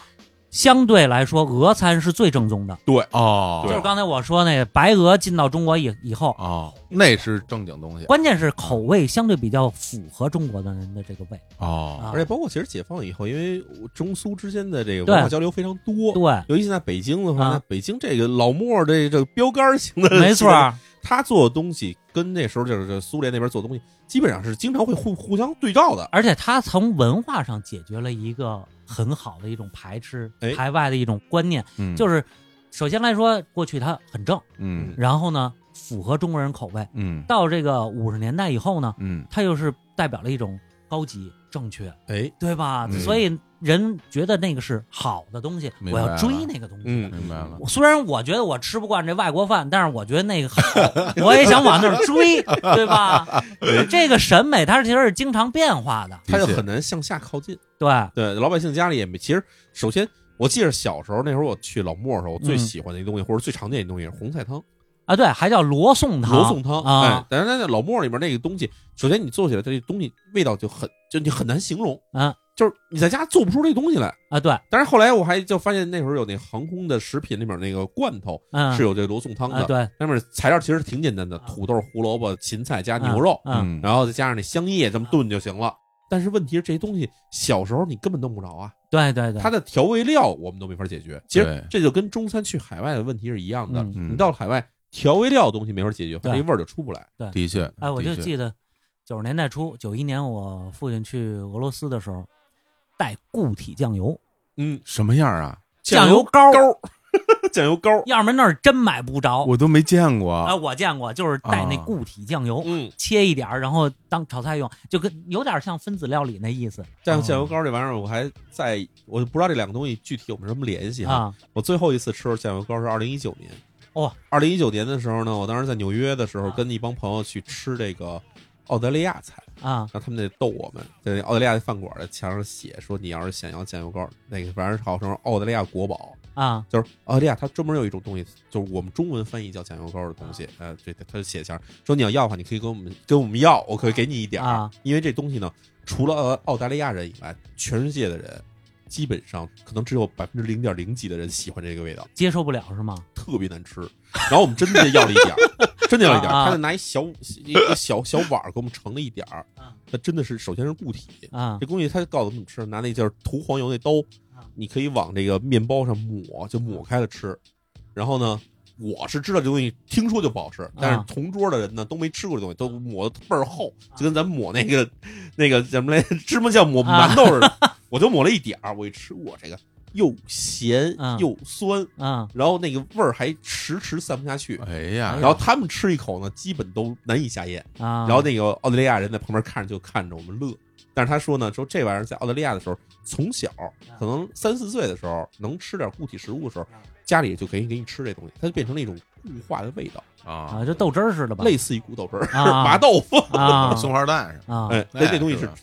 C: 相对来说，俄餐是最正宗的，
A: 对，哦，
C: 就是刚才我说那个白俄进到中国以以后，
A: 哦，那是正经东西
C: 关键是口味相对比较符合中国的人的这个胃。
A: 哦，
C: 啊
B: 而且包括其实解放以后，因为中苏之间的这个文化
C: 对
B: 交流非常
A: *laughs*
B: 多，
C: 对，
B: 尤其现在北京的话，
C: 啊
B: 那北京这个老莫儿这这个标杆儿型的，
C: 没错儿，
B: 他做的东西跟那时候就是苏联那边做的东西，基本上是经常会互互相对照的。
C: 而且他从文化上解决了一个很好的一种排斥
B: 哎、
C: 排外的一种观念，
A: 嗯，
C: 就是是首先来说，过去它很正，
A: 嗯
C: 然后呢符合中国人口味。
A: 嗯
C: 到这个五十年代以后呢，
A: 嗯
C: 它又是代表了一种高级、正确，
B: 哎，
C: 对吧？
A: 嗯
C: 所以人觉得那个是好的东西，
A: 明
C: 我
A: 白
C: 要追
A: 了
C: 那个东西。
B: 嗯，
A: 明白了
C: 我虽然我觉得我吃不惯这外国饭，但是我觉得那个好，我也想往那儿
B: *laughs*
C: 追，对吧？这个审美它其实是经常变化的，
B: 他就
A: 的确
B: 很难向下靠近。
C: 对，啊
B: 对，老百姓家里也没。其实，首先我记得小时候那时候我去老莫儿的时候，我最
C: 嗯
B: 喜欢的一东西、或者最常见的一东西是红菜汤、
C: 啊，对，还叫罗宋汤，
B: 罗宋汤。哎
C: 啊，，
B: 但是那老莫儿里面那个东西，首先你做起来，它这东西味道就很，就你很难形容。
C: 嗯
B: 就是你在家做不出这东西来。
C: 啊，对，
B: 但是后来我还就发现那时候有那航空的食品里面那个罐头
C: 嗯，
B: 是有这罗宋汤的，
C: 啊，对，
B: 那面材料其实挺简单的，
C: 啊
B: 土豆、胡萝卜、芹菜加牛肉，
C: 嗯，嗯，
B: 然后再加上那香叶，这么炖就行了。但是问题是这些东西小时候你根本弄不着啊，
C: 对对对，
B: 它的调味料我们都没法解决。其实
A: 对
B: 这就跟中餐去海外的问题是一样的，
C: 嗯
A: 嗯
B: 你到了海外调味料的东西没法解决，它
C: 对
B: 这味儿就出不来。
A: 的确，
C: 哎，我就
A: 的确
C: 记得九十年代初，九一年我父亲去俄罗斯的时候，带固体酱油，
B: 嗯，
A: 什么样啊？
C: 酱油膏儿，
B: 膏，
C: *laughs*
B: 酱油膏儿，
C: 要么那儿真买不着，
A: 我都没见过
C: 啊，我见过，就是带那
A: 啊
C: 固体酱油，
B: 嗯，
C: 切一点儿，然后当炒菜用，就跟有点像分子料理那意思嗯
B: 酱酱油膏儿这玩意儿，我还在我就不知道这两个东西具体有没有什么联系哈。
C: 啊。
B: 我最后一次吃酱油膏是二零一九年。
C: 哦，
B: 二零一九年的时候呢，我当时在纽约的时候，
C: 啊
B: 跟一帮朋友去吃这个澳大利亚菜，
C: 啊
B: 然后他们得逗我们，在那澳大利亚饭馆的墙上写说，你要是想要酱油膏，那个反正号称是澳大利亚国宝，
C: 啊
B: 就是澳大利亚它专门有一种东西，就是我们中文翻译叫酱油膏的东西，呃，对，它就写墙上说你要要的话，你可以跟我们跟我们要，我可以给你一点儿，
C: 啊
B: 因为这东西呢，除了呃澳大利亚人以外，全世界的人。基本上可能只有百分之零点零几的人喜欢这个味道，
C: 接受不了是吗？
B: 特别难吃。然后我们真的要了一
C: *laughs*
B: 点儿，真的要了一点儿。
C: 啊
B: 他就拿一小一个小小碗儿给我们盛了一点儿
C: 啊，
B: 那真的是首先是固体，
C: 啊
B: 这东西他告诉我们怎么吃，拿那就是涂黄油那刀
C: 啊，
B: 你可以往这个面包上抹，就抹开了吃。然后呢，我是知道这东西听说就不好吃，但
C: 啊
B: 是同桌的人呢都没吃过这东西，都抹的倍儿厚，就跟咱们抹那个那个什么来芝麻酱抹
C: 啊
B: 馒头
C: *laughs*
B: 似的。我就抹了一点儿，我一吃，我这个又咸
C: 嗯
B: 又酸，
C: 啊
B: 然后那个味儿还迟迟散不下去。
A: 哎呀，
B: 然后他们吃一口呢，基本都难以下咽。
C: 啊！
B: 然后那个澳大利亚人在旁边看着就看着我们乐，但是他说呢，说这玩意儿在澳大利亚的时候，从小
C: 嗯
B: 可能三四岁的时候能吃点固体食物的时候，家里就可以给你吃这东西，它就变成了一种固化的味道，
A: 啊
C: 啊，，就豆汁儿似的吧？
B: 类似于骨豆汁儿、
C: 啊
B: *laughs* 麻豆腐。
C: 啊
A: 松花蛋是吧
C: 啊
B: 哎，但
A: 哎
B: 这东西
A: 是
B: 是
A: 吧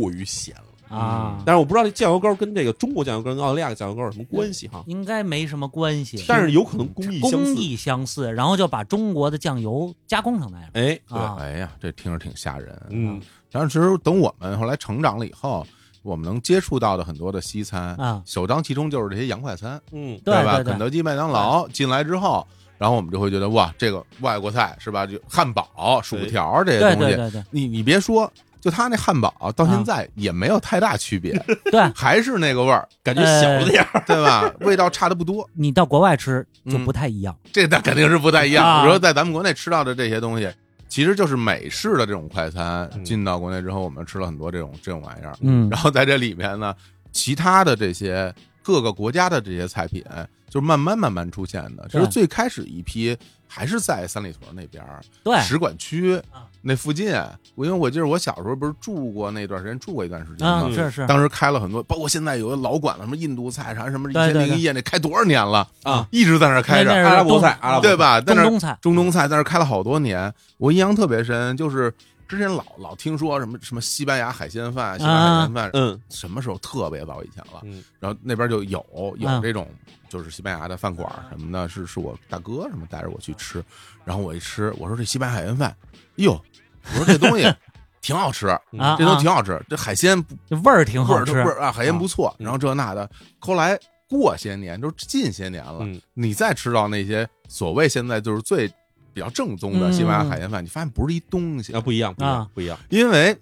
B: 过于咸了。
C: 啊，
B: 但是我不知道这酱油膏跟这个中国酱油膏跟澳大利亚酱油膏有什么关系哈，
C: 应该没什么关系。
B: 但是有可能工艺相
C: 嗯工
B: 似。
C: 艺相似，然后就把中国的酱油加工成那样
B: 哎，
A: 对，
C: 啊
A: 哎呀，这听着挺吓人。
B: 嗯，
A: 然后其实等我们后来成长了以后，我们能接触到的很多的西餐，
C: 啊。
A: 首当其冲就是这些洋快餐，
B: 嗯，
C: 对
A: 吧？
C: 对对
A: 肯德基、麦当劳进来之后，然后我们就会觉得哇，这个外国菜是吧？就汉堡、薯条这些
C: 对
A: 东西，
C: 对对对
A: 你你别说，就他那汉堡到现在也没有太大区别，
C: 对，呃
A: 还是那个味儿， *laughs*
B: 感觉小了点儿。
A: 对吧？味道差的不多，
C: 你到国外吃就
A: 嗯
C: 不太一样。
A: 这那肯定是不太一样。
C: 啊
A: 我说在咱们国内吃到的这些东西。其实就是美式的这种快餐
B: 嗯
A: 进到国内之后，我们吃了很多这种这种玩意儿，
C: 嗯
A: 然后在这里面呢，其他的这些各个国家的这些菜品，就慢慢慢慢出现的。其实
C: 对
A: 最开始一批还是在三里屯那边儿
C: 对，
A: 使馆区
C: 啊
A: 那附近，我因为我记得我小时候不是住过那段时间，住过一段时间
C: 啊
A: 嘛，
C: 是是
A: 当时开了很多，包括现在有的老馆子，什么印度菜啥，什么一
C: 对
A: 千
C: 对
A: 零一夜，那开多少年了
B: 啊，
A: 一直在那儿开
C: 那
A: 着，
C: 那是
B: 阿拉伯
C: 东
B: 菜阿拉伯
A: 对吧？在
C: 中
A: 那儿
C: 东菜
A: 中东菜在那儿开了好多年，我印象特别深，就是之前老老听说什么什么西班牙海鲜饭，西班牙海鲜
C: 啊
A: 饭，
B: 嗯
A: 什么时候特别早以前了，
B: 嗯
A: 然后那边就有有
C: 嗯
A: 这种就是西班牙的饭馆什么的，是是我大哥什么带着我去吃，然后我一吃，我说这西班牙海鲜饭，哟，我说这东西 *laughs* 挺好吃，
C: 啊
A: 这都挺好吃，这海鲜不
C: 这味儿挺
A: 味儿
C: 好
A: 都
C: 吃
A: 味儿啊，海鲜
C: 啊
A: 不错，
B: 嗯
A: 然后这那的，后来过些年都近些年了，
B: 嗯
A: 你再吃到那些所谓现在就是最比较正宗
C: 嗯
A: 的西班牙海鲜饭，你发现不是一东西
B: 啊，，不一样，不一样
C: 啊，
B: 不一样，
A: 因为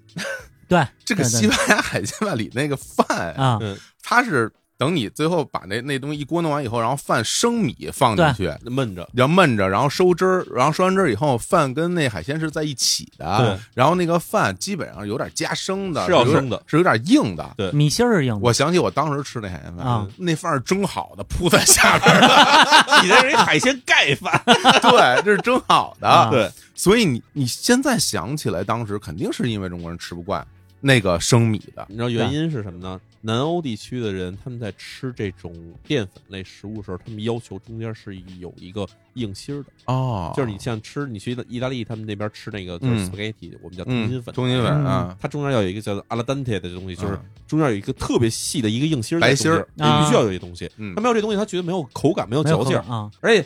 C: 对
A: 这个
C: 对对
A: 西班牙海鲜饭里那个饭，
C: 啊，
B: 嗯，
A: 它是等你最后把那那东西一锅弄完以后，然后饭生米放进去。
B: 闷着， *laughs*
A: 然后焖着，然后收汁儿，然后收完汁儿以后，饭跟那海鲜是在一起的
B: 对。
A: 然后那个饭基本上有点夹生的，
B: 是要
A: 有点
B: 生的
A: 是有点硬的。
B: 对
C: 米心儿硬的
A: 我想起我当时吃那海鲜饭，
C: 啊
A: 那饭是蒸好的，铺在下边儿的， *laughs*
B: 你这是一海鲜盖饭，
A: 对，这是蒸好的。
C: 啊
B: 对，
A: 所以你你现在想起来，当时肯定是因为中国人吃不惯那个生米的，
B: 你知道原因是什么呢？南欧地区的人他们在吃这种淀粉类食物的时候，他们要求中间是有一个硬芯儿的，
A: 哦
B: 就是你像吃你去意大利，他们那边吃那个就
A: 嗯
B: 是 spaghetti，我们叫通心粉，
A: 通心粉
C: 嗯
A: 啊，
B: 它中间要有一个叫做 al dente 的东西，就是中间有一个特别细的一个硬芯儿在
A: 白
B: 中
A: 芯儿
B: 间，对必须
C: 啊
B: 要有这东西，
A: 嗯
B: 他没有这东西，他觉得没有口感，没有
C: 没有
B: 嚼劲儿
C: 口，感啊，
B: 而且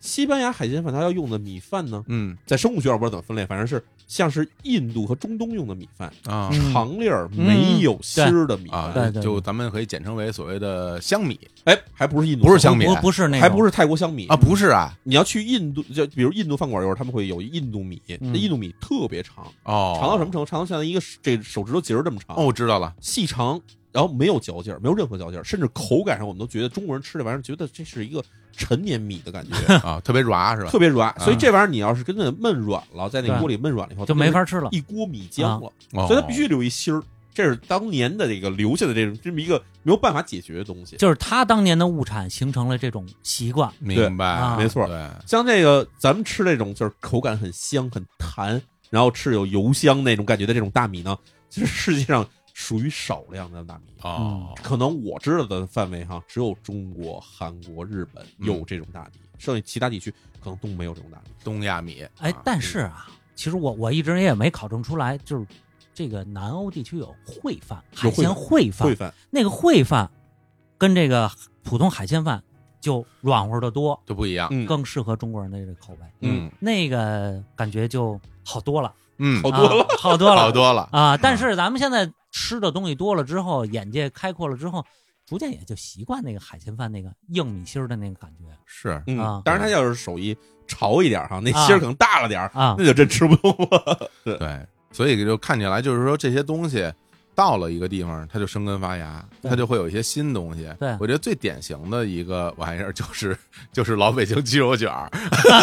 B: 西班牙海鲜饭它要用的米饭呢，
A: 嗯
B: 在生物学上不知道怎么分类，反正是像是印度和中东用的米饭，
A: 啊
C: 嗯
B: 长粒儿没有芯儿的米
A: 啊
B: 饭，
C: 对对
A: 就咱们可以简称为所谓的香米
B: 哎，还不是印度，
A: 不是香米
C: 不不是那
B: 还不
C: 是
B: 是泰国香米
A: 啊，。不是啊，
B: 你要去印度，就比如印度饭馆有时候他们会有印度米，那
C: 嗯
B: 印度米特别长，
A: 哦，
B: 长到什么程度？长到像一个手这手指头节儿这么长，
A: 哦，我知道了，
B: 细长，然后没有嚼劲儿，没有任何嚼劲儿，甚至口感上我们都觉得中国人吃这玩意儿，觉得这是一个陈年米的感觉，
A: 啊，特别软是吧？
B: 特别软。
A: 啊
B: 所以这玩意儿你要是跟着焖软了，在那
C: 对
B: 锅里焖软了以后，
C: 就没法吃了
B: 一锅米浆了，
A: 哦
B: 所以它必须留一芯儿。这是当年的这个留下的这种这么一个没有办法解决的东西。
C: 就是他当年的物产形成了这种习惯，
A: 明白，
C: 啊
B: 没错
A: 对，
B: 像这个咱们吃这种就是口感很香很弹，然后吃有油香那种感觉的这种大米呢，其实世界上属于少量的大米。
C: 嗯
A: 哦，
B: 可能我知道的范围哈，只有中国、韩国、日本
A: 嗯
B: 有这种大米，剩下其他地区可能都没有这种大米。
A: 东亚米，
C: 哎
A: 啊，
C: 但是啊，其实我我一直也没考证出来，就是这个南欧地区有烩饭，海
B: 有烩
C: 鲜烩饭
B: 烩，饭
C: 那个烩饭跟这个普通海鲜饭就软和的多，
A: 就不一样，
B: 嗯
C: 更适合中国人的这个口味。
A: 嗯
C: 那个感觉就好多了，
A: 嗯，
B: 好多了
C: 啊好多了，
A: 好多了，
C: 啊！但是咱们现在吃的东西多了之后，眼界开阔了之后，逐渐也就习惯那个海鲜饭那个硬米心儿的那个感觉
A: 是
B: 嗯
C: 啊，
B: 当然他要是手艺潮一点哈，那芯儿可能大了点儿，
C: 啊
B: 那就真吃不动了。
A: 对，所以就看起来就是说这些东西到了一个地方，它就生根发芽，
C: 对
A: 它就会有一些新东西。
C: 对
A: 我觉得最典型的一个玩意儿就是 *laughs* 就是老北京鸡肉卷儿， *laughs*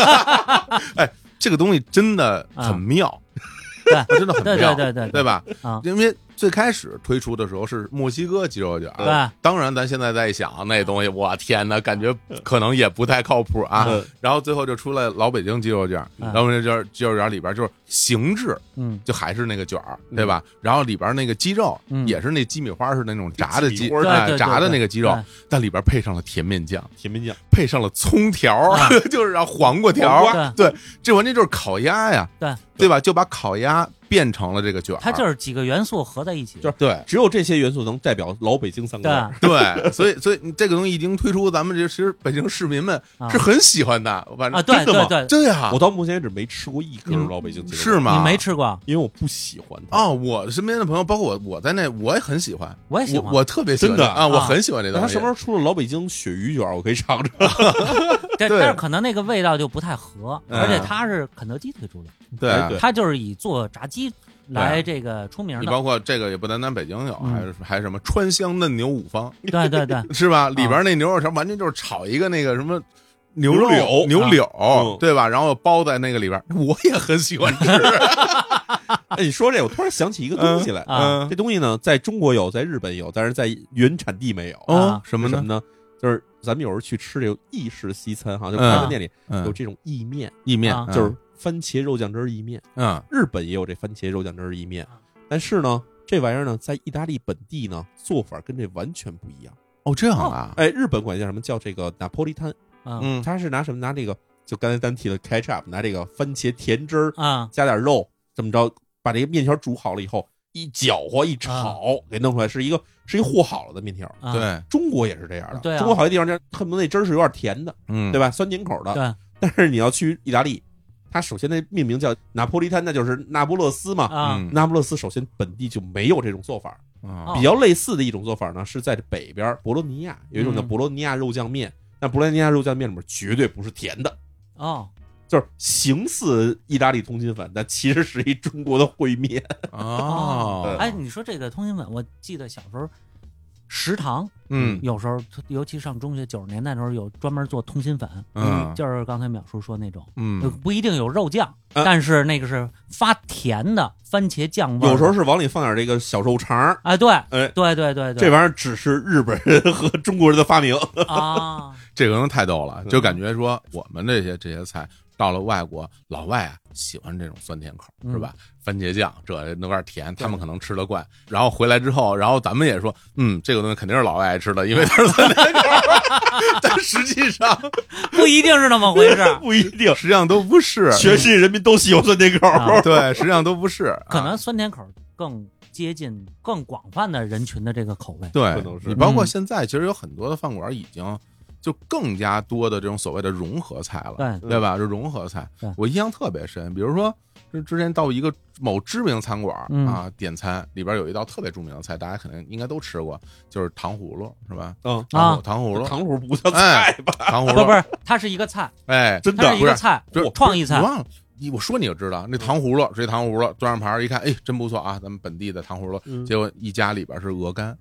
A: 哎，这个东西真的很妙，
C: *laughs* 对
A: 啊它真的很
C: 对
A: 妙，
C: 对对对对
A: 吧？
C: 啊，
A: 因为最开始推出的时候是墨西哥鸡肉卷儿，
C: 对嗯
A: 当然咱现在在想那东西，我天哪，感觉可能也不太靠谱啊。
B: 嗯
A: 然后最后就出来老北京鸡肉卷儿，
C: 嗯
A: 老北京鸡肉鸡肉卷儿里边就是形制 *laughs*
C: 嗯
A: 就还是那个卷儿，对吧？然后里边那个鸡肉
C: 嗯
A: 也是那鸡米花是那种炸的
B: 鸡
A: 鸡
B: 米，花
C: 对
A: 哎
C: 对对
A: 炸的那个鸡肉
C: 对，
A: 但里边配上了甜面酱，
B: 甜面酱，
A: 配上了葱条儿，
C: *laughs* 啊
A: 就是啊黄瓜条
B: 黄
A: 儿
C: 瓜，
A: 对，这完全就是烤鸭呀，
C: 对，
A: 对吧？就把烤鸭变成了这个卷儿，
C: 它就是几个元素合在一起，
B: 就是
A: 对。
B: 只有这些元素能代表老北京三个
C: 对
B: 字
C: 啊
B: 儿。
A: 对，所以所以这个东西一经推出，咱们这其实北京市民们
C: 啊
A: 是很喜欢的，反正
C: 对
B: 真的吗
C: 对对，
A: 对呀
B: 我，到目前为止没吃过一根
C: 嗯
B: 老北京鸡肉
A: 啊是
B: 卷，
A: 吗？
C: 你没吃过，
B: 因为我不喜欢它。
A: 哦，我身边的朋友，包括我，我在内，我也很喜欢，
C: 我也喜欢
A: 我我特别喜欢
B: 真的
A: 啊，我
C: 啊
A: 很喜欢这
B: 那
A: 东
B: 他
A: 西。
B: 什么时候出了老北京鳕鱼卷儿？我可以尝尝。 *laughs*
C: 但
A: 对
C: 但是可能那个味道就不太合，
A: 嗯
C: 而且它是肯德基推出的，
A: 对啊
B: 哎对
C: 它就是以做炸鸡来这个出名
A: 你
C: 的。
A: 包括这个也不单单北京有，
C: 嗯
A: 还是还有什么川香嫩牛五方
C: 对对
A: *laughs*
C: 对，啊
A: 是吧？里边那牛肉条完全就是炒一个那个什么。牛肉
B: 牛柳
C: 啊
A: 牛柳、
B: 嗯
A: 对吧？然后包在那个里边，我也很喜
B: *laughs*
A: 欢吃。
B: 哎，你说这，我突然想起一个东西来。
C: 啊
A: 嗯
B: 这东西呢，在中国有，在日本有，但是在原产地没有。
C: 哦啊
A: 什么
B: 是什
A: 呢
B: 么？呢？就是咱们有时候去吃这种意式西餐哈，就快餐店里有
A: 嗯，
B: 这种意面，
A: 意面
C: 啊
B: 就是番茄肉酱汁儿意面。
A: 嗯
B: 日本也有这番茄肉酱汁儿意面
C: 啊，
B: 但是呢，这玩意儿呢，在意大利本地呢，做法跟这完全不一样。
A: 哦这样啊，
B: 哎，日本管叫什么叫这个拿破利滩？
C: 嗯
A: 嗯
B: 它是拿什么？拿这个就刚才咱提的 ketchup，拿这个番茄甜汁儿
C: 啊
B: 加点肉，这么着把这个面条煮好了以后，一搅和一炒，给弄出来是一个是一和好了的面条。
C: 啊，
A: 嗯对，
B: 中国也是这样的，
C: 对啊
B: 中国好些地方这恨不得那汁儿是有点甜的，
A: 嗯，
B: 对
A: 吧？
B: 吧？酸甜口的。
C: 对
B: 但是你要去意大利，它首先那命名叫拿破利滩，那就是那不勒斯嘛。
C: 啊，
A: 嗯
B: 那不勒斯首先本地就没有这种做法，
A: 啊
C: 哦
B: 比较类似的一种做法呢，是在北边儿博洛尼亚有一种叫
C: 嗯
B: 博洛尼亚肉酱面，但博洛尼亚肉酱面里面绝对不是甜的，
C: 哦，
B: 就是形似意大利通心粉，但其实是一中国的烩面。
A: 哦，
C: 哎，你说这个通心粉，我记得小时候食堂
A: 嗯
C: 有时候，尤其上中学九十年代的时候，有专门做通心粉，
A: 嗯
C: 就是刚才淼叔说那种，呃
A: 嗯
C: 不一定有肉酱，
B: 啊
C: 但是那个是发甜的番茄酱味儿的，
B: 有时候是往里放点这个小肉肠儿，
C: 哎，对
B: 哎，
C: 对对对
B: 这
C: 对，
B: 玩意儿只是日本人和中国人的发明。
C: 啊，
A: 这个能太逗了，就感觉说我们这些这些菜到了外国，老外啊喜欢这种酸甜口，
C: 嗯
A: 是吧？番茄酱这弄点甜，他们可能吃得惯。然后回来之后，然后咱们也说，嗯，这个东西肯定是老外爱吃的，因为它是酸甜口。 *laughs* 但实际上，
C: 不一定是那么回事儿，
B: *laughs* 不一定，
A: 实际上都不是，
B: 全世界人民都喜欢酸甜口儿。
C: 啊
A: 对，实际上都不是，
C: 可能酸甜口更接近更广泛的人群的这个口味。
A: 对
B: 可能，是
A: 你包括
C: 嗯
A: 现在，其实有很多的饭馆已经就更加多的这种所谓的融合菜了，
B: 嗯
C: 对
A: 对吧？就融合菜
C: 对，
A: 我印象特别深。比如说，就之前到一个某知名餐馆
C: 嗯
A: 啊，点餐里边有一道特别著名的菜，大家肯定应该都吃过，就是糖葫芦，是吧？
B: 嗯，
A: 糖葫
C: 啊
A: 糖葫芦，
B: 糖葫芦不哎叫菜吧？
A: 糖葫
C: *laughs* 不
A: 芦，
C: 不是，它是一个菜，
A: 哎，
B: 真
C: 它
B: 的
C: 是一
A: 不
C: 个
A: 是
C: 菜，
A: 就是
C: 创意菜
A: 你忘了。你我说你就知道，那糖葫芦，这糖葫芦端上盘儿一看，哎，真不错啊，咱们本地的糖葫芦。
B: 嗯
A: 结果一家里边是鹅肝，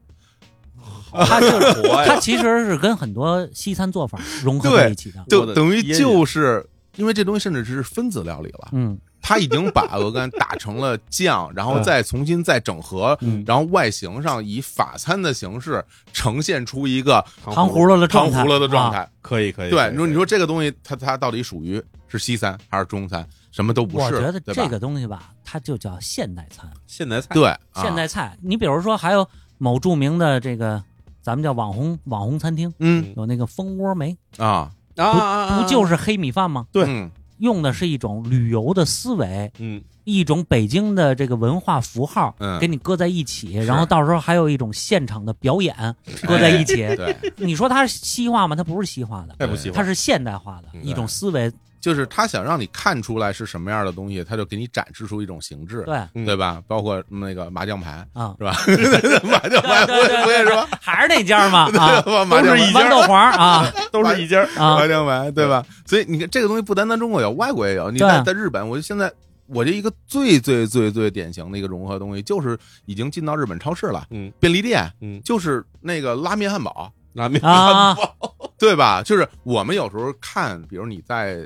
B: 它就是活
A: 哎
C: *laughs* 它
B: 呀。
C: 其实是跟很多西餐做法融合在
A: 对
C: 一起的。
B: 我
A: 就
B: 的
A: 等于
B: 天呀
A: 就是因为这东西甚至是分子料理了，
C: 嗯，
A: 他已经把鹅肝打成了酱，然后再重新再整合，
B: 嗯
A: 然后外形上以法餐的形式呈现出一个
C: 糖葫芦的状
A: 糖
C: 态，
A: 葫芦的状态。
C: 啊
B: 可以可以。
A: 对，你说你说这个东西，它它到底属于是西餐还是中餐？什么都不
C: 我
A: 是，
C: 觉得
A: 对
C: 这
A: 吧
C: 个东西吧，它就叫现代餐。
B: 现代菜
A: 对啊
C: 现代菜，你比如说还有某著名的这个，咱们叫网红网红餐厅，
A: 嗯
C: 有那个蜂窝煤，
A: 啊
B: 啊
C: 不就是是黑米饭吗？
B: 对
A: 嗯
C: 用的是一种旅游的思维，
B: 嗯
C: 一种北京的这个文化符号，
A: 嗯
C: 给你搁在一起，然后到时候还有一种现场的表
A: 哎
C: 演搁在一起。
A: 对，
C: *laughs* 你说它是西化吗？它不是西化的，
B: 太不喜欢
C: 它是现代化的
B: 嗯
C: 一种思维。
A: 就是他想让你看出来是什么样的东西，他就给你展示出一种形制，
C: 对
B: 嗯
A: 对吧？包括那个麻将牌
C: 啊，
A: 是吧？ *laughs* 麻将牌不
C: 对对
A: 也不也是吗？
C: 还是那家嘛啊，
A: *laughs* 对吧麻将
B: 都是一
A: 牌
C: 豌
B: 家
C: 豆黄
A: *laughs*
C: 啊
B: 都是一家。
A: 麻
C: 啊，
A: 将牌，对吧？所以你看，这个东西不单单中国有，外国也有。你
C: 对
A: 在在日本，我就现在，我这一个最最最最典型的一个融合东西，就是已经进到日本超市了，
B: 嗯
A: 便利店
B: 嗯，
A: 就是那个拉面汉堡，*laughs*
B: 拉面
C: 啊
B: 汉堡
A: 对吧？就是我们有时候看，比如你在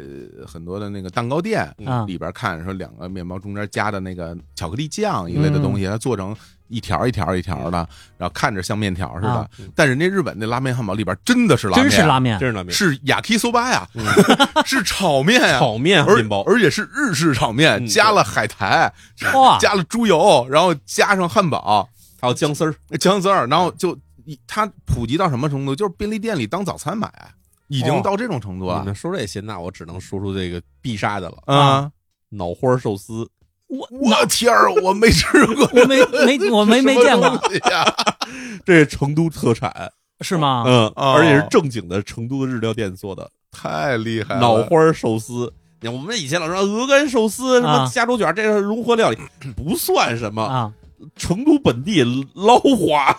A: 很多的那个蛋糕店
C: 嗯
A: 里边看，说两个面包中间加的那个巧克力酱一类的
C: 嗯
A: 东西，它做成。一条一条一条的，然后看着像面条似的
C: 啊，
A: 但人家日本那拉面汉堡里边真的是拉面，啊
C: 真是拉面嗯
B: 真是啊拉面，
A: 是雅 k i soba 呀，是 *laughs* 炒面呀，
B: 炒面
A: 而
B: 面包。
A: 而且是日式炒面，
B: 嗯
A: 加了海苔，
C: 哇
A: 加了猪油，然后加上汉堡、
B: 还有姜丝儿，
A: 姜丝儿，然后就一它普及到什么程度？就是便利店里当早餐买，已经
B: 哦
A: 到这种程度
B: 你
A: 了
B: 们说这些，那我只能说出这个必杀的了。
A: 啊！
B: 脑花寿司，
C: 我
A: 我天儿，我没吃过，
C: 我没
A: *laughs*
C: 没我没没见过，
A: 呀！
B: 这是成都特产，
C: 是吗？
B: 嗯，
A: 哦
B: 而且是正经的成都的日料店做的
A: 太厉害了！
B: 脑花寿司。你看我们以前老说鹅肝寿司、什么
C: 啊
B: 加州卷，这是融合料理，不算什
A: 嗯
B: 么。
C: 啊，
B: 成都本地捞花，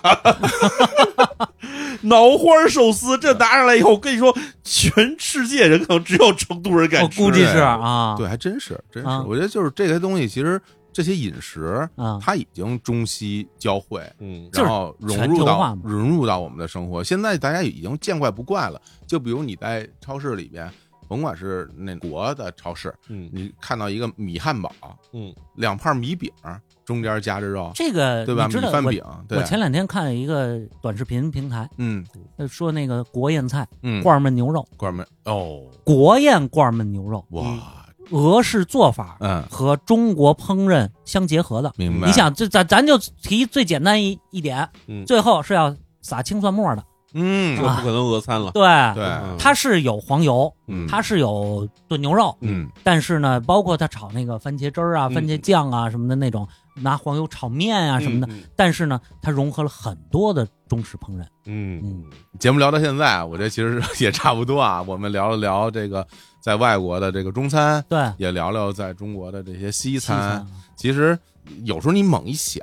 B: 脑花寿司，这拿上来以后，我跟你说，全世界人可能只有成都人
C: 我
B: 敢吃。
C: 估计是
A: 对
C: 啊，
A: 对，还真是，真是
C: 啊，
A: 我觉得就是这些东西，其实这些饮食，
C: 啊，
A: 它已经中西交汇，
B: 嗯
C: 就是
A: 然后融
C: 全
A: 入
C: 球
A: 到
C: 化嘛
A: 融入到我们的生活。现在大家已经见怪不怪了。就比如你在超市里边，甭管是那国的超市，
B: 嗯
A: 你看到一个米汉堡，
B: 嗯，
A: 两块米饼，中间夹着肉，
C: 这个
A: 对吧？
C: 呃你
A: 米
C: 知道
A: 饭
C: 我
A: 饼，对
C: 我，前两天看了一个短视频平台，
A: 嗯
C: 呃说那个国宴菜
A: 嗯，
C: 罐焖牛肉，
A: 罐面哦，
C: 国宴罐焖牛肉，
A: 哇，
C: 俄式做法
A: 嗯，
C: 和中国烹饪相结合的。
A: 明白。
C: 你想，这咱咱就提最简单一一点，
B: 嗯
C: 最后是要撒青蒜末的，
B: 这
A: 嗯
B: 个不可能俄餐了。
C: 对，
A: 对，
C: 它是有黄油，
A: 嗯
C: 它是有炖牛肉，
A: 嗯
C: 但是呢，包括它炒那个番茄汁儿啊、
B: 嗯
C: 番茄酱啊什么的那种，拿黄油炒面啊什么的，
B: 嗯
C: 但是呢，它融合了很多的中式烹饪。
B: 嗯
C: 嗯，
A: 节目聊到现在，我这其实 *laughs* 也差不多啊。我们聊了聊这个在外国的这个中餐，
C: 对，
A: 也聊聊在中国的这些西
C: 西
A: 餐。
C: 餐
A: 其实有时候你猛一想，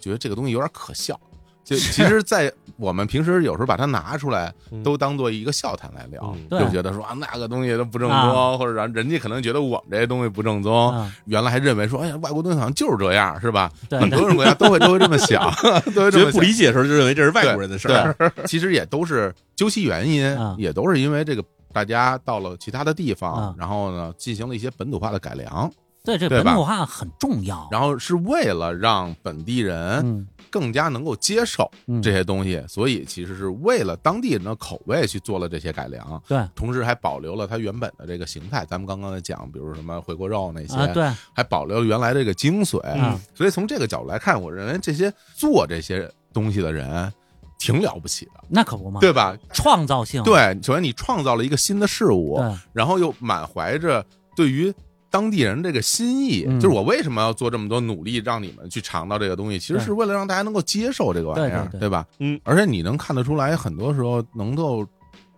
A: 觉得这个东西有点可笑。
C: *laughs*
A: 就其实，在我们平时有时候把它拿出来，
B: 嗯
A: 都当做一个笑谈来聊，
B: 嗯
C: 对
A: 就觉得说啊那个东西都不正宗，
C: 啊
A: 或者让人家可能觉得我们这些东西不正宗。
C: 啊，
A: 原来还认为说，哎呀，外国东西好像就是这样，是吧？
C: 对
A: 很多人国家都会都会这么想，
C: *laughs*
A: 都会这
B: 觉
A: 么
B: 得不
A: 想。
B: 理解的时候，就认为这是外国人的事儿。
A: 对， *laughs* 其实也都是究其原因，
C: 啊
A: 也都是因为这个大家到了其他的地方，
C: 啊哦
A: 然后呢进行了一些本土化的改良，
C: 对，这
A: 对
C: 本
A: 吧
C: 土化很重要。
A: 然后是为了让本地人
C: 嗯，
A: 更加能够接受
C: 嗯
A: 这些东西，所以其实是为了当地人的口味去做了这些改良。
C: 对
A: 同时还保留了它原本的这个形态，咱们刚刚在讲，比如什么回锅肉那些，
C: 啊，对，
A: 还保留了原来这个精髓。
C: 嗯
A: 所以从这个角度来看，我认为这些做这些东西的人挺了不起的，
C: 那可不嘛，
A: 对吧？
C: 创造性，
A: 对，首先你创造了一个新的事物，
C: 啊对
A: 然后又满怀着对于当地人这个心意，
C: 嗯
A: 就是我为什么要做这么多努力让你们去尝到这个东西，其实
C: 对
A: 是为了让大家能够接受这个玩意儿，
C: 对对对
A: 吧？
B: 嗯，
A: 而且你能看得出来，很多时候能够。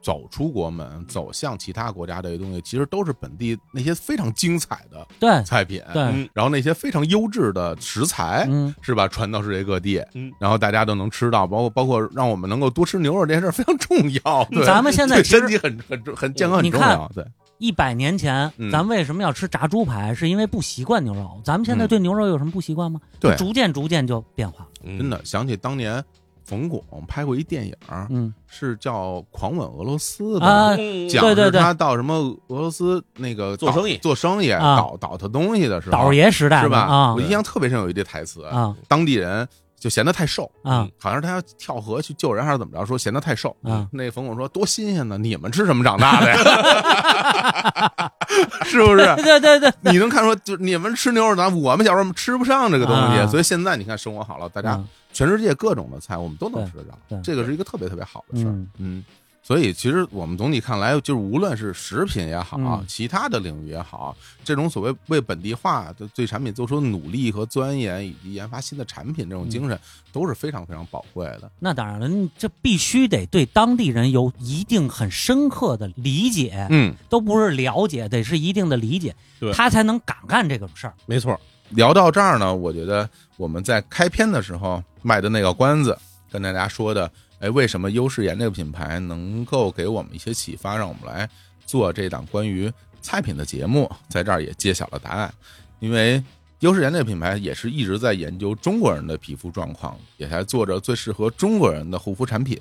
A: 走出国门，走向其他国家这些东西，其实都是本地那些非常精彩的
C: 对
A: 菜品，
C: 对，
B: 嗯
A: 然后那些非常优质的食材，
C: 嗯，
A: 是吧？传到世界各地，
B: 嗯
A: 然后大家都能吃到，包括包括让我们能够多吃牛肉这件事儿非常重要。
C: *laughs*
A: 对
C: 咱们现在
A: 对
C: 其实
A: 身体很很重很健康很
C: 你
A: 重
C: 看
A: 要。对，
C: 一百年前
A: 嗯，
C: 咱为什么要吃炸猪排？是因为不习惯牛肉。咱们现在
A: 嗯
C: 对牛肉有什么不习惯吗？
A: 对
C: 就逐渐逐渐就变化了。
A: 真
B: 真
A: 的想起当年冯巩拍过一电影，
C: 嗯
A: 是叫《狂吻俄罗斯》吧？
C: 啊
A: 讲
B: 讲
C: 对对
A: 是
C: 对
A: 他到什么俄罗斯那个
B: 做
A: 倒
B: 生意
A: 做生意
C: 啊
A: 倒倒腾东西的时候，
C: 倒爷时代
A: 是吧？
C: 嘛
A: 我印象特别深，有一句台词，
C: 啊啊
A: 当地人就嫌他太瘦，
C: 啊！
A: 好像是他要跳河去救人还是怎么着，说嫌他太瘦。
C: 嗯
A: 那冯巩说多新鲜呢，你们吃什么长大的呀？ *laughs* 是不是？
C: 对对对，
A: 你能看出，就你们吃牛肉咱我们小时候吃不上这个东西，
C: 啊
A: 所以现在你看生活好了，大家
C: 嗯
A: 全世界各种的菜我们都能吃得
C: 对
A: 着，
C: 对
A: 这个是一个特别特别好的事儿。
C: 嗯
A: 嗯，所以其实我们总体看来，就是无论是食品也好，啊
C: 嗯
A: 其他的领域也好，啊这种所谓为本地化的对产品做出努力和钻研，以及研发新的产品这种精神，都是非常非常宝贵的。
C: 那当然了，你这必须得对当地人有一定很深刻的理解，
A: 嗯，
C: 都不是了解，得是一定的理解
B: 对，
C: 他才能敢干这种事儿。
B: 没错，
A: 聊到这儿呢，我觉得我们在开篇的时候卖的那个关子，跟大家说的，哎，为什么优势盐这个品牌能够给我们一些启发，让我们来做这档关于菜品的节目，在这儿也揭晓了答案。因为优势盐这个品牌也是一直在研究中国人的皮肤状况，也在做着最适合中国人的护肤产品。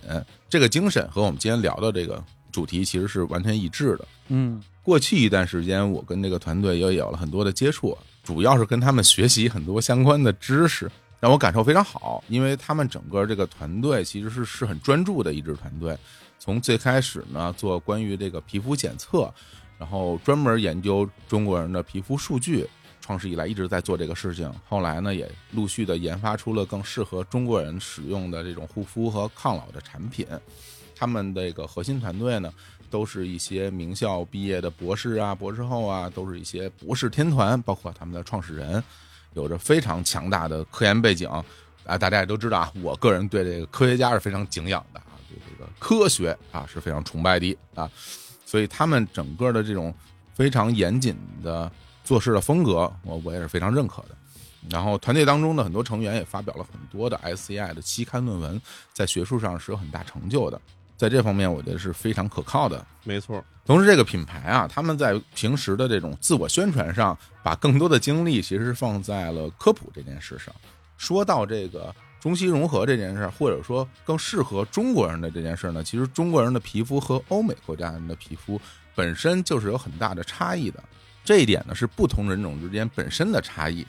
A: 这个精神和我们今天聊的这个主题其实是完全一致的。
C: 嗯
A: 过去一段时间，我跟这个团队也有了很多的接触，主要是跟他们学习很多相关的知识，让我感受非常好。因为他们整个这个团队其实是是很专注的一支团队，从最开始呢做关于这个皮肤检测，然后专门研究中国人的皮肤数据。创始以来一直在做这个事情，后来呢也陆续的研发出了更适合中国人使用的这种护肤和抗老的产品。他们这个核心团队呢，都是一些名校毕业的博士啊、博士后啊，都是一些博士天团，包括他们的创始人，有着非常强大的科研背景啊。大家也都知道啊，我个人对这个科学家是非常敬仰的啊，对这个科学啊是非常崇拜的啊。所以他们整个的这种非常严谨的做事的风格，我我也是非常认可的。然后团队当中的很多成员也发表了很多的 SCI 的期刊论文，在学术上是有很大成就的，在这方面我觉得是非常可靠的。
B: 没错，
A: 同时，这个品牌啊，他们在平时的这种自我宣传上，把更多的精力其实是放在了科普这件事上。说到这个中西融合这件事儿，或者说更适合中国人的这件事儿呢，其实中国人的皮肤和欧美国家人的皮肤本身就是有很大的差异的。这一点呢，是不同人种之间本身的差异。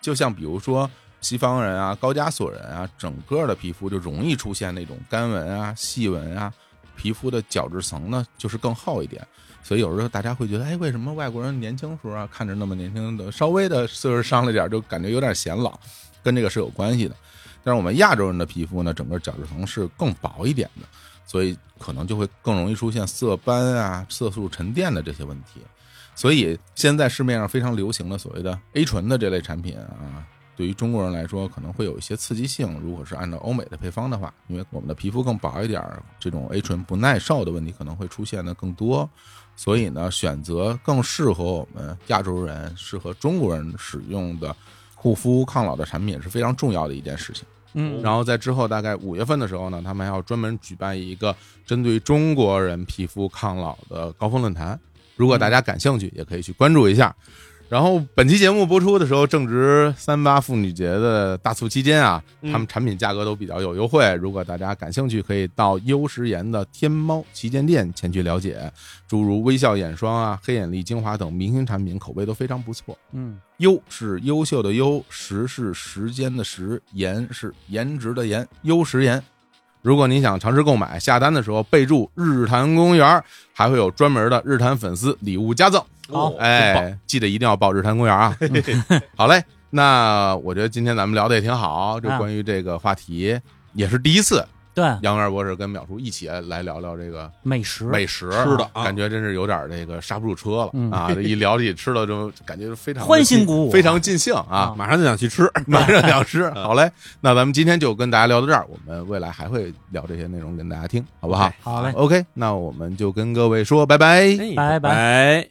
A: 就像比如说西方人啊、高加索人啊，整个的皮肤就容易出现那种干纹啊、细纹啊，皮肤的角质层呢就是更厚一点。所以有时候大家会觉得，哎，为什么外国人年轻时候啊看着那么年轻的，稍微的岁数上了一点就感觉有点显老，跟这个是有关系的。但是我们亚洲人的皮肤呢，整个角质层是更薄一点的，所以可能就会更容易出现色斑啊、色素沉淀的这些问题。所以现在市面上非常流行的所谓的 A 醇的这类产品啊，对于中国人来说可能会有一些刺激性。如果是按照欧美的配方的话，因为我们的皮肤更薄一点儿，这种 A 醇不耐受的问题可能会出现的更多。所以呢，选择更适合我们亚洲人、适合中国人使用的护肤抗老的产品是非常重要的一件事情。
B: 嗯
A: 然后在之后大概五月份的时候呢，他们还要专门举办一个针对中国人皮肤抗老的高峰论坛。如果大家感兴趣，也可以去关注一下。然后本期节目播出的时候正值三八妇女节的大促期间啊，
B: 嗯
A: 他们产品价格都比较有优惠。如果大家感兴趣，可以到优时颜的天猫旗舰店前去了解，诸如微笑眼霜啊、黑眼力精华等明星产品，口碑都非常不错。
B: 嗯
A: 优是优秀的优，时是时间的时，颜是颜值的颜，优时颜。如果您想尝试购买，下单的时候备注“日坛公园”，还会有专门的日坛粉丝礼物加赠。
C: 好
B: 哦真
A: 哎，记得一定要报日坛公园啊！好嘞，那我觉得今天咱们聊的也挺好，就
C: 啊
A: 关于这个话题，也是第一次
C: 对，
A: 杨元博士跟淼叔一起来聊聊这个
C: 美食，
A: 美食
B: 吃的啊
A: 感觉真是有点这个刹不住车了、
C: 嗯 *laughs*
A: 啊！这一聊起吃的，就感觉非常
C: 欢欣鼓舞
A: 非常尽兴啊
B: 棒，马上就想去吃。
A: 马上想吃。好嘞，那咱们今天就跟大家聊到这儿，我们未来还会聊这些内容跟大家听，好不好
B: OK，
C: 好嘞，
A: ？OK，那我们就跟各位说拜拜。
B: 哎
C: 拜拜
B: 拜。